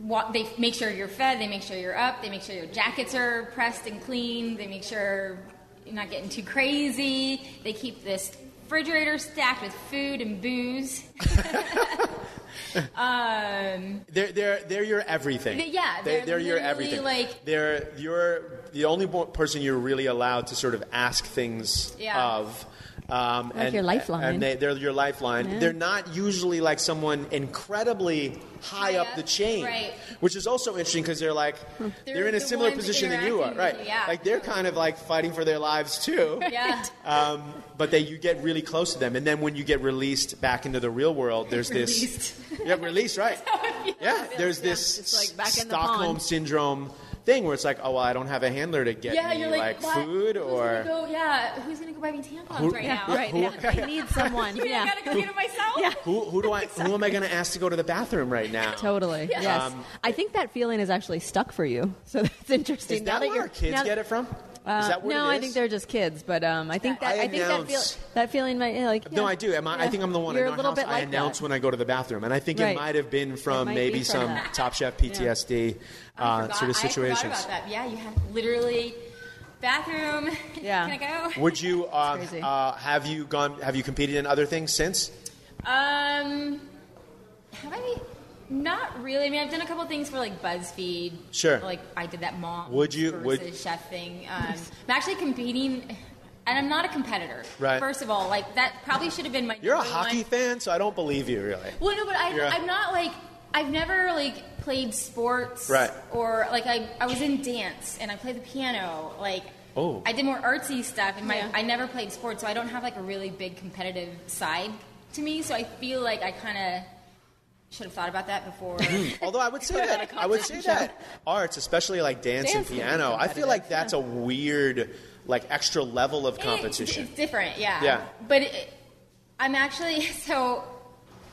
Speaker 6: wa- they make sure you're fed, they make sure you're up, they make sure your jackets are pressed and clean, they make sure you're not getting too crazy, they keep this refrigerator stacked with food and booze. um,
Speaker 2: They're they're they're your everything.
Speaker 6: They- yeah,
Speaker 2: they,
Speaker 6: they're
Speaker 2: they're your
Speaker 6: literally,
Speaker 2: everything.
Speaker 6: like-
Speaker 2: they're you're the only bo- person you're really allowed to sort of ask things
Speaker 6: Yeah.
Speaker 2: of. Um, like and,
Speaker 3: your lifeline.
Speaker 2: and they, they're your lifeline. They're not usually like someone incredibly high
Speaker 6: High
Speaker 2: up
Speaker 6: up,
Speaker 2: the chain,
Speaker 6: right.
Speaker 2: which is also interesting because they're like they're,
Speaker 6: They're
Speaker 2: in a
Speaker 6: the
Speaker 2: similar
Speaker 6: ones
Speaker 2: position than you are,
Speaker 6: interacting
Speaker 2: right?
Speaker 6: with you, yeah.
Speaker 2: Like they're kind of like fighting for their lives too.
Speaker 6: yeah.
Speaker 2: Um, but they, you get really close to them, and then when you get released back into the real world, there's
Speaker 6: Released.
Speaker 2: this. Yeah, released, right? yeah, there's this
Speaker 3: It's like back in the
Speaker 2: Stockholm
Speaker 3: pond.
Speaker 2: syndrome thing where it's like, oh well, I don't have a handler to get
Speaker 6: Yeah,
Speaker 2: me
Speaker 6: you're like, what?
Speaker 2: food
Speaker 6: who's
Speaker 2: or.
Speaker 6: Gonna go, yeah, who's gonna go buy me tampons right now?
Speaker 3: right. Yeah. I need someone.
Speaker 6: You mean I
Speaker 3: yeah.
Speaker 6: gotta go get it myself.
Speaker 3: Yeah.
Speaker 2: Who, who do I? Who am I going to ask to go to the bathroom right now?
Speaker 3: Totally. Yes.
Speaker 2: Um,
Speaker 3: I think that feeling is actually stuck for you. So that's interesting.
Speaker 2: Is that,
Speaker 3: now
Speaker 2: where
Speaker 3: you're-
Speaker 2: our kids
Speaker 3: now- Uh,
Speaker 2: get it from? is that where
Speaker 3: no,
Speaker 2: it is?
Speaker 3: I think they're just kids, but um, I think that
Speaker 2: I
Speaker 3: I, think that, feel,
Speaker 2: announce-
Speaker 3: that feeling might yeah, like.
Speaker 2: No,
Speaker 3: yeah.
Speaker 2: I do. Am I, I
Speaker 3: Yeah.
Speaker 2: think I'm the one
Speaker 3: You're
Speaker 2: in
Speaker 3: a
Speaker 2: our
Speaker 3: little
Speaker 2: house.
Speaker 3: bit
Speaker 2: I
Speaker 3: like
Speaker 2: announce
Speaker 3: that.
Speaker 2: when I go to the bathroom, and I think
Speaker 3: Right.
Speaker 2: it might have been from
Speaker 3: might
Speaker 2: maybe
Speaker 3: be from
Speaker 2: some
Speaker 3: that.
Speaker 2: Top Chef PTSD
Speaker 6: I
Speaker 2: uh,
Speaker 6: forgot-
Speaker 2: sort of
Speaker 6: I forgot
Speaker 2: situations.
Speaker 6: about that. Yeah, you have literally bathroom.
Speaker 3: Yeah.
Speaker 6: Can I go?
Speaker 2: Would you uh,
Speaker 3: crazy.
Speaker 2: uh, have you gone? Have you competed in other things since?
Speaker 6: Um, have I? Not really. I mean, I've done a couple things for like BuzzFeed.
Speaker 2: Sure.
Speaker 6: Like I did that mom.
Speaker 2: Would you-
Speaker 6: versus
Speaker 2: would-
Speaker 6: chef thing? Um, I'm actually competing, and I'm not a competitor.
Speaker 2: Right.
Speaker 6: First of all, like that probably should have been Oh, my.
Speaker 2: You're a
Speaker 6: number
Speaker 2: hockey
Speaker 6: one-
Speaker 2: fan, so I don't believe you really.
Speaker 6: Well, no, but I,
Speaker 2: Yeah.
Speaker 6: I'm not like I've never like played sports,
Speaker 2: Right.
Speaker 6: Or like I, I was in dance and I played the piano. Like
Speaker 2: Oh.
Speaker 6: I did more artsy stuff, and my I never played sports, so I don't have like a really big competitive side to me. So I feel like I kind of should have thought about that before.
Speaker 2: Although I would say that I would say that arts, especially like dance,
Speaker 3: Dance
Speaker 2: and
Speaker 3: can be
Speaker 2: piano, I feel
Speaker 3: competitive,
Speaker 2: like that's a weird, like extra level of competition.
Speaker 6: It's, it's different, yeah.
Speaker 2: Yeah.
Speaker 6: But it, I'm actually so.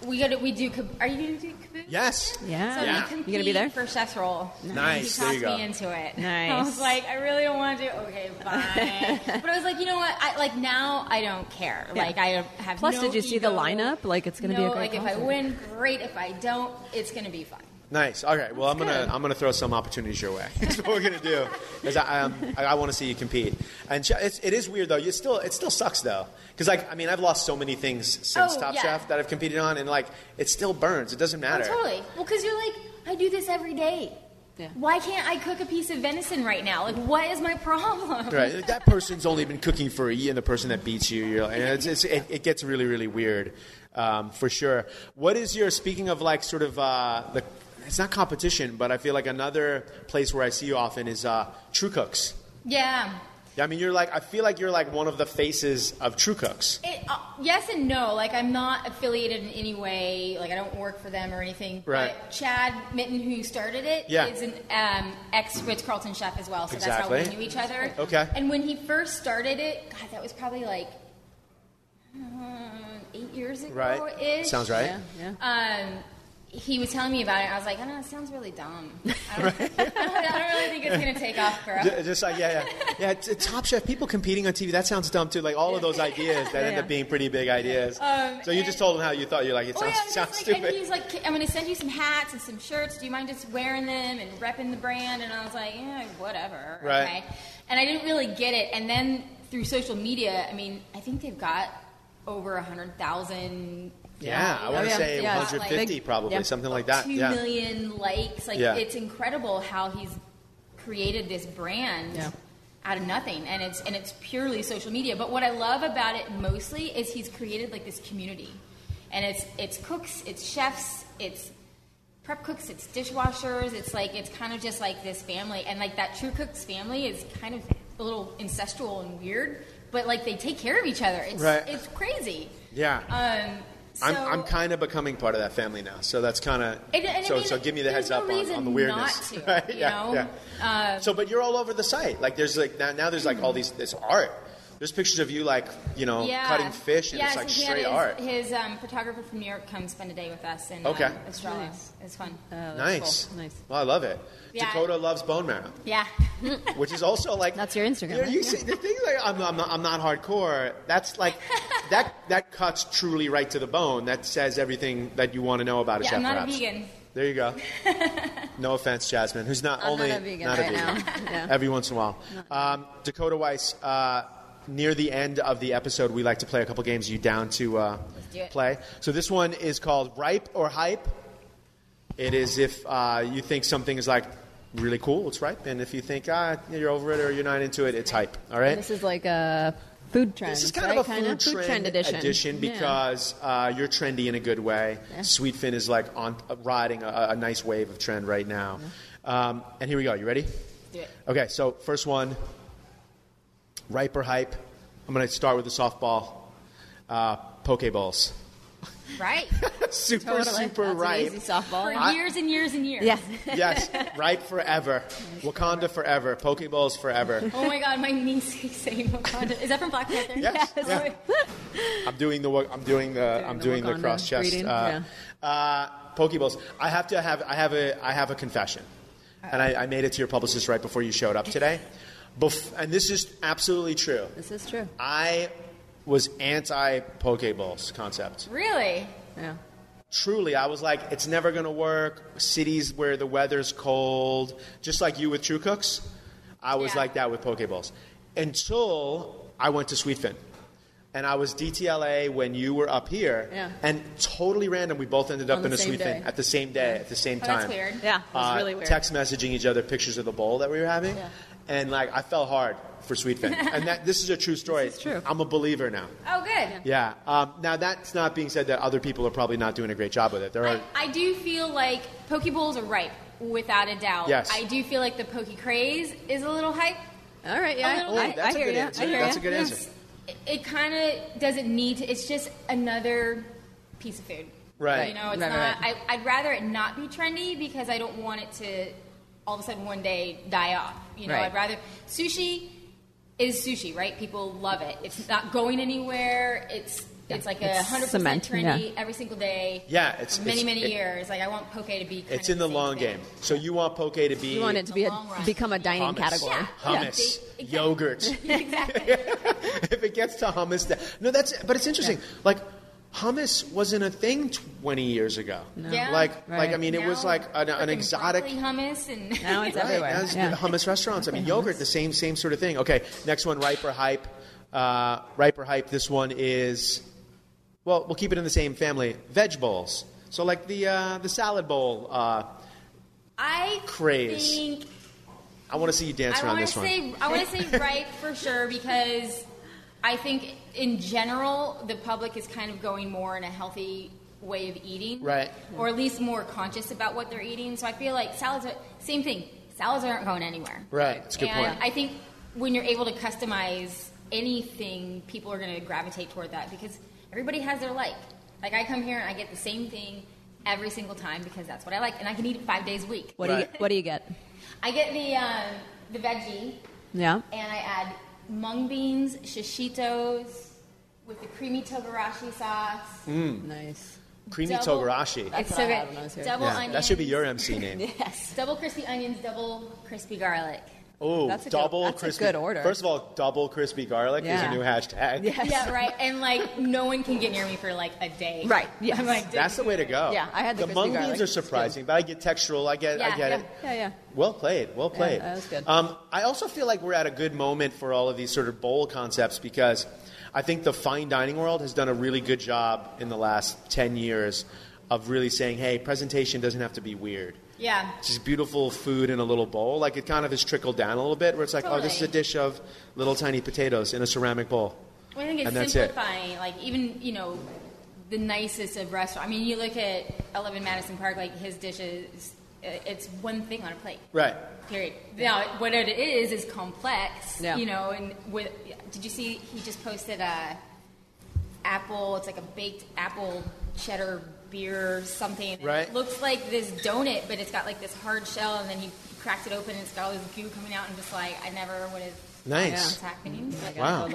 Speaker 6: We go to, we do. kab- Are you gonna do kaboom?
Speaker 2: Yes.
Speaker 3: Yeah.
Speaker 6: So
Speaker 2: Yeah.
Speaker 6: we compete
Speaker 3: You gonna be there?
Speaker 6: for chef's roll.
Speaker 2: Nice.
Speaker 6: He
Speaker 2: There you
Speaker 6: talked me
Speaker 2: go.
Speaker 6: into it.
Speaker 3: Nice.
Speaker 6: I was like, I really don't want to do. Okay, fine. but I was like, you know what? I like now. I don't care.
Speaker 3: Yeah.
Speaker 6: Like I have.
Speaker 3: Plus,
Speaker 6: no
Speaker 3: did you see the
Speaker 6: ego.
Speaker 3: lineup? Like, it's gonna be
Speaker 6: No,
Speaker 3: a great
Speaker 6: Like if I
Speaker 3: concert.
Speaker 6: win, great. If I don't, it's gonna be fun.
Speaker 2: Nice. All right. Well, I'm gonna I'm gonna throw some opportunities your way. That's what we're gonna do. Because I um, I, I want to see you compete. And ch- it's, it is weird though. You still it still sucks though. Because like I mean I've lost so many things since
Speaker 6: Oh,
Speaker 2: Top
Speaker 6: yeah.
Speaker 2: Chef that I've competed on, and like it still burns. It doesn't matter.
Speaker 6: Oh, Totally. Well, because you're like, I do this every day.
Speaker 3: Yeah.
Speaker 6: Why can't I cook a piece of venison right now? Like, what is my problem?
Speaker 2: Right. That person's only been cooking for a year, and the person that beats you, you're like, and it's, it's, it, it gets really, really weird, um, for sure. What is your speaking of like sort of uh, the? It's not competition, but I feel like another place where I see you often is uh, True Cooks.
Speaker 6: Yeah.
Speaker 2: Yeah, I mean, you're like I feel like you're like one of the faces of True Cooks.
Speaker 6: It, uh, yes and no. Like, I'm not affiliated in any way. Like, I don't work for them or anything.
Speaker 2: Right.
Speaker 6: But Chad Mitten, who started it, is
Speaker 2: Yeah.
Speaker 6: an um, ex Ritz Carlton chef as well. So that's how
Speaker 2: Exactly.
Speaker 6: we knew each other.
Speaker 2: Okay.
Speaker 6: And when he first started it, God, that was probably like um, eight years ago.
Speaker 2: Right.
Speaker 6: Ish.
Speaker 2: Sounds right.
Speaker 3: Yeah, yeah.
Speaker 6: um, he was telling me about it. I was like, I don't know, it sounds really dumb. I don't, I don't really think it's going to take off for us.
Speaker 2: Ju- Just like yeah, yeah, yeah. t- Top Chef people competing on TV—that sounds dumb too. Like all of those ideas that end
Speaker 3: Yeah.
Speaker 2: up being pretty big ideas. so you
Speaker 6: Um, and-
Speaker 2: just told them how you thought. You're like, it
Speaker 6: Oh,
Speaker 2: sounds,
Speaker 6: yeah, and
Speaker 2: sounds
Speaker 6: just, like,
Speaker 2: stupid.
Speaker 6: And he's like, "K- I'm going to send you some hats and some shirts. Do you mind just wearing them and repping the brand? And I was like, yeah, whatever.
Speaker 2: Right.
Speaker 6: Okay. And I didn't really get it. And then through social media, I mean, I think they've got over 100,000
Speaker 2: Yeah, I
Speaker 6: Oh,
Speaker 2: want to
Speaker 3: yeah.
Speaker 2: say
Speaker 3: Yeah, it's
Speaker 2: 150
Speaker 3: like-
Speaker 2: probably,
Speaker 3: yeah.
Speaker 2: something like that.
Speaker 6: Two
Speaker 2: yeah.
Speaker 6: million likes. Like
Speaker 2: Yeah.
Speaker 6: it's incredible how he's created this brand
Speaker 3: Yeah.
Speaker 6: out of nothing, and it's and it's purely social media. But what I love about it mostly is he's created like this community, and it's it's cooks, it's chefs, it's prep cooks, it's dishwashers. It's like it's kind of just like this family, and like that True Cooks family is kind of a little ancestral and weird, but like they take care of each other. It's
Speaker 2: Right.
Speaker 6: it's crazy.
Speaker 2: Yeah.
Speaker 6: Um.
Speaker 2: I'm,
Speaker 6: so-
Speaker 2: I'm kind of becoming part of that family now, so that's kind of
Speaker 6: and- and I
Speaker 2: so.
Speaker 6: mean,
Speaker 2: so give me the
Speaker 6: there's
Speaker 2: heads
Speaker 6: no
Speaker 2: up on,
Speaker 6: reason
Speaker 2: on the weirdness,
Speaker 6: not to,
Speaker 2: right?
Speaker 6: you
Speaker 2: yeah,
Speaker 6: know? Um,
Speaker 2: yeah. so, but you're all over the site. Like, there's like now, now there's like all these. It's art. There's pictures of you like you know
Speaker 6: yeah.
Speaker 2: cutting fish, and
Speaker 6: yeah,
Speaker 2: it's
Speaker 6: so
Speaker 2: like
Speaker 6: he had
Speaker 2: straight
Speaker 6: his,
Speaker 2: art.
Speaker 6: His um, photographer from New York comes spend a day with us in
Speaker 2: Okay.
Speaker 6: um, Australia.
Speaker 3: Nice. Uh,
Speaker 6: It's fun.
Speaker 2: nice,
Speaker 3: Oh, cool. Nice.
Speaker 2: Well, I love it.
Speaker 6: Yeah.
Speaker 2: Dakota loves bone marrow.
Speaker 6: yeah.
Speaker 2: which is also like
Speaker 3: That's your Instagram,
Speaker 2: You, know,
Speaker 3: right?
Speaker 2: you see the things like I'm, I'm, not, I'm not hardcore. That's like that that cuts truly right to the bone. That says everything that you want to know about a
Speaker 6: Yeah,
Speaker 2: chef.
Speaker 6: I'm not a
Speaker 2: perhaps.
Speaker 6: vegan.
Speaker 2: There you go. No offense, Jasmine, who's not
Speaker 3: I'm
Speaker 2: only
Speaker 3: not a vegan
Speaker 2: not
Speaker 3: right
Speaker 2: vegan.
Speaker 3: now. Yeah.
Speaker 2: Every once in a while, um, Dakota Weiss. Uh, near the end of the episode, we like to play a couple games. You down to uh,
Speaker 6: do it.
Speaker 2: play? So this one is called Ripe or Hype. It is if uh, you think something is like really cool, it's ripe, and if you think ah you're over it or you're not into it, it's hype. All right.
Speaker 3: This is like a food trend.
Speaker 2: This is kind
Speaker 3: right?
Speaker 2: of a
Speaker 3: Kinda
Speaker 2: food, trend,
Speaker 3: edition. Yeah.
Speaker 2: because uh, you're trendy in a good way. Sweetfin is like on uh, riding a, a nice wave of trend right now. Um, and here we go. You ready?
Speaker 6: Do it.
Speaker 2: Okay. So first one, ripe or hype. I'm going to start with the softball. Uh, poke bowls.
Speaker 6: Right.
Speaker 2: super
Speaker 3: Totally.
Speaker 2: super
Speaker 3: That's an
Speaker 2: ripe.
Speaker 3: easy
Speaker 6: For
Speaker 3: softball.
Speaker 2: I-
Speaker 6: years and years and years.
Speaker 3: Yes.
Speaker 2: yes, ripe forever. Wakanda forever. Poke bowls forever.
Speaker 6: Oh my God, my niece keeps saying Wakanda. Is that from Black Panther?
Speaker 2: Yes.
Speaker 6: Oh,
Speaker 2: Yeah. I'm doing the wa- I'm doing the I'm
Speaker 3: the
Speaker 2: doing the
Speaker 3: Wakanda
Speaker 2: cross chest
Speaker 3: breeding,
Speaker 2: uh, uh, pokeballs. I have to have I have a I have a confession, and I, I made it to your publicist right before you showed up today. Bef- and this is absolutely true.
Speaker 3: This is true.
Speaker 2: I was anti pokeballs concept.
Speaker 6: Really?
Speaker 3: Yeah.
Speaker 2: Truly, I was like, it's never going to work. Cities where the weather's cold, just like you with True Cooks, I was
Speaker 6: Yeah.
Speaker 2: like that with pokeballs. Until I went to Sweetfin, and I was DTLA when you were up here,
Speaker 3: Yeah.
Speaker 2: and totally random, we both ended up
Speaker 3: On the
Speaker 2: in a
Speaker 3: same
Speaker 2: Sweetfin
Speaker 3: day.
Speaker 2: at the same day, at the same
Speaker 6: Oh,
Speaker 2: time.
Speaker 6: that's weird.
Speaker 3: Yeah. It was
Speaker 2: Uh,
Speaker 3: really weird.
Speaker 2: Text messaging each other pictures of the bowl that we were having,
Speaker 3: Yeah.
Speaker 2: and like I fell hard for Sweetfin, and that this is a true story.
Speaker 3: is true.
Speaker 2: I'm a believer now.
Speaker 6: Oh, good.
Speaker 2: Yeah. Um, now that's not being said that other people are probably not doing a great job with it. There are.
Speaker 6: I, I do feel like poke bowls are ripe, without a doubt.
Speaker 2: Yes.
Speaker 6: I do feel like the poke craze is a little hype.
Speaker 3: All right. Yeah.
Speaker 6: little
Speaker 3: I,
Speaker 6: bit.
Speaker 2: Oh,
Speaker 3: I
Speaker 2: That's a
Speaker 3: hear
Speaker 2: good
Speaker 3: ya.
Speaker 2: answer.
Speaker 3: I hear
Speaker 2: That's
Speaker 3: ya.
Speaker 2: a good
Speaker 3: Yeah.
Speaker 2: answer.
Speaker 6: It, it kind of doesn't need to. It's just another piece of food.
Speaker 2: Right.
Speaker 6: You know, it's
Speaker 3: Right, right,
Speaker 6: not. I, I'd rather it not be trendy because I don't want it to all of a sudden one day die off. You know,
Speaker 3: Right.
Speaker 6: I'd rather sushi is sushi, right? People love it. It's not going anywhere. It's it's like a
Speaker 3: It's
Speaker 6: hundred percent
Speaker 3: cement,
Speaker 6: trendy
Speaker 3: yeah.
Speaker 6: every single day.
Speaker 2: Yeah, it's-
Speaker 6: for many
Speaker 2: it's-
Speaker 6: many
Speaker 2: it-
Speaker 6: years. Like I want poke to be. Kind
Speaker 2: It's
Speaker 6: of
Speaker 2: in the
Speaker 6: same
Speaker 2: long
Speaker 6: thing.
Speaker 2: game. So you want poke to be
Speaker 3: You want it to be
Speaker 6: Long
Speaker 3: a,
Speaker 6: run.
Speaker 3: become a dining
Speaker 2: hummus,
Speaker 3: category.
Speaker 2: hummus,
Speaker 6: Yeah.
Speaker 2: yogurt.
Speaker 6: Exactly.
Speaker 2: if it gets to hummus, that, no, that's. But it's interesting. Like hummus wasn't a thing 20 years ago.
Speaker 6: Yeah.
Speaker 2: Like, like
Speaker 3: Right.
Speaker 2: I mean, it was
Speaker 6: Now,
Speaker 2: like an, an
Speaker 6: frickin'
Speaker 2: exotic.
Speaker 6: broccoli hummus and
Speaker 3: Now it's
Speaker 2: Right,
Speaker 3: everywhere.
Speaker 2: that's
Speaker 3: Yeah.
Speaker 2: the hummus restaurants. I mean, yogurt, the same same sort of thing. Okay, next one, ripe or hype. Uh, ripe or hype. This one is, well, we'll keep it in the same family. Veg bowls. So like the uh, the salad bowl. Uh,
Speaker 6: I
Speaker 2: Craze.
Speaker 6: think
Speaker 2: I want to see you dance
Speaker 6: I
Speaker 2: around
Speaker 6: wanna
Speaker 2: this one.
Speaker 6: say I want to say ripe for sure because I think in general the public is kind of going more in a healthy way of eating,
Speaker 2: Right.
Speaker 6: Or at least more conscious about what they're eating. So I feel like salads, are, same thing. Salads aren't going anywhere,
Speaker 2: Right, it's a good
Speaker 6: and
Speaker 2: point.
Speaker 6: I think when you're able to customize anything, people are going to gravitate toward that because everybody has their like. Like I come here and I get the same thing every single time because that's what I like, and I can eat it five days a week.
Speaker 3: What do you
Speaker 2: Right.
Speaker 3: What do you get?
Speaker 6: I get the um, the veggie,
Speaker 3: Yeah.
Speaker 6: and I add mung beans, shishitos with the creamy togarashi sauce.
Speaker 3: Nice.
Speaker 2: Creamy
Speaker 6: double-
Speaker 2: togarashi.
Speaker 3: That's
Speaker 6: it's
Speaker 3: what
Speaker 6: so
Speaker 3: I had
Speaker 6: good.
Speaker 3: when I was here.
Speaker 6: Double
Speaker 2: Yeah,
Speaker 6: onions.
Speaker 2: that should be your MC name.
Speaker 3: Yes.
Speaker 6: Double crispy onions, double crispy garlic.
Speaker 2: Oh,
Speaker 3: That's a good-
Speaker 2: double
Speaker 3: that's a
Speaker 2: crispy.
Speaker 3: good order.
Speaker 2: First of all, double crispy garlic is a
Speaker 3: Yeah.
Speaker 2: new hashtag.
Speaker 3: Yes.
Speaker 6: Yeah, right. And like no one can get near me for like a day.
Speaker 3: Right, yes.
Speaker 6: I'm like,
Speaker 2: That's the way to go.
Speaker 3: Yeah, I had the
Speaker 2: the
Speaker 3: crispy
Speaker 2: mung
Speaker 3: garlic.
Speaker 2: beans are
Speaker 3: It's good.
Speaker 2: surprising, but I get textural. I get, I
Speaker 6: Yeah,
Speaker 2: get
Speaker 6: yeah.
Speaker 2: it.
Speaker 3: Yeah. Yeah.
Speaker 2: Well played. Well played.
Speaker 3: that was good.
Speaker 2: Um, I also feel like we're at a good moment for all of these sort of bowl concepts because I think the fine dining world has done a really good job in the last 10 years of really saying, hey, presentation doesn't have to be weird.
Speaker 6: yeah.
Speaker 2: Just beautiful food in a little bowl. Like it kind of has trickled down a little bit where it's like, oh, this is a
Speaker 6: Totally.
Speaker 2: dish of little tiny potatoes in a ceramic bowl.
Speaker 6: Well, I think
Speaker 2: And
Speaker 6: it's
Speaker 2: that's it.
Speaker 6: simplifying. Like even you know, the nicest of restaurant. I mean, you look at Eleven Madison Park. Like his dishes, i- it's one thing on a plate.
Speaker 2: Right.
Speaker 6: Period. Now, what it is is complex.
Speaker 3: Yeah.
Speaker 6: You know, and with did you see he just posted a apple? It's like a baked apple cheddar beer something. And
Speaker 2: Right.
Speaker 6: It looks like this donut, but it's got like this hard shell, and then he cracked it open, and it's got all this goo coming out, and just like I never would have.
Speaker 2: Nice.
Speaker 6: What's happening? Like,
Speaker 2: Wow.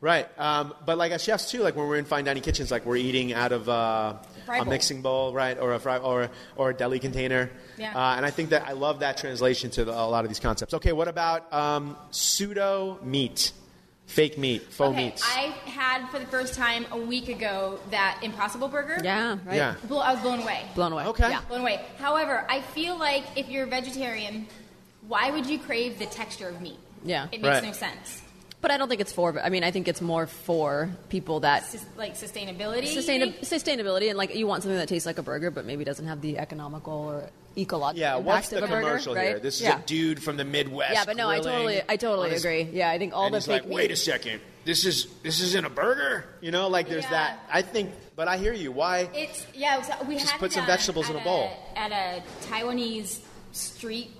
Speaker 2: Right. Um, but like as chefs too, like when we're in fine dining kitchens, like we're eating out of uh,
Speaker 6: Fry
Speaker 2: a
Speaker 6: bowl.
Speaker 2: mixing bowl, right, or a fry, or or a deli container.
Speaker 6: Yeah.
Speaker 2: Uh, and I think that I love that translation to the, a lot of these concepts. Okay, what about um, pseudo meat, fake meat, faux
Speaker 6: okay,
Speaker 2: meats?
Speaker 6: I had for the first time a week ago that Impossible Burger.
Speaker 3: Yeah. Right.
Speaker 2: Yeah.
Speaker 6: Blo- I was blown away.
Speaker 3: Blown away.
Speaker 2: Okay.
Speaker 3: Yeah.
Speaker 6: Blown away. However, I feel like if you're a vegetarian, why would you crave the texture of meat?
Speaker 3: Yeah.
Speaker 6: It makes
Speaker 2: Right.
Speaker 6: no sense.
Speaker 3: But I don't think it's for. I mean, I think it's more for people that
Speaker 6: Sus- like sustainability. you
Speaker 3: Sustainab-
Speaker 6: think?
Speaker 3: sustainability and like you want something that tastes like a burger but maybe doesn't have the economical or ecological
Speaker 2: yeah.
Speaker 3: impact
Speaker 2: What's
Speaker 3: of
Speaker 2: the
Speaker 3: a burger,
Speaker 2: commercial
Speaker 3: right?
Speaker 2: here? This is
Speaker 3: yeah.
Speaker 2: a dude from the Midwest.
Speaker 3: yeah but no i
Speaker 2: grilling
Speaker 3: totally i
Speaker 2: on
Speaker 3: totally
Speaker 2: his-
Speaker 3: agree yeah i think all
Speaker 2: and
Speaker 3: the
Speaker 2: he's
Speaker 3: fake
Speaker 2: like, wait
Speaker 3: meat-
Speaker 2: a second, this is this isn't a burger. You know, like there's
Speaker 6: Yeah.
Speaker 2: that. I think, but I hear you. Why?
Speaker 6: It's yeah. So we
Speaker 2: Just
Speaker 6: had
Speaker 2: put
Speaker 6: it
Speaker 2: some
Speaker 6: at-
Speaker 2: vegetables in
Speaker 6: at
Speaker 2: a bowl.
Speaker 6: At a Taiwanese street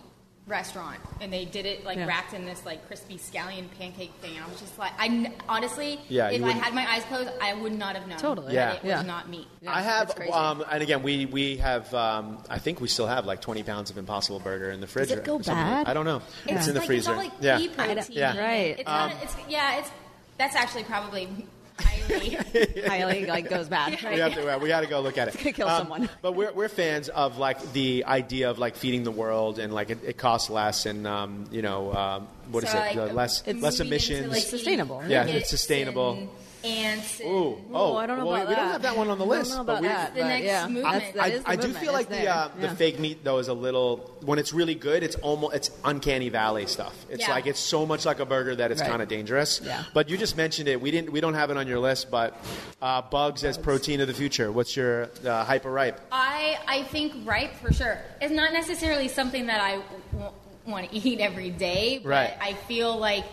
Speaker 6: restaurant, and they did it like
Speaker 3: Yeah.
Speaker 6: wrapped in this like crispy scallion pancake thing. I was just like, I kn- honestly,
Speaker 2: Yeah,
Speaker 6: if
Speaker 2: you
Speaker 6: I
Speaker 2: wouldn't-
Speaker 6: had my eyes closed, I would not have known.
Speaker 3: Totally.
Speaker 2: Yeah.
Speaker 6: that it
Speaker 3: Yeah.
Speaker 6: was not meat.
Speaker 3: Yeah,
Speaker 2: I
Speaker 3: it's
Speaker 2: have,
Speaker 3: crazy.
Speaker 2: um, and again, we we have. Um, I think we still have like twenty pounds of Impossible Burger in the fridge.
Speaker 3: it
Speaker 2: or
Speaker 3: go
Speaker 2: something.
Speaker 3: bad?
Speaker 2: I don't know. It's, in the
Speaker 6: like,
Speaker 2: freezer.
Speaker 6: It's all like
Speaker 2: yeah.
Speaker 6: pea protein.
Speaker 2: Yeah. Um,
Speaker 6: and
Speaker 3: Right.
Speaker 6: It's not. it's, yeah. It's that's actually probably highly.
Speaker 3: highly like goes bad right?
Speaker 2: we have to. uh, We got to go look at it. Um,
Speaker 3: gonna kill someone.
Speaker 2: But we're, we're fans of like the idea of like feeding the world and like it, it costs less and um, you know um, what is
Speaker 6: so,
Speaker 2: it
Speaker 6: Like,
Speaker 2: The less
Speaker 6: moving
Speaker 2: less
Speaker 6: into,
Speaker 2: emissions.
Speaker 6: like,
Speaker 3: Sustainable.
Speaker 6: eating
Speaker 2: Yeah, it's
Speaker 6: crickets
Speaker 2: sustainable.
Speaker 6: and Ants. and-
Speaker 2: Ooh, oh,
Speaker 3: I don't know
Speaker 2: well, we,
Speaker 3: about
Speaker 2: we
Speaker 3: that.
Speaker 2: don't have that one on the
Speaker 3: I don't
Speaker 2: list.
Speaker 3: know
Speaker 2: but
Speaker 3: about
Speaker 2: we,
Speaker 3: that,
Speaker 6: The
Speaker 3: but
Speaker 6: next
Speaker 3: yeah.
Speaker 6: movement.
Speaker 3: That's, that
Speaker 2: I,
Speaker 3: is the
Speaker 2: I do
Speaker 3: movement.
Speaker 2: feel like
Speaker 3: It's
Speaker 2: the uh,
Speaker 3: there. Yeah.
Speaker 2: the fake meat though is a little when it's really good, it's almost it's uncanny valley stuff. It's
Speaker 6: Yeah.
Speaker 2: like it's so much like a burger that it's
Speaker 3: Right.
Speaker 2: kind of dangerous.
Speaker 3: Yeah.
Speaker 2: But you just mentioned it. We didn't we don't have it on your list, but uh, bugs as protein of the future. What's your uh, hyper ripe?
Speaker 6: I I think ripe for sure. It's not necessarily something that I w- want to eat every day, but
Speaker 2: Right.
Speaker 6: I feel like.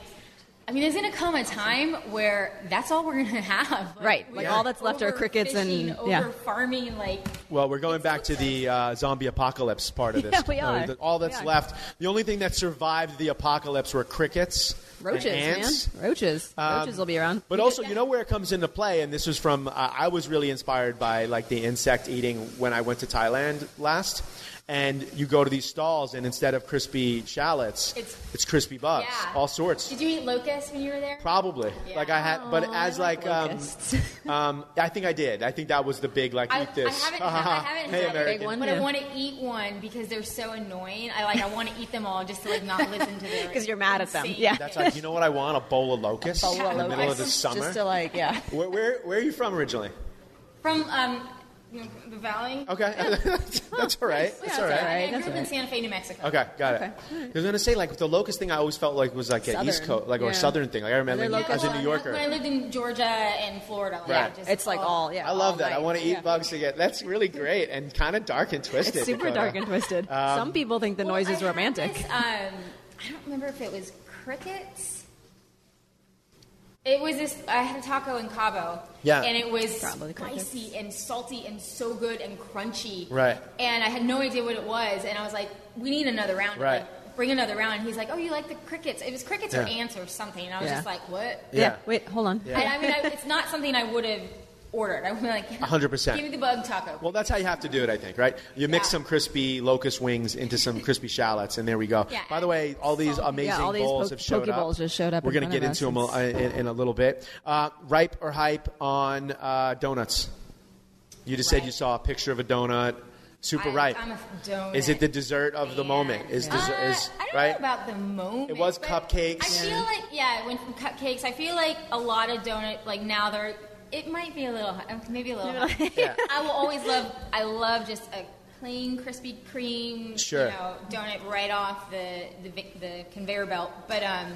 Speaker 6: I mean, there's gonna come a time where that's all we're gonna have,
Speaker 3: Right,
Speaker 6: we
Speaker 3: like all that's left are crickets and-
Speaker 6: overfishing,
Speaker 3: yeah.
Speaker 6: over farming, like
Speaker 2: Well, we're going back to the uh, zombie apocalypse part of this.
Speaker 3: Yeah, we
Speaker 2: Uh,
Speaker 3: are.
Speaker 2: the- all that's
Speaker 3: We are.
Speaker 2: left. The only thing that survived the apocalypse were crickets, and
Speaker 3: roaches
Speaker 2: ants.
Speaker 3: man roaches roaches will be around
Speaker 2: um, But also, you know where it comes into play, and this was from uh, I was really inspired by like the insect eating when I went to Thailand last. And you go to these stalls, and instead of crispy shallots, it's,
Speaker 6: It's-
Speaker 2: crispy bugs,
Speaker 6: yeah.
Speaker 2: all sorts.
Speaker 6: Did you Oh, eat locusts when you were there?
Speaker 2: Probably, like I had, but as like, um,
Speaker 3: locusts.
Speaker 2: um, I think I did. I think that was the big like
Speaker 6: I,
Speaker 2: eat this.
Speaker 6: I haven't, I haven't
Speaker 2: hey,
Speaker 6: had
Speaker 2: American.
Speaker 6: a big one, but
Speaker 3: yeah.
Speaker 6: I want to eat one because they're so annoying. I like I want to eat them all just to like not listen to their
Speaker 3: 'Cause you're mad at them.
Speaker 6: insane-
Speaker 3: Yeah.
Speaker 2: That's like you know what I want a bowl of locusts
Speaker 3: Bowl of
Speaker 2: in the middle of the
Speaker 3: locusts.
Speaker 2: summer.
Speaker 3: just to like yeah
Speaker 2: where, where where are you from originally?
Speaker 6: From um, the valley.
Speaker 2: Okay, that's all right. That's all right.
Speaker 6: I grew up in Santa Fe, New Mexico.
Speaker 2: Okay, got it. I was gonna say like the locust thing. I always felt like was like an East
Speaker 3: Southern,
Speaker 2: Coast, like or
Speaker 3: yeah.
Speaker 2: Southern thing. Like I remember
Speaker 3: They're
Speaker 2: like, as a
Speaker 6: Well,
Speaker 2: New Yorker.
Speaker 6: When I lived in Georgia and Florida, like,
Speaker 2: Right.
Speaker 6: just,
Speaker 3: It's like all yeah.
Speaker 2: I love
Speaker 3: all
Speaker 2: that. I
Speaker 3: night.
Speaker 2: want to eat
Speaker 3: Yeah.
Speaker 2: bugs again. That's really great and kind of dark and twisted.
Speaker 3: It's super
Speaker 2: Dakota. Um,
Speaker 3: dark and twisted. Some people think the
Speaker 6: Well,
Speaker 3: noise
Speaker 6: I
Speaker 3: is
Speaker 6: had
Speaker 3: romantic.
Speaker 6: this, um, I don't remember if it was crickets. It was this. I had a taco in Cabo.
Speaker 2: Yeah.
Speaker 6: And it was
Speaker 3: Probably crickets.
Speaker 6: spicy and salty and so good and crunchy.
Speaker 2: Right.
Speaker 6: And I had no idea what it was, and I was like, "We need another round.
Speaker 2: Right.
Speaker 6: Like, bring another round." And he's like, "Oh, you like the crickets? It was crickets or
Speaker 2: Yeah.
Speaker 6: ants or something." And I was
Speaker 3: Yeah.
Speaker 6: just like, "What?"
Speaker 3: yeah.
Speaker 2: Yeah.
Speaker 3: Wait, hold on.
Speaker 6: I, I mean, I, it's not something I would have ordered. I would be like,
Speaker 2: 100%.
Speaker 6: Give me the bug taco.
Speaker 2: Well, that's how you have to do it, I think, right? You mix
Speaker 6: Yeah.
Speaker 2: some crispy locust wings into some crispy shallots, and there we go.
Speaker 6: Yeah,
Speaker 2: By the way, all these
Speaker 6: salt.
Speaker 2: amazing
Speaker 3: Yeah, all these
Speaker 2: bowls
Speaker 3: poke-
Speaker 2: have showed up.
Speaker 3: pokeballs just showed up
Speaker 2: We're
Speaker 3: in
Speaker 2: gonna
Speaker 3: front of
Speaker 2: get
Speaker 3: us.
Speaker 2: into them a, in, in a little bit. Uh, ripe or hype on uh, donuts? You just said
Speaker 6: Ripe.
Speaker 2: you saw a picture of a donut. Super
Speaker 6: I-
Speaker 3: um,
Speaker 2: ripe.
Speaker 6: I'm a donut
Speaker 2: Is it the dessert of the
Speaker 6: fan.
Speaker 2: moment? Is,
Speaker 6: Uh,
Speaker 2: des- is
Speaker 6: I don't
Speaker 2: right?
Speaker 6: know about the moment.
Speaker 2: It was
Speaker 6: but
Speaker 2: cupcakes.
Speaker 6: I feel like yeah, it went from cupcakes. I feel like a lot of donut like now they're it might be a little hot- maybe a little. hot.
Speaker 2: Yeah.
Speaker 6: I will always love I love just a plain Krispy Kreme
Speaker 2: Sure.
Speaker 6: you know donut right off the the, vi- the conveyor belt, but um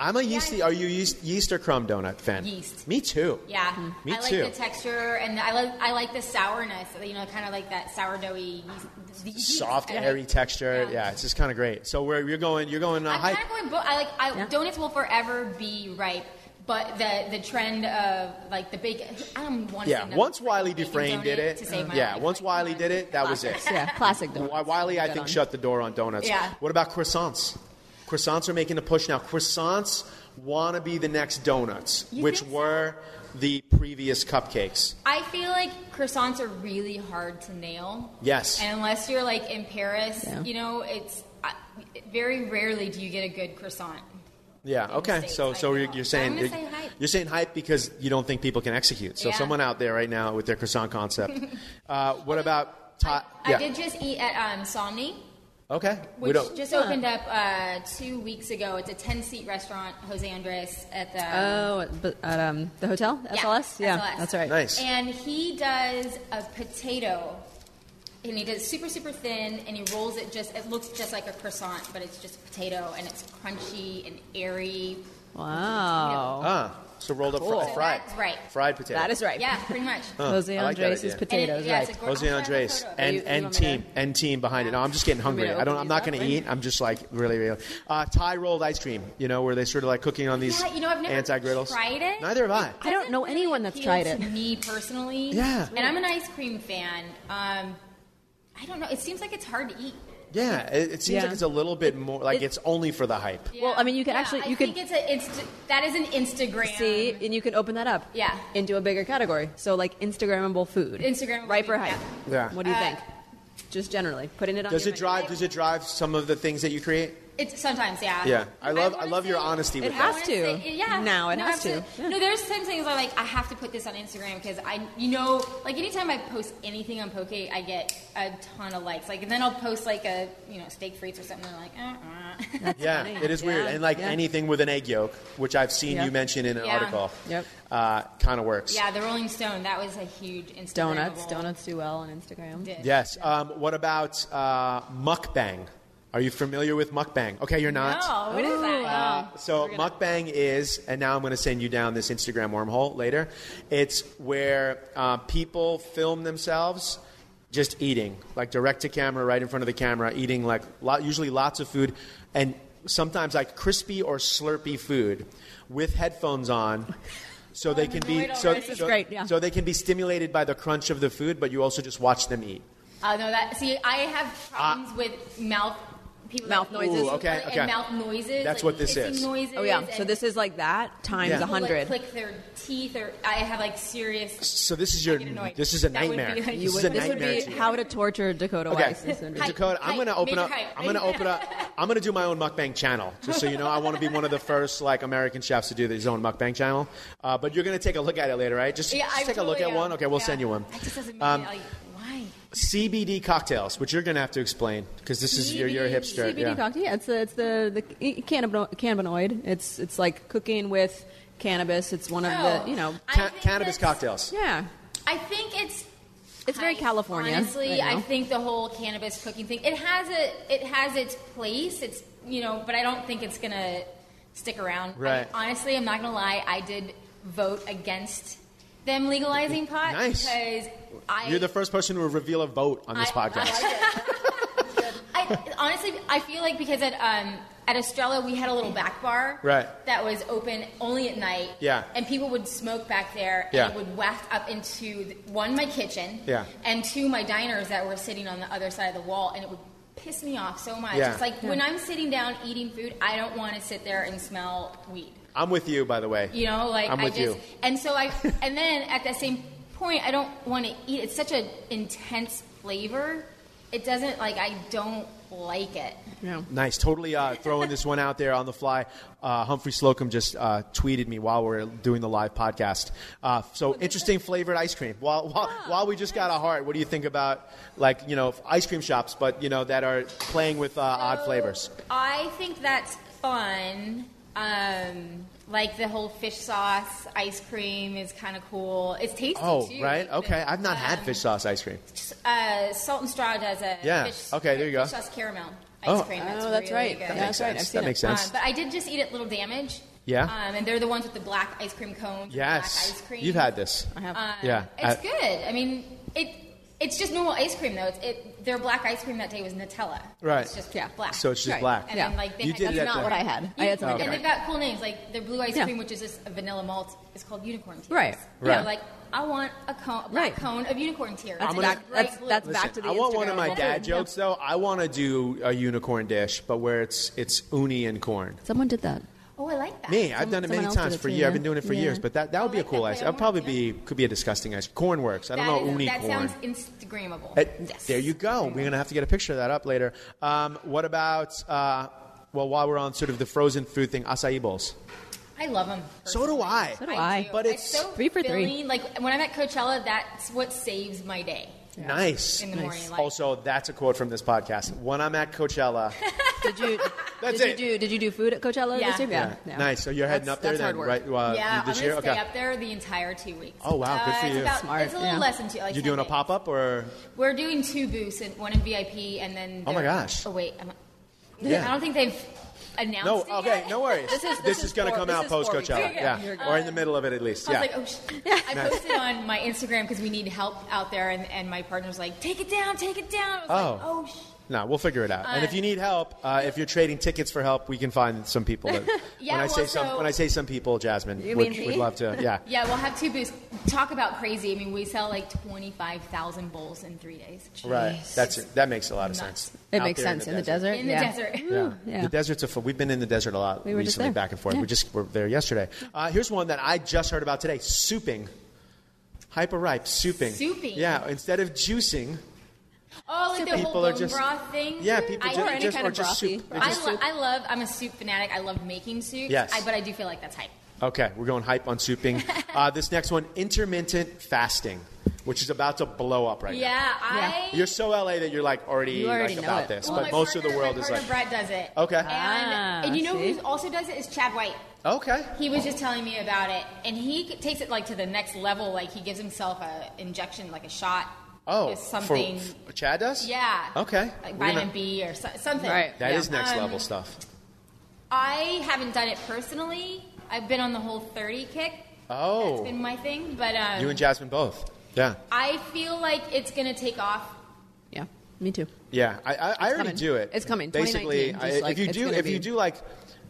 Speaker 2: I'm a yeasty.
Speaker 6: I-
Speaker 2: Are you yeast, yeast or crumb donut fan?
Speaker 6: Yeast.
Speaker 2: Me too.
Speaker 6: yeah,
Speaker 2: Mm-hmm. Me
Speaker 6: I like
Speaker 2: too.
Speaker 6: the texture and I like I like the sourness. You know, kind of like that sourdoughy yeast, the yeast.
Speaker 2: Soft,
Speaker 6: I like-
Speaker 2: airy texture. Yeah,
Speaker 6: Yeah.
Speaker 2: it's just kind of great. So where you're going, you're going uh,
Speaker 6: I'm
Speaker 2: hype.
Speaker 6: kind of going. Bo- I like I, donuts will forever be ripe, but the the trend of like the big. I don't want.
Speaker 2: Yeah, once Wiley Dufresne did it.
Speaker 6: To save my
Speaker 2: yeah,
Speaker 6: life.
Speaker 2: once
Speaker 6: Like,
Speaker 2: Wiley
Speaker 6: come
Speaker 2: did
Speaker 6: on.
Speaker 2: it, that was it.
Speaker 3: Classics, yeah, classic donuts.
Speaker 2: Wi- Wiley, I
Speaker 3: Good
Speaker 2: think,
Speaker 3: on.
Speaker 2: shut the door on donuts.
Speaker 6: Yeah.
Speaker 2: What about croissants? Croissants are making a push now. Croissants want to be the next donuts, which
Speaker 6: think so?
Speaker 2: were the previous cupcakes.
Speaker 6: I feel like croissants are really hard to nail.
Speaker 2: Yes.
Speaker 6: And unless you're like in Paris,
Speaker 3: Yeah.
Speaker 6: you know, it's I, very rarely do you get a good croissant.
Speaker 2: Yeah. Okay.
Speaker 6: States,
Speaker 2: So,
Speaker 6: I
Speaker 2: so you're,
Speaker 6: know.
Speaker 2: you're saying
Speaker 6: I'm gonna
Speaker 2: you're,
Speaker 6: say hype.
Speaker 2: you're saying hype because you don't think people can execute. So,
Speaker 6: Yeah.
Speaker 2: someone out there right now with their croissant concept. uh, what about
Speaker 6: I,
Speaker 2: ta-
Speaker 6: I
Speaker 2: yeah.
Speaker 6: did just eat at um, Somni,
Speaker 2: okay. we
Speaker 6: which
Speaker 2: don't.
Speaker 6: just opened up uh, two weeks ago. It's a ten-seat restaurant, Jose Andres at the.
Speaker 3: Oh, at- but at um, the hotel,
Speaker 6: Yeah,
Speaker 3: SLS. Yeah,
Speaker 6: SLS.
Speaker 3: that's right.
Speaker 2: Nice.
Speaker 6: And he does a potato, and he does super super thin, and he rolls it just. It looks just like a croissant, but it's just a potato, and it's crunchy and airy.
Speaker 3: Wow.
Speaker 2: ah, so rolled up fri-
Speaker 3: Cool.
Speaker 6: So
Speaker 2: fried.
Speaker 6: that's right.
Speaker 2: Fried potato.
Speaker 3: That is right.
Speaker 6: Yeah, pretty much.
Speaker 3: Jose
Speaker 2: I like that
Speaker 3: Andres'
Speaker 2: idea. And it-
Speaker 3: potatoes,
Speaker 6: and it, yeah,
Speaker 3: right?
Speaker 6: it's a gor-
Speaker 2: Jose
Speaker 6: I'll try
Speaker 2: Andres
Speaker 6: the photo of
Speaker 2: and
Speaker 6: it.
Speaker 3: You- you
Speaker 2: and
Speaker 3: want me to-
Speaker 2: team and team behind it. No, I'm just getting hungry.
Speaker 3: me to
Speaker 2: I don't.
Speaker 3: open
Speaker 2: I'm not
Speaker 3: these
Speaker 2: going
Speaker 3: up?
Speaker 2: to eat. I'm just like really, really. Uh, Thai rolled ice cream. You know where they sort of like cooking on these
Speaker 6: Yeah, you know, I've never
Speaker 2: anti griddles.
Speaker 6: tried it.
Speaker 2: Neither have I.
Speaker 3: I don't know anyone that's tried it.
Speaker 6: appeal to me personally.
Speaker 2: Yeah.
Speaker 6: And I'm an ice cream fan. Um, I don't know. It seems like it's hard to eat.
Speaker 2: Yeah, it, it seems
Speaker 3: Yeah.
Speaker 2: like it's a little bit more like
Speaker 3: It-
Speaker 2: it's only for the hype.
Speaker 3: Well, I mean, you can
Speaker 6: Yeah,
Speaker 3: actually
Speaker 6: I
Speaker 3: you can
Speaker 6: think it's a it's that is an Instagram.
Speaker 3: see, and you can open that up.
Speaker 6: um, Yeah.
Speaker 3: Into a bigger category. So like Instagrammable food.
Speaker 6: Instagrammable
Speaker 3: Ripe or
Speaker 6: food,
Speaker 3: hype.
Speaker 2: yeah. Yeah.
Speaker 3: What do you
Speaker 6: Uh,
Speaker 3: think? Just generally putting it on.
Speaker 2: Does
Speaker 3: your
Speaker 2: it
Speaker 3: menu.
Speaker 2: drive? Does it drive some of the things that you create?
Speaker 6: It's sometimes, yeah.
Speaker 2: Yeah. I love- I
Speaker 6: wanna
Speaker 2: love your
Speaker 6: say-
Speaker 2: honesty It with
Speaker 3: has
Speaker 6: I wanna
Speaker 3: to.
Speaker 6: say- yeah.
Speaker 3: Now it
Speaker 6: No,
Speaker 3: has to.
Speaker 6: absolutely.
Speaker 3: Yeah.
Speaker 6: No, there's some things I like. I have to put this on Instagram because I, you know, like anytime I post anything on Poke, I get a ton of likes. Like, and then I'll post like a, you know, steak frites or something. And I'm like, uh, uh.
Speaker 2: Yeah,
Speaker 3: funny.
Speaker 2: it is weird.
Speaker 3: Yeah,
Speaker 2: And like
Speaker 3: yeah.
Speaker 2: anything with an egg yolk, which I've seen
Speaker 3: Yeah.
Speaker 2: you mention in an
Speaker 6: Yeah.
Speaker 2: article,
Speaker 3: Yep.
Speaker 2: uh, kind of works.
Speaker 6: yeah. The Rolling Stone. That was a huge Instagram.
Speaker 3: Donuts. Donuts do well on Instagram.
Speaker 2: Yes. Um, what about uh, mukbang? Are you familiar with mukbang? Okay, you're not.
Speaker 6: No, Oh, what is that? Oh,
Speaker 2: So mukbang is, and now I'm going to send you down this Instagram wormhole later. It's where uh, people film themselves just eating, like direct to camera, right in front of the camera, eating like lot, usually lots of food, and sometimes like crispy or slurpy food with headphones on. So they can be
Speaker 6: annoyed
Speaker 2: so,
Speaker 6: already. This is
Speaker 2: so-
Speaker 3: great, yeah.
Speaker 2: so they can be stimulated by the crunch of the food, but you also just watch them eat.
Speaker 6: Uh, no, that see, I have problems with mouth people
Speaker 3: Mouth
Speaker 6: that-
Speaker 3: noises. Ooh,
Speaker 2: Uh, okay,
Speaker 6: and
Speaker 2: okay.
Speaker 6: mouth noises.
Speaker 2: That's
Speaker 6: like
Speaker 2: what this
Speaker 6: hissing
Speaker 2: is.
Speaker 6: Noises
Speaker 3: Oh yeah. So
Speaker 6: and-
Speaker 3: this is like that times
Speaker 2: Yeah.
Speaker 3: a
Speaker 6: people, like,
Speaker 3: hundred.
Speaker 6: click their teeth, or I have like serious.
Speaker 2: So this is your
Speaker 6: I get annoyed.
Speaker 2: this is a
Speaker 6: That would be
Speaker 2: nightmare.
Speaker 6: like-
Speaker 2: this
Speaker 6: You
Speaker 2: is a
Speaker 3: This would
Speaker 2: nightmare.
Speaker 3: be
Speaker 2: to you.
Speaker 3: how to torture Dakota
Speaker 2: Okay,
Speaker 3: Weiss. This would be-
Speaker 6: Hi-
Speaker 2: Dakota, I'm
Speaker 6: hi,
Speaker 2: gonna open
Speaker 6: major
Speaker 2: up.
Speaker 6: hi.
Speaker 2: I'm gonna open up. I'm gonna do my own mukbang channel, just so you know. I want to be one of the first like American chefs to do his own mukbang channel. Uh, but you're gonna take a look at it later, right? Just,
Speaker 6: Yeah,
Speaker 2: just
Speaker 6: I
Speaker 2: take a look
Speaker 6: totally
Speaker 2: at
Speaker 6: am.
Speaker 2: one. Okay, we'll
Speaker 6: Yeah.
Speaker 2: send you one.
Speaker 6: That just doesn't mean
Speaker 2: Um,
Speaker 6: like why.
Speaker 2: CBD cocktails, which you're gonna have to explain because this is you're, you're a hipster.
Speaker 3: CBD
Speaker 2: yeah.
Speaker 3: cocktail. Yeah, it's the it's the the c- cannabino- cannabinoid. It's it's like cooking with cannabis. It's one of the you know.
Speaker 6: Oh, I
Speaker 2: Ca-
Speaker 6: think
Speaker 2: cannabis
Speaker 6: that's-
Speaker 2: cocktails.
Speaker 3: Yeah.
Speaker 6: I think it's
Speaker 3: It's very
Speaker 6: hype,
Speaker 3: California
Speaker 6: Honestly,
Speaker 3: right now.
Speaker 6: I think the whole cannabis cooking thing it has a it has its place. It's you know, but I don't think it's gonna stick around. I-
Speaker 2: Right.
Speaker 6: honestly, I'm not gonna lie. I did vote against them legalizing pot
Speaker 2: Nice.
Speaker 6: because I
Speaker 2: You're the first person to reveal a vote on this
Speaker 6: I-
Speaker 2: podcast.
Speaker 6: I, honestly, I feel like because at um, at Estrella we had a little back bar,
Speaker 2: Right.
Speaker 6: That was open only at night.
Speaker 2: Yeah.
Speaker 6: And people would smoke back there,
Speaker 2: Yeah.
Speaker 6: and it would waft up into th- one my kitchen,
Speaker 2: Yeah.
Speaker 6: and two my diners that were sitting on the other side of the wall, and it would piss me off so much.
Speaker 2: Yeah.
Speaker 6: It's like when I'm sitting down eating food, I don't want to sit there and smell weed.
Speaker 2: I'm with you, by the way.
Speaker 6: You know, like
Speaker 2: I'm
Speaker 6: I
Speaker 2: with
Speaker 6: just
Speaker 2: you.
Speaker 6: and so I and then at that same point I don't want to eat it's such an intense flavor. It doesn't like I don't like it.
Speaker 2: Nice. Totally uh, throwing this one out there on the fly. Uh, Humphrey Slocum just uh, tweeted me while we're doing the live podcast. Uh, so interesting flavored ice cream. While, while, while we just got a heart, what do you think about like you know ice cream shops, but you know that are playing with uh, odd flavors?
Speaker 6: I think that's fun. Um, like the whole fish sauce ice cream is kind of cool. It's tasty
Speaker 2: Oh,
Speaker 6: too.
Speaker 2: right. Okay. I've not had
Speaker 6: Um,
Speaker 2: fish sauce ice cream.
Speaker 6: Uh, Salt and Straw does a
Speaker 2: Yeah.
Speaker 6: fish,
Speaker 2: Okay, there you go.
Speaker 6: fish sauce caramel ice
Speaker 2: Oh.
Speaker 6: cream.
Speaker 3: Oh, that's
Speaker 6: really
Speaker 3: right.
Speaker 6: good.
Speaker 3: That Yeah, that's right. I've seen
Speaker 2: that
Speaker 3: it.
Speaker 2: makes sense.
Speaker 6: Um, but I did just eat at Little Damage.
Speaker 2: Yeah.
Speaker 6: Um, and they're the ones with the black ice cream cones. Black
Speaker 2: yes.
Speaker 6: ice cream.
Speaker 2: You've had this.
Speaker 3: I have.
Speaker 6: Um,
Speaker 2: Yeah,
Speaker 6: It's
Speaker 2: I-
Speaker 6: good. I mean, it. It's just normal ice cream though. It's it. Their black ice cream that day was Nutella.
Speaker 2: Right.
Speaker 6: It's just
Speaker 3: Yeah.
Speaker 6: black.
Speaker 2: So it's just
Speaker 3: Right.
Speaker 2: black.
Speaker 6: And
Speaker 3: Yeah.
Speaker 6: then like they
Speaker 2: You
Speaker 6: had,
Speaker 2: did
Speaker 6: that's
Speaker 2: that
Speaker 6: not
Speaker 2: then.
Speaker 6: what I had.
Speaker 3: I had something
Speaker 6: and
Speaker 3: different.
Speaker 6: they've got cool names like their blue ice
Speaker 3: Yeah.
Speaker 6: cream, which is just a vanilla malt, is called unicorn tears.
Speaker 3: Right.
Speaker 6: You know,
Speaker 2: Right.
Speaker 6: like I want a cone, a black
Speaker 3: Right.
Speaker 6: cone of unicorn tears.
Speaker 3: That's
Speaker 6: It's
Speaker 3: back-
Speaker 6: bright
Speaker 3: that's-
Speaker 6: blue.
Speaker 3: that's back Listen, to the
Speaker 2: I want one of my
Speaker 3: Instagram.
Speaker 2: dad jokes though. I want to do a unicorn dish, but where it's it's uni and corn.
Speaker 3: Someone did that.
Speaker 6: Oh, I like that.
Speaker 2: Me, I've done it
Speaker 3: someone
Speaker 2: many
Speaker 3: else did
Speaker 2: times
Speaker 3: it
Speaker 2: for
Speaker 3: too,
Speaker 2: years. I've
Speaker 3: yeah.
Speaker 2: been doing it for
Speaker 3: Yeah.
Speaker 2: years, but that, that would be a
Speaker 6: like
Speaker 2: cool
Speaker 6: that
Speaker 2: ice.
Speaker 6: plan
Speaker 2: That would
Speaker 6: works,
Speaker 2: probably
Speaker 6: yeah.
Speaker 2: be could be a disgusting ice. Corn works. I don't
Speaker 6: That
Speaker 2: know
Speaker 6: is-
Speaker 2: uni
Speaker 6: That
Speaker 2: corn.
Speaker 6: sounds Instagrammable.
Speaker 2: Uh, There you go. We're gonna have to get a picture of that up later. Um, what about? Uh, well, while we're on sort of the frozen food thing, acai bowls.
Speaker 6: I love them.
Speaker 2: So do I.
Speaker 3: So do I.
Speaker 2: But it's
Speaker 6: so
Speaker 3: Three for three.
Speaker 6: filling. Like when I'm at Coachella, that's what saves my day
Speaker 2: nice.
Speaker 6: in the morning. Like,
Speaker 2: Also, that's a quote from this podcast. When I'm at Coachella,
Speaker 3: Did you?
Speaker 2: That's
Speaker 3: did
Speaker 2: it.
Speaker 3: You do, did you do food at Coachella
Speaker 6: Yeah.
Speaker 3: this year? Yeah. yeah.
Speaker 2: nice. So you're heading
Speaker 3: That's-
Speaker 2: up there
Speaker 3: that's
Speaker 2: then,
Speaker 3: hard work.
Speaker 2: right? Uh,
Speaker 6: yeah,
Speaker 2: this
Speaker 6: I'm
Speaker 2: year.
Speaker 6: gonna stay
Speaker 2: okay.
Speaker 6: up there the entire two weeks. Uh,
Speaker 2: Oh, wow, good for
Speaker 6: it's
Speaker 2: you.
Speaker 6: About,
Speaker 3: Smart,
Speaker 6: It's a little
Speaker 3: yeah.
Speaker 6: less than two. Like
Speaker 2: You're doing a
Speaker 6: seven days.
Speaker 2: pop up or?
Speaker 6: We're doing two booths, and one in VIP, and then.
Speaker 2: Oh my
Speaker 6: they're-
Speaker 2: gosh.
Speaker 6: Oh wait, I'm,
Speaker 2: Yeah.
Speaker 6: I don't think they've announced.
Speaker 2: No,
Speaker 6: it
Speaker 2: okay,
Speaker 6: yet.
Speaker 2: no worries.
Speaker 3: This is- this is
Speaker 2: going to
Speaker 3: four-
Speaker 2: come
Speaker 3: this
Speaker 2: out
Speaker 3: is
Speaker 2: post
Speaker 3: four weeks.
Speaker 2: Coachella.
Speaker 3: Yeah,
Speaker 2: Yeah.
Speaker 3: yeah.
Speaker 2: Or in the middle of it at least.
Speaker 6: I was
Speaker 2: yeah.
Speaker 6: like, oh shit. I posted on my Instagram because we need help out there, and, and my partner was like, "Take it down, take it down." I was like,
Speaker 2: Oh.
Speaker 6: "Oh sh-.
Speaker 2: No, we'll figure it out. and if you need help, uh, if you're trading tickets for help, we can find some people. That,
Speaker 6: Yeah,
Speaker 2: when I
Speaker 6: well,
Speaker 2: say some,
Speaker 6: so-
Speaker 2: when I say some people, Jasmine
Speaker 3: You
Speaker 2: would,
Speaker 3: mean
Speaker 2: would
Speaker 3: me?
Speaker 2: love to. Yeah.
Speaker 6: Yeah, we'll have two booths. Talk about crazy. I mean, we sell like twenty five thousand bowls in three days.
Speaker 2: Right. That's that makes a lot of
Speaker 6: Nuts.
Speaker 2: sense.
Speaker 3: It
Speaker 2: Out
Speaker 3: makes
Speaker 2: there
Speaker 3: sense in the desert.
Speaker 6: In the
Speaker 3: yeah.
Speaker 6: desert.
Speaker 2: Yeah.
Speaker 3: Yeah.
Speaker 2: The desert's a. Fun, we've been in the desert a lot
Speaker 3: We were just
Speaker 2: recently,
Speaker 3: there.
Speaker 2: back and forth.
Speaker 3: Yeah.
Speaker 2: We just were there yesterday. Uh, here's one that I just heard about today: souping, hyper ripe souping.
Speaker 6: Souping.
Speaker 2: Yeah. Instead of juicing,
Speaker 6: Oh, like the
Speaker 2: People
Speaker 6: whole
Speaker 2: are
Speaker 6: bone
Speaker 2: just-
Speaker 6: broth thing.
Speaker 2: yeah, people
Speaker 6: I
Speaker 2: ju-
Speaker 6: or
Speaker 2: just,
Speaker 6: any kind
Speaker 2: or
Speaker 6: of
Speaker 2: just
Speaker 3: brothy.
Speaker 2: soup.
Speaker 6: I, lo- I love. I'm a soup fanatic. I love making soup.
Speaker 2: Yes.
Speaker 6: I, but I do feel like that's hype.
Speaker 2: Okay, we're going hype on souping. uh, this next one, intermittent fasting, which is about to blow up right
Speaker 6: Yeah, I.
Speaker 2: now. You're so LA that you're like already,
Speaker 3: You already
Speaker 2: like
Speaker 3: know
Speaker 2: about
Speaker 3: it.
Speaker 2: this,
Speaker 6: Well,
Speaker 2: but
Speaker 6: my
Speaker 2: most of the
Speaker 6: partner-
Speaker 2: world
Speaker 6: my
Speaker 2: is like,
Speaker 6: partner Brett does it.
Speaker 2: okay,
Speaker 6: And,
Speaker 3: Ah,
Speaker 6: and you know
Speaker 3: see?
Speaker 6: who also does it is Chad White.
Speaker 2: okay,
Speaker 6: He was just telling me about it, and he c- takes it like to the next level. Like he gives himself a injection, like a shot.
Speaker 2: oh,
Speaker 6: with something.
Speaker 2: for, Chad does,
Speaker 6: yeah.
Speaker 2: okay,
Speaker 6: Like
Speaker 2: We're gonna-
Speaker 6: vitamin B or so- something.
Speaker 3: Right.
Speaker 2: That
Speaker 3: Yeah.
Speaker 2: is next
Speaker 6: Um,
Speaker 2: level stuff.
Speaker 6: I haven't done it personally. I've been on the whole 30 kick.
Speaker 2: Oh.
Speaker 6: That's been my thing. But um,
Speaker 2: You and Jasmine both, yeah,
Speaker 6: I feel like it's going to take off.
Speaker 3: Yeah. Me too.
Speaker 2: yeah. I, I, I already
Speaker 3: coming.
Speaker 2: do it.
Speaker 3: It's coming.
Speaker 2: Basically,
Speaker 3: 2019,
Speaker 2: I,
Speaker 3: just
Speaker 2: if
Speaker 3: like
Speaker 2: you
Speaker 3: it's
Speaker 2: do,
Speaker 3: gonna
Speaker 2: if you
Speaker 3: be.
Speaker 2: do like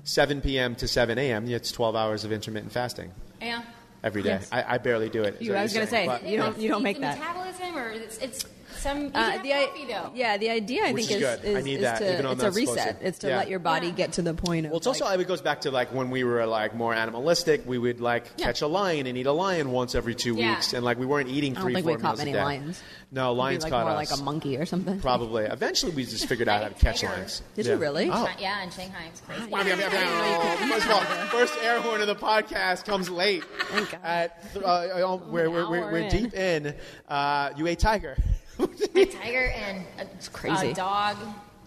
Speaker 2: 7 p.m. to 7 a.m., it's 12 hours of intermittent fasting
Speaker 6: Yeah.
Speaker 2: every day.
Speaker 3: Yes.
Speaker 2: I, I barely do it. is
Speaker 3: You-
Speaker 2: what
Speaker 3: I
Speaker 2: he's
Speaker 3: was gonna
Speaker 2: saying,
Speaker 3: say,
Speaker 2: but-
Speaker 3: You don't- you don't make
Speaker 6: the
Speaker 3: that.
Speaker 6: metabolism or it's, it's some you
Speaker 3: Uh,
Speaker 6: can have
Speaker 3: the i-
Speaker 6: coffee, though.
Speaker 3: yeah, the idea I
Speaker 2: Which
Speaker 3: think
Speaker 2: is
Speaker 3: is,
Speaker 2: good. I
Speaker 3: is-
Speaker 2: need
Speaker 3: is
Speaker 2: that,
Speaker 3: to
Speaker 2: even though I'm
Speaker 3: it's a
Speaker 2: not supposed
Speaker 3: reset.
Speaker 2: to.
Speaker 3: It's to
Speaker 2: Yeah.
Speaker 3: let your body
Speaker 6: Yeah.
Speaker 3: get to the point of
Speaker 2: Well, it's also
Speaker 3: like,
Speaker 2: it goes back to like when we were like more animalistic. We would like
Speaker 3: Yeah.
Speaker 2: catch a lion and eat a lion once every two
Speaker 6: Yeah.
Speaker 2: weeks, and like we weren't eating
Speaker 3: I
Speaker 2: three,
Speaker 3: don't think
Speaker 2: four
Speaker 3: we caught
Speaker 2: meals a
Speaker 3: many
Speaker 2: day.
Speaker 3: lions.
Speaker 2: No,
Speaker 3: It'd be,
Speaker 2: lions
Speaker 3: like,
Speaker 2: caught
Speaker 3: more
Speaker 2: us.
Speaker 3: like a monkey or something.
Speaker 2: Probably. Eventually, we just figured out how to catch lions.
Speaker 3: Did you really?
Speaker 2: Oh.
Speaker 6: Yeah, in Shanghai, it's crazy.
Speaker 2: First of all, first air horn of the podcast comes late. Thank
Speaker 3: God.
Speaker 2: At, uh, uh, we're, we're, we're,
Speaker 3: hour
Speaker 2: we're
Speaker 3: in.
Speaker 2: deep in. Uh, you ate tiger.
Speaker 6: tiger and a, it's
Speaker 3: crazy.
Speaker 6: A dog.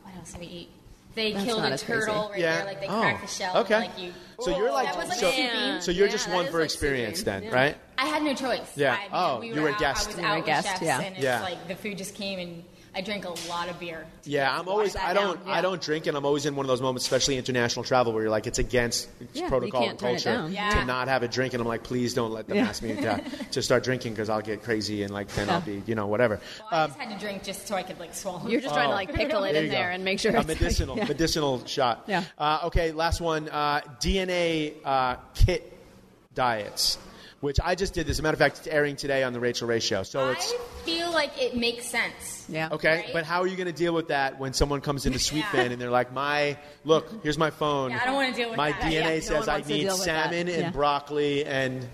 Speaker 6: What else did we eat? They
Speaker 3: That's
Speaker 6: killed
Speaker 3: not
Speaker 6: a
Speaker 3: as crazy.
Speaker 6: turtle right
Speaker 2: Yeah.
Speaker 6: there. Like they
Speaker 2: Oh,
Speaker 6: cracked the shell. and,
Speaker 2: okay.
Speaker 6: Like you.
Speaker 2: So you're like,
Speaker 6: That was like
Speaker 2: so,
Speaker 6: souping.
Speaker 2: so you're
Speaker 3: Yeah,
Speaker 2: just
Speaker 3: that
Speaker 2: one
Speaker 3: is
Speaker 2: for
Speaker 3: like
Speaker 2: experience
Speaker 3: souping.
Speaker 2: then,
Speaker 3: Yeah.
Speaker 2: right?
Speaker 6: I had no choice.
Speaker 2: Yeah.
Speaker 6: I,
Speaker 2: Oh,
Speaker 6: we
Speaker 2: you
Speaker 6: were
Speaker 2: were a
Speaker 6: out,
Speaker 2: guest.
Speaker 6: I was
Speaker 2: You
Speaker 3: were a
Speaker 6: out with
Speaker 3: guest,
Speaker 6: chefs,
Speaker 3: yeah.
Speaker 6: And it's
Speaker 2: Yeah.
Speaker 6: like the food just came, and I drank a lot of beer.
Speaker 2: Yeah, I'm always.
Speaker 3: that
Speaker 2: I don't.
Speaker 3: down, yeah.
Speaker 2: I don't drink, and I'm always in one of those moments, especially international travel, where you're like, it's against
Speaker 3: Yeah, you
Speaker 2: protocol
Speaker 3: can't
Speaker 2: and
Speaker 3: turn it
Speaker 2: culture
Speaker 3: down.
Speaker 6: Yeah.
Speaker 2: to not have a drink, and I'm like, please don't let them ask me to, to start drinking because I'll get crazy and like then I'll be, you know, whatever.
Speaker 6: Well, I just had to drink just so I could like swallow.
Speaker 3: You're just trying to like pickle
Speaker 2: um, Oh.
Speaker 3: it
Speaker 2: There
Speaker 3: in
Speaker 2: you go.
Speaker 3: there and make sure
Speaker 2: a
Speaker 3: it's like-
Speaker 2: medicinal
Speaker 3: yeah.
Speaker 2: medicinal shot.
Speaker 3: Yeah.
Speaker 2: Uh, okay, last one. Uh, DNA uh, kit diets, which I just did. As a matter of fact, it's airing today on the Rachel Ray Show. So
Speaker 6: I
Speaker 2: it's
Speaker 6: feel like it makes sense.
Speaker 3: Yeah.
Speaker 2: Okay,
Speaker 6: Right?
Speaker 2: but how are you going to deal with that when someone comes into Sweet
Speaker 6: Yeah.
Speaker 2: Bin and they're like, "My look, here's my phone.
Speaker 6: Yeah, I don't wanna deal with
Speaker 2: my
Speaker 6: that.
Speaker 2: DNA
Speaker 6: Yeah, no
Speaker 3: one
Speaker 2: says I
Speaker 3: wants to
Speaker 2: need
Speaker 3: deal with that.
Speaker 2: salmon and
Speaker 3: Yeah.
Speaker 2: broccoli and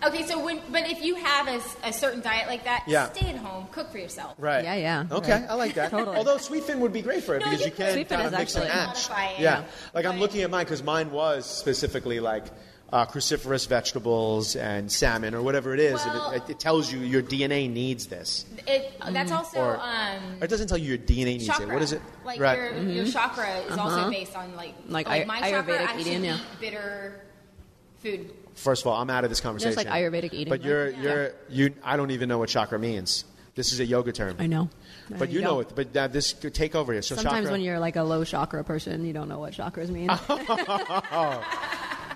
Speaker 6: Okay, so when, but if you have a, s- a certain diet like that,
Speaker 2: Yeah.
Speaker 6: stay at home, cook for yourself.
Speaker 2: right.
Speaker 3: Yeah, yeah,
Speaker 2: Okay,
Speaker 3: right.
Speaker 2: I like that.
Speaker 3: Totally.
Speaker 2: Although Sweet Fin would be great for it
Speaker 6: No,
Speaker 2: because
Speaker 6: you
Speaker 2: you
Speaker 6: could.
Speaker 2: can
Speaker 3: Sweet Fin
Speaker 2: kind of
Speaker 3: is
Speaker 2: mix and
Speaker 3: actually-
Speaker 2: match.
Speaker 6: Modify it.
Speaker 2: Yeah,
Speaker 6: Yeah.
Speaker 2: like I'm
Speaker 6: But-
Speaker 2: looking at mine because mine was specifically like. Uh, cruciferous vegetables and salmon, or whatever it is,
Speaker 6: Well-
Speaker 2: and it, it tells you your DNA needs this.
Speaker 6: It,
Speaker 3: Mm-hmm.
Speaker 6: That's also
Speaker 2: Or-
Speaker 6: um,
Speaker 2: Or it doesn't tell you your DNA needs
Speaker 6: chakra.
Speaker 2: it. What is it?
Speaker 6: Like your, your chakra is also based on like
Speaker 3: Mm-hmm. Uh-huh. Like
Speaker 6: oh,
Speaker 3: Ay-
Speaker 6: my chakra.
Speaker 3: Ayurvedic
Speaker 6: I should
Speaker 3: eating, yeah.
Speaker 6: eat bitter food.
Speaker 2: First of all, I'm out of this conversation.
Speaker 3: like Ayurvedic eating,
Speaker 2: But
Speaker 3: right?
Speaker 2: you're
Speaker 3: Yeah.
Speaker 2: you're you. I don't even know what chakra means. This is a yoga term.
Speaker 3: I know. I
Speaker 2: But you know
Speaker 3: don't.
Speaker 2: it. But that, this could take over here. So
Speaker 3: Sometimes
Speaker 2: chakra.
Speaker 3: when you're like a low chakra person, you don't know what chakras mean.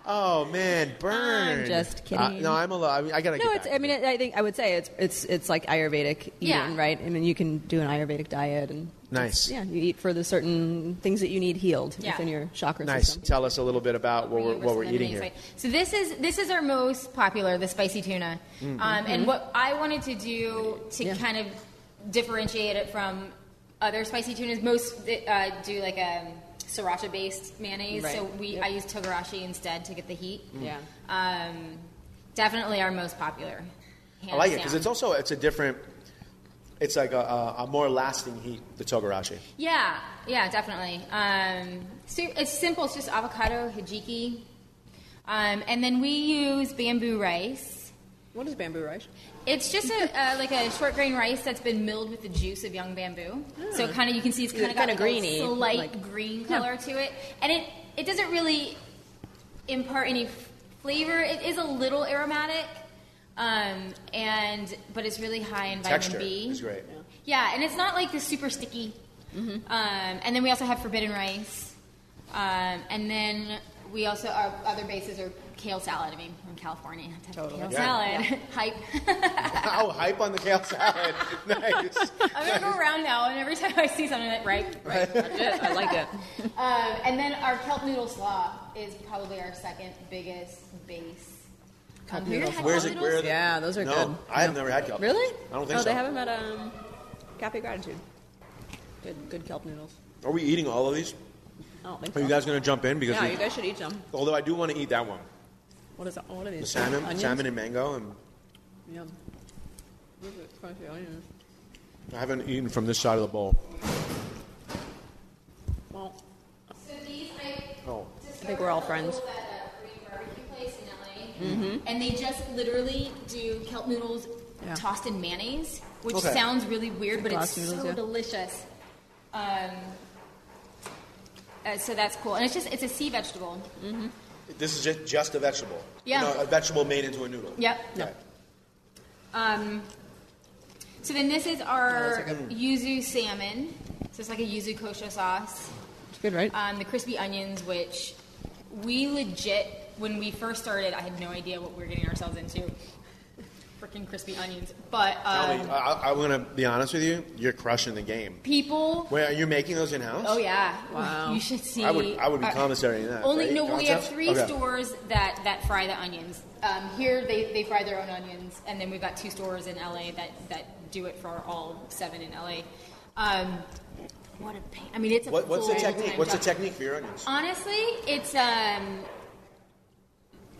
Speaker 2: oh man, burn.
Speaker 3: I'm just
Speaker 2: Uh,
Speaker 3: kidding.
Speaker 2: no, I'm a. lo- I, mean, I gotta.
Speaker 3: no,
Speaker 2: get
Speaker 3: it's.
Speaker 2: back
Speaker 3: I
Speaker 2: to
Speaker 3: mean,
Speaker 2: it.
Speaker 3: it, I think I would say it's it's it's like Ayurvedic eating,
Speaker 6: Yeah.
Speaker 3: right? I mean, you can do an Ayurvedic diet and
Speaker 2: Nice.
Speaker 3: it's- Yeah, you eat for the certain things that you need healed
Speaker 6: Yeah.
Speaker 3: within your chakra
Speaker 2: nice.
Speaker 3: system.
Speaker 2: Tell us a little bit about what we're
Speaker 6: with
Speaker 2: what we're
Speaker 6: lemonade
Speaker 2: eating here.
Speaker 6: slice. So this is this is our most popular, the spicy tuna.
Speaker 2: Mm-hmm.
Speaker 6: Um, and what I wanted to do to
Speaker 3: Mm-hmm. Yeah.
Speaker 6: kind of differentiate it from other spicy tunas, most uh, do like a sriracha based mayonnaise. So
Speaker 3: Right.
Speaker 6: we I use togarashi instead to get the heat.
Speaker 2: Mm-hmm.
Speaker 3: Yeah.
Speaker 6: Um, definitely our most popular.
Speaker 2: I like it because it's also it's a different. It's like a, a, a more lasting heat. The togarashi.
Speaker 6: Yeah, yeah, definitely. Um, so it's simple. It's just avocado, hijiki, um, and then we use bamboo rice.
Speaker 3: What is bamboo rice?
Speaker 6: It's just a, uh, like a short grain rice that's been milled with the juice of young bamboo. So kind of you can see it's kind of got
Speaker 3: Hmm. Kinda
Speaker 6: like
Speaker 3: greeny,
Speaker 6: a slight
Speaker 3: like-
Speaker 6: green color to it, and it it doesn't really impart any f- flavor. It is a little aromatic, um, and but it's really high in vitamin
Speaker 2: Texture
Speaker 6: B.
Speaker 2: is great.
Speaker 6: Yeah, and it's not like this super sticky.
Speaker 2: Mm-hmm.
Speaker 6: Um, and then we also have forbidden rice. Um, and then we also, our other bases are kale salad. I mean, I'm California. I have to have
Speaker 3: Totally.
Speaker 6: kale
Speaker 2: Yeah.
Speaker 6: salad. Hype.
Speaker 2: oh, hype on the kale salad. nice.
Speaker 6: I'm going to go around now, and every time I see something, I'm like, right, right.
Speaker 3: I like it.
Speaker 6: Um, and then our kelp noodle slaw is probably our second biggest base. Um, have you ever
Speaker 3: noodle
Speaker 6: had
Speaker 2: Where's
Speaker 6: kelp
Speaker 2: it? Where are
Speaker 6: noodles?
Speaker 2: the,
Speaker 3: Yeah, those are
Speaker 2: no,
Speaker 3: good.
Speaker 2: I have never had kelp.
Speaker 3: Really?
Speaker 2: I don't think
Speaker 3: oh,
Speaker 2: so.
Speaker 3: they have them at um, Cafe Gratitude. Good, good kelp noodles.
Speaker 2: Are we eating all of these?
Speaker 3: I don't think
Speaker 2: Are
Speaker 3: so.
Speaker 2: Oh, you guys going to jump in? Because
Speaker 3: yeah,
Speaker 2: we-
Speaker 3: you guys should eat them.
Speaker 2: although I do want to eat that one,
Speaker 3: What is that? What are these?
Speaker 2: the salmon,
Speaker 3: Onions?
Speaker 2: salmon and mango, and
Speaker 3: Yum. Those are crunchy onions.
Speaker 2: I haven't eaten from this side of the bowl.
Speaker 3: Well,
Speaker 6: So these, I,
Speaker 2: Oh.
Speaker 3: I think we're all friends. Mm-hmm.
Speaker 6: At a Korean barbecue place in LA, and they just literally do kelp noodles
Speaker 3: Yeah.
Speaker 6: tossed in mayonnaise, which
Speaker 2: Okay.
Speaker 6: sounds really weird, but
Speaker 3: Glass
Speaker 6: it's
Speaker 3: noodles,
Speaker 6: so
Speaker 3: yeah.
Speaker 6: delicious. Um, uh, so that's cool, and it's just it's a sea vegetable.
Speaker 3: Mm-hmm.
Speaker 2: This is just, just a vegetable.
Speaker 6: Yeah.
Speaker 2: No, a vegetable made into a noodle.
Speaker 6: Yep.
Speaker 2: Okay.
Speaker 6: Um, so then this is our yuzu salmon. So it's like a yuzu kosher sauce.
Speaker 3: It's good, right?
Speaker 6: um, the crispy onions, which we legit, when we first started, I had no idea what we were getting ourselves into. Freaking crispy onions. But
Speaker 2: Allie,
Speaker 6: um,
Speaker 2: I, I want to be honest with you. You're crushing the game.
Speaker 6: people.
Speaker 2: Wait, are you making those in house?
Speaker 6: Oh yeah!
Speaker 3: Wow.
Speaker 6: You should see.
Speaker 2: I would- I would be
Speaker 6: uh,
Speaker 2: commissarying that,
Speaker 6: Only
Speaker 2: right?
Speaker 6: no, we have
Speaker 2: Concept?
Speaker 6: three
Speaker 2: Okay.
Speaker 6: stores that that fry the onions. Um, here they, they fry their own onions, and then we've got two stores in LA that that do it for all seven in LA. Um, what a pain! I mean, it's a
Speaker 2: What, what's the
Speaker 6: full-time
Speaker 2: technique? What's the
Speaker 6: job.
Speaker 2: technique for your
Speaker 6: Um,
Speaker 2: onions?
Speaker 6: Honestly, it's um,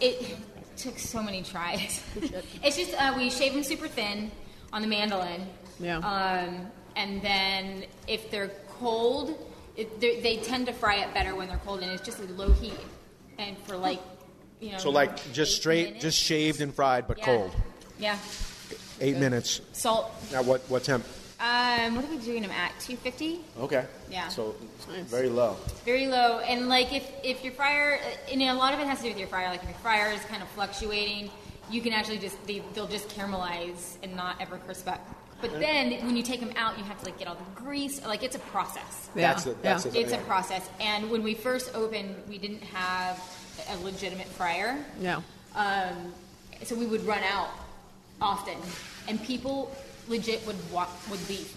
Speaker 6: it took so many tries. it's just uh, we shave them super thin on the mandolin.
Speaker 3: Yeah.
Speaker 6: Um, and then if they're cold, it, they they tend to fry it better when they're cold, and it's just a low heat, and for like, you know.
Speaker 2: So like just
Speaker 6: eight
Speaker 2: straight,
Speaker 6: minutes.
Speaker 2: just shaved and fried, but
Speaker 6: Yeah.
Speaker 2: cold.
Speaker 6: Yeah.
Speaker 2: Eight minutes.
Speaker 6: Salt.
Speaker 2: Now what? What temp?
Speaker 6: Um, what are we doing them at? Two fifty.
Speaker 2: Okay.
Speaker 6: Yeah.
Speaker 2: So very low.
Speaker 6: Very low, and like if if your fryer, and a lot of it has to do with your fryer. Like if your fryer is kind of fluctuating, you can actually just they, they'll just caramelize and not ever crisp up. But then when you take them out, you have to like get all the grease. Like it's a process.
Speaker 2: That's the- that's the-
Speaker 6: It's a
Speaker 2: yeah.
Speaker 6: process. And when we first opened, we didn't have a legitimate fryer.
Speaker 3: No.
Speaker 6: Um, so we would run out often, and people legit would walk would leave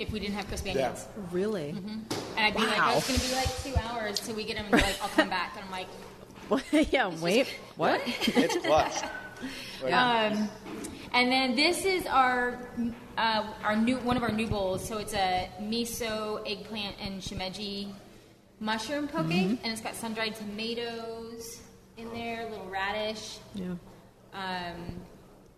Speaker 6: if we didn't have crispy
Speaker 2: Yeah.
Speaker 6: onions.
Speaker 3: Really?
Speaker 6: And I'd be like, oh,
Speaker 3: Wow.
Speaker 6: it's gonna be like two hours till we get them. And they're like, I'll come back, and I'm like,
Speaker 3: yeah. Wait. What?
Speaker 2: It's clutch.
Speaker 6: um, and then this is our uh, our new one of our new bowls. So it's a miso, eggplant, and shimeji mushroom poke,
Speaker 3: Mm-hmm.
Speaker 6: and it's got sun dried tomatoes in there, little radish.
Speaker 3: yeah.
Speaker 6: Um,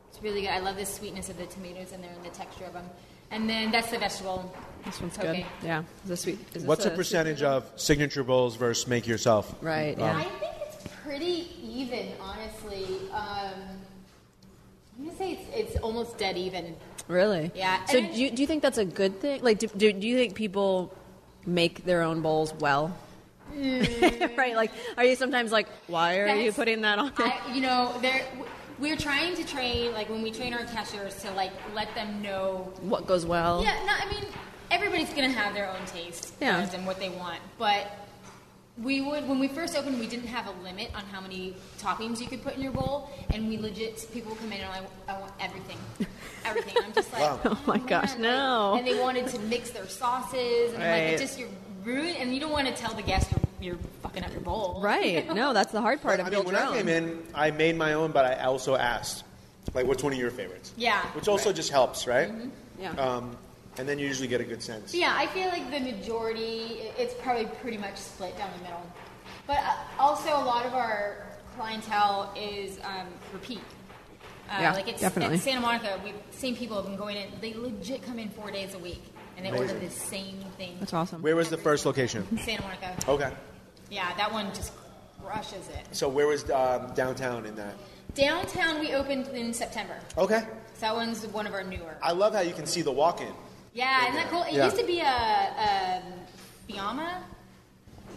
Speaker 6: it's really good. I love the sweetness of the tomatoes in there and the texture of them. And then that's the vegetable.
Speaker 3: This one's
Speaker 6: poke.
Speaker 3: good. Yeah. Is this sweet? Is this
Speaker 2: What's the
Speaker 3: a-
Speaker 2: percentage of signature bowls versus make yourself?
Speaker 3: Right.
Speaker 2: Um,
Speaker 6: I think it's pretty even, honestly. Um, I'm gonna say it's, it's almost dead even.
Speaker 3: Really?
Speaker 6: Yeah,
Speaker 3: So
Speaker 6: and I-
Speaker 3: do you, do you think that's a good thing? Like, do, do, do you think people make their own bowls well? right? Like, are you sometimes like, why are you
Speaker 6: That's-
Speaker 3: putting that on? there?
Speaker 6: I, you know, there. We're trying to train, like when we train our cashiers, to like let them know.
Speaker 3: what goes well?
Speaker 6: Yeah, no, I mean, everybody's gonna have their own taste
Speaker 3: Yeah.
Speaker 6: buds and what they want, but we would when we first opened, we didn't have a limit on how many toppings you could put in your bowl, and we legit people come in and like, I want everything, everything. I'm just like, "Mm,
Speaker 3: Oh my gosh,
Speaker 6: like-
Speaker 3: no.
Speaker 6: And they wanted to mix their sauces, and I'm like,
Speaker 3: Right.
Speaker 6: it's just you're ruin, and you don't want to tell the guest you're, you're fucking up your bowl,
Speaker 3: Right. No, that's the hard part of
Speaker 2: I mean,
Speaker 3: build
Speaker 2: when
Speaker 3: your
Speaker 2: I
Speaker 3: own.
Speaker 2: came in, I made my own, but I also asked, like, what's one of your favorites?
Speaker 6: Yeah. Mm-hmm.
Speaker 2: Which also just helps, right?
Speaker 3: yeah.
Speaker 2: Um, and then you usually get a good sense.
Speaker 6: So yeah, I feel like the majority, it's probably pretty much split down the middle. But uh, also, a lot of our clientele is um, repeat. Uh,
Speaker 3: Yeah,
Speaker 6: like it's,
Speaker 3: definitely.
Speaker 6: At Santa Monica, we same people have been going in. They legit come in four days a week, and they order the same thing.
Speaker 3: that's awesome.
Speaker 2: Where was the first location?
Speaker 6: Santa Monica.
Speaker 2: Okay.
Speaker 6: Yeah, that one just crushes it.
Speaker 2: So where was um, downtown in that?
Speaker 6: Downtown, we opened in September.
Speaker 2: Okay.
Speaker 6: So that one's one of our newer.
Speaker 2: I love how you can see the walk-in.
Speaker 6: Yeah, isn't that cool? It
Speaker 2: Yeah.
Speaker 6: used to be a, a um, Fiamma,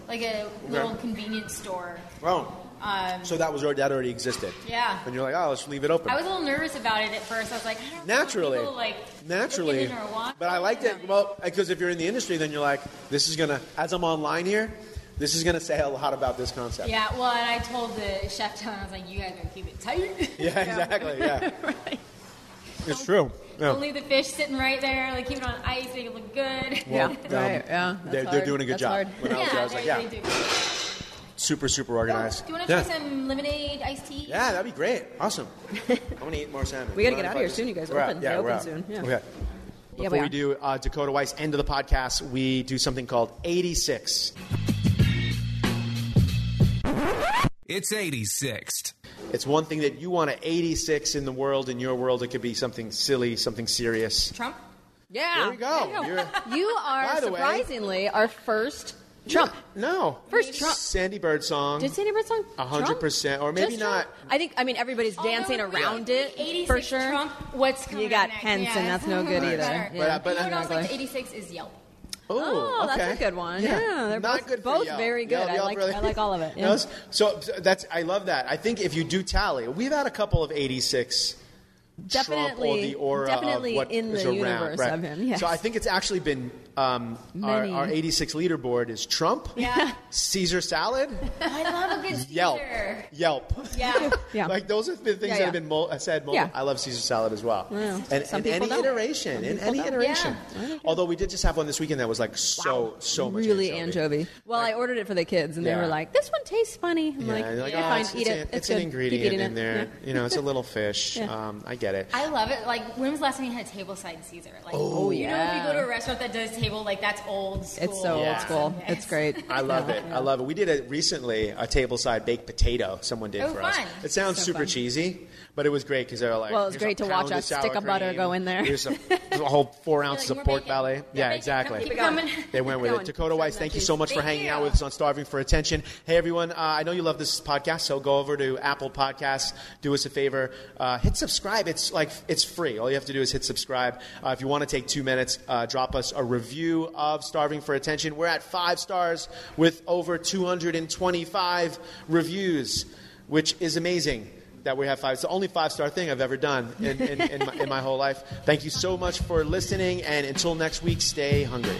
Speaker 6: like a little
Speaker 2: Okay.
Speaker 6: convenience store.
Speaker 2: Oh.
Speaker 6: Um,
Speaker 2: So that was already, that already existed.
Speaker 6: Yeah.
Speaker 2: And you're like, oh, let's leave it open.
Speaker 6: I was a little nervous about it at first. I was like, I don't know,
Speaker 2: Naturally.
Speaker 6: people, like
Speaker 2: Naturally.
Speaker 6: look at it or want
Speaker 2: But I liked it. Well, because if you're in the industry, then you're like, this is going to, as I'm online here, this is going to say a lot about this concept.
Speaker 6: yeah. Well, and I told the chef John, I was like, you guys gotta keep it tight.
Speaker 2: Yeah, exactly. Yeah.
Speaker 3: Right.
Speaker 2: It's true. Yeah.
Speaker 6: Only the fish sitting right there. Like keep it on ice, make it look good.
Speaker 3: Yeah.
Speaker 2: Um,
Speaker 3: right. Yeah. That's
Speaker 2: they're, they're
Speaker 3: hard.
Speaker 2: doing a good
Speaker 3: That's
Speaker 2: job.
Speaker 3: hard.
Speaker 2: When I was there, I was
Speaker 6: they-
Speaker 2: like, yeah,
Speaker 6: they do.
Speaker 2: super, super
Speaker 6: Oh, Do you
Speaker 2: organized.
Speaker 6: want to
Speaker 2: yeah.
Speaker 6: try some lemonade iced tea?
Speaker 2: Yeah, that'd be great. Awesome. I'm gonna eat more salmon.
Speaker 3: We gotta
Speaker 2: Mind if
Speaker 3: get out of
Speaker 2: I
Speaker 3: here
Speaker 2: just-
Speaker 3: soon, you guys.
Speaker 2: We're out.
Speaker 3: Open.
Speaker 2: Yeah,
Speaker 3: We're
Speaker 2: we're
Speaker 3: open
Speaker 2: out.
Speaker 3: soon, yeah.
Speaker 2: Okay.
Speaker 3: Yeah,
Speaker 2: Before
Speaker 3: we
Speaker 2: we
Speaker 3: are.
Speaker 2: do uh, Dakota Weiss end of the podcast, we do something called 86.
Speaker 1: It's 86th.
Speaker 2: It's one thing that you want to 86 in the world, in your world. It could be something silly, something serious.
Speaker 6: Trump.
Speaker 3: Yeah.
Speaker 2: There we go. You're-
Speaker 3: You are
Speaker 2: By the way-
Speaker 3: surprisingly our first Trump.
Speaker 2: no.
Speaker 3: First Trump-
Speaker 2: Sandy Bird song.
Speaker 3: Did Sandy Bird song?
Speaker 2: A hundred
Speaker 3: Trump?
Speaker 2: percent, or maybe
Speaker 3: Just Trump?
Speaker 2: not.
Speaker 3: I think. I mean, everybody's
Speaker 6: Although
Speaker 3: dancing
Speaker 6: if we
Speaker 3: around
Speaker 6: look
Speaker 3: it
Speaker 6: at 86
Speaker 3: for sure.
Speaker 6: Trump, what's coming
Speaker 3: You got
Speaker 6: up next?
Speaker 3: Pence, and that's no good either.
Speaker 6: better.
Speaker 3: Yeah.
Speaker 2: But- but-
Speaker 6: you know what else like
Speaker 3: Exactly.
Speaker 6: the 86 is Yelp.
Speaker 3: Oh,
Speaker 2: okay.
Speaker 3: that's a good one. Yeah, they're
Speaker 2: Not
Speaker 3: both-
Speaker 2: good for
Speaker 3: both
Speaker 2: Yelp.
Speaker 3: very good.
Speaker 2: Yelp-
Speaker 3: I
Speaker 2: Yelp
Speaker 3: like- I like all of it,
Speaker 2: No,
Speaker 3: yeah.
Speaker 2: that's- so, so that's I love that. I think if you do tally, we've had a couple of eighty six. Trump or
Speaker 3: Definitely-
Speaker 2: the aura
Speaker 3: definitely
Speaker 2: of what
Speaker 3: in
Speaker 2: is
Speaker 3: the
Speaker 2: around,
Speaker 3: universe
Speaker 2: right.
Speaker 3: of him, yes.
Speaker 2: So I think it's actually been um, our,
Speaker 3: Many.
Speaker 2: our 86 leaderboard is Trump,
Speaker 6: Yeah.
Speaker 2: Caesar salad,
Speaker 6: I love a good
Speaker 2: Yelp,
Speaker 6: Caesar.
Speaker 2: Yelp.
Speaker 6: Yeah.
Speaker 3: Yeah.
Speaker 2: Like those have been things
Speaker 3: Yeah,
Speaker 2: that
Speaker 3: yeah.
Speaker 2: have been mul- uh, said. Mul-
Speaker 3: Yeah.
Speaker 2: I love Caesar salad as well.
Speaker 3: Yeah.
Speaker 2: And
Speaker 3: Some
Speaker 2: in any
Speaker 3: people don't.
Speaker 2: iteration, in any
Speaker 3: don't.
Speaker 2: iteration.
Speaker 3: Yeah. I don't
Speaker 2: Although we did just have one this weekend that was like so so much
Speaker 3: really anchovy. Well, I ordered it for the kids, and they
Speaker 2: Yeah.
Speaker 3: were like, "This one tastes funny." I'm
Speaker 2: Yeah,
Speaker 3: like,
Speaker 2: and you're like,
Speaker 3: "You're
Speaker 2: "Oh,
Speaker 3: fine,
Speaker 2: it's,
Speaker 3: eat
Speaker 2: it's
Speaker 3: it.
Speaker 2: an-
Speaker 3: it's
Speaker 2: it's
Speaker 3: good.
Speaker 2: an
Speaker 3: Keep
Speaker 2: ingredient
Speaker 3: eating
Speaker 2: in
Speaker 3: it."
Speaker 2: there.
Speaker 3: Yeah.
Speaker 2: You know, it's a little fish.
Speaker 3: Yeah.
Speaker 2: um, I get it.
Speaker 6: I love it. Like, when was the last time you had a table side Caesar? Like, oh you know, if
Speaker 3: yeah.
Speaker 6: you go to a restaurant that does table, like that's old school.
Speaker 3: It's so
Speaker 2: Yeah.
Speaker 3: old school.
Speaker 6: Yes.
Speaker 3: It's great.
Speaker 2: I love it. I love it. We did it recently, a tableside baked potato someone did
Speaker 6: Oh,
Speaker 2: for
Speaker 6: fun.
Speaker 2: us. It sounds
Speaker 3: So
Speaker 2: super
Speaker 3: fun.
Speaker 2: cheesy, but it was great because they were like,
Speaker 3: Well, it was
Speaker 2: "Here's
Speaker 3: great
Speaker 2: a
Speaker 3: to watch
Speaker 2: pound of
Speaker 3: us stick
Speaker 2: sour
Speaker 3: a butter
Speaker 2: cream.
Speaker 3: go in there."
Speaker 2: Here's a, a whole four ounces
Speaker 6: like,
Speaker 2: of
Speaker 6: "We're
Speaker 2: pork
Speaker 6: baking.
Speaker 2: belly.
Speaker 6: We're
Speaker 2: Yeah,
Speaker 6: baking.
Speaker 2: exactly.
Speaker 6: Keep going.
Speaker 2: They went with it. Dakota Weiss, thank you so much for
Speaker 6: Thank
Speaker 2: hanging
Speaker 6: you.
Speaker 2: out with us on Starving for Attention. Hey, everyone, uh, I know you love this podcast, so go over to Apple Podcasts. Do us a favor, uh, hit subscribe. It's like it's free. All you have to do is hit subscribe. Uh, if you want to take two minutes, uh, drop us a review of Starving for Attention. We're at five stars with over 225 reviews, which is amazing.
Speaker 10: that we have five. It's the only five star thing I've ever done in, in, in, my, in my whole life. Thank you so much for listening, and until next week, stay hungry.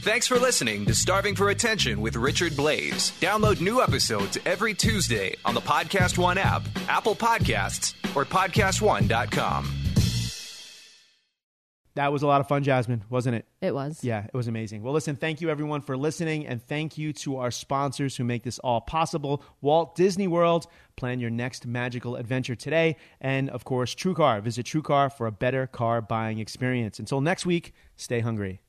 Speaker 1: Thanks for listening to Starving for Attention with Richard Blaze. Download new episodes every Tuesday on the Podcast One app, Apple Podcasts, or PodcastOne.com.
Speaker 2: That was a lot of fun, Jasmine, wasn't it?
Speaker 11: It was.
Speaker 2: Yeah, it was amazing. Well, listen, thank you everyone for listening, and thank you to our sponsors who make this all possible Walt Disney World. Plan your next magical adventure today. And of course, TrueCar. Visit TrueCar for a better car buying experience. Until next week, stay hungry.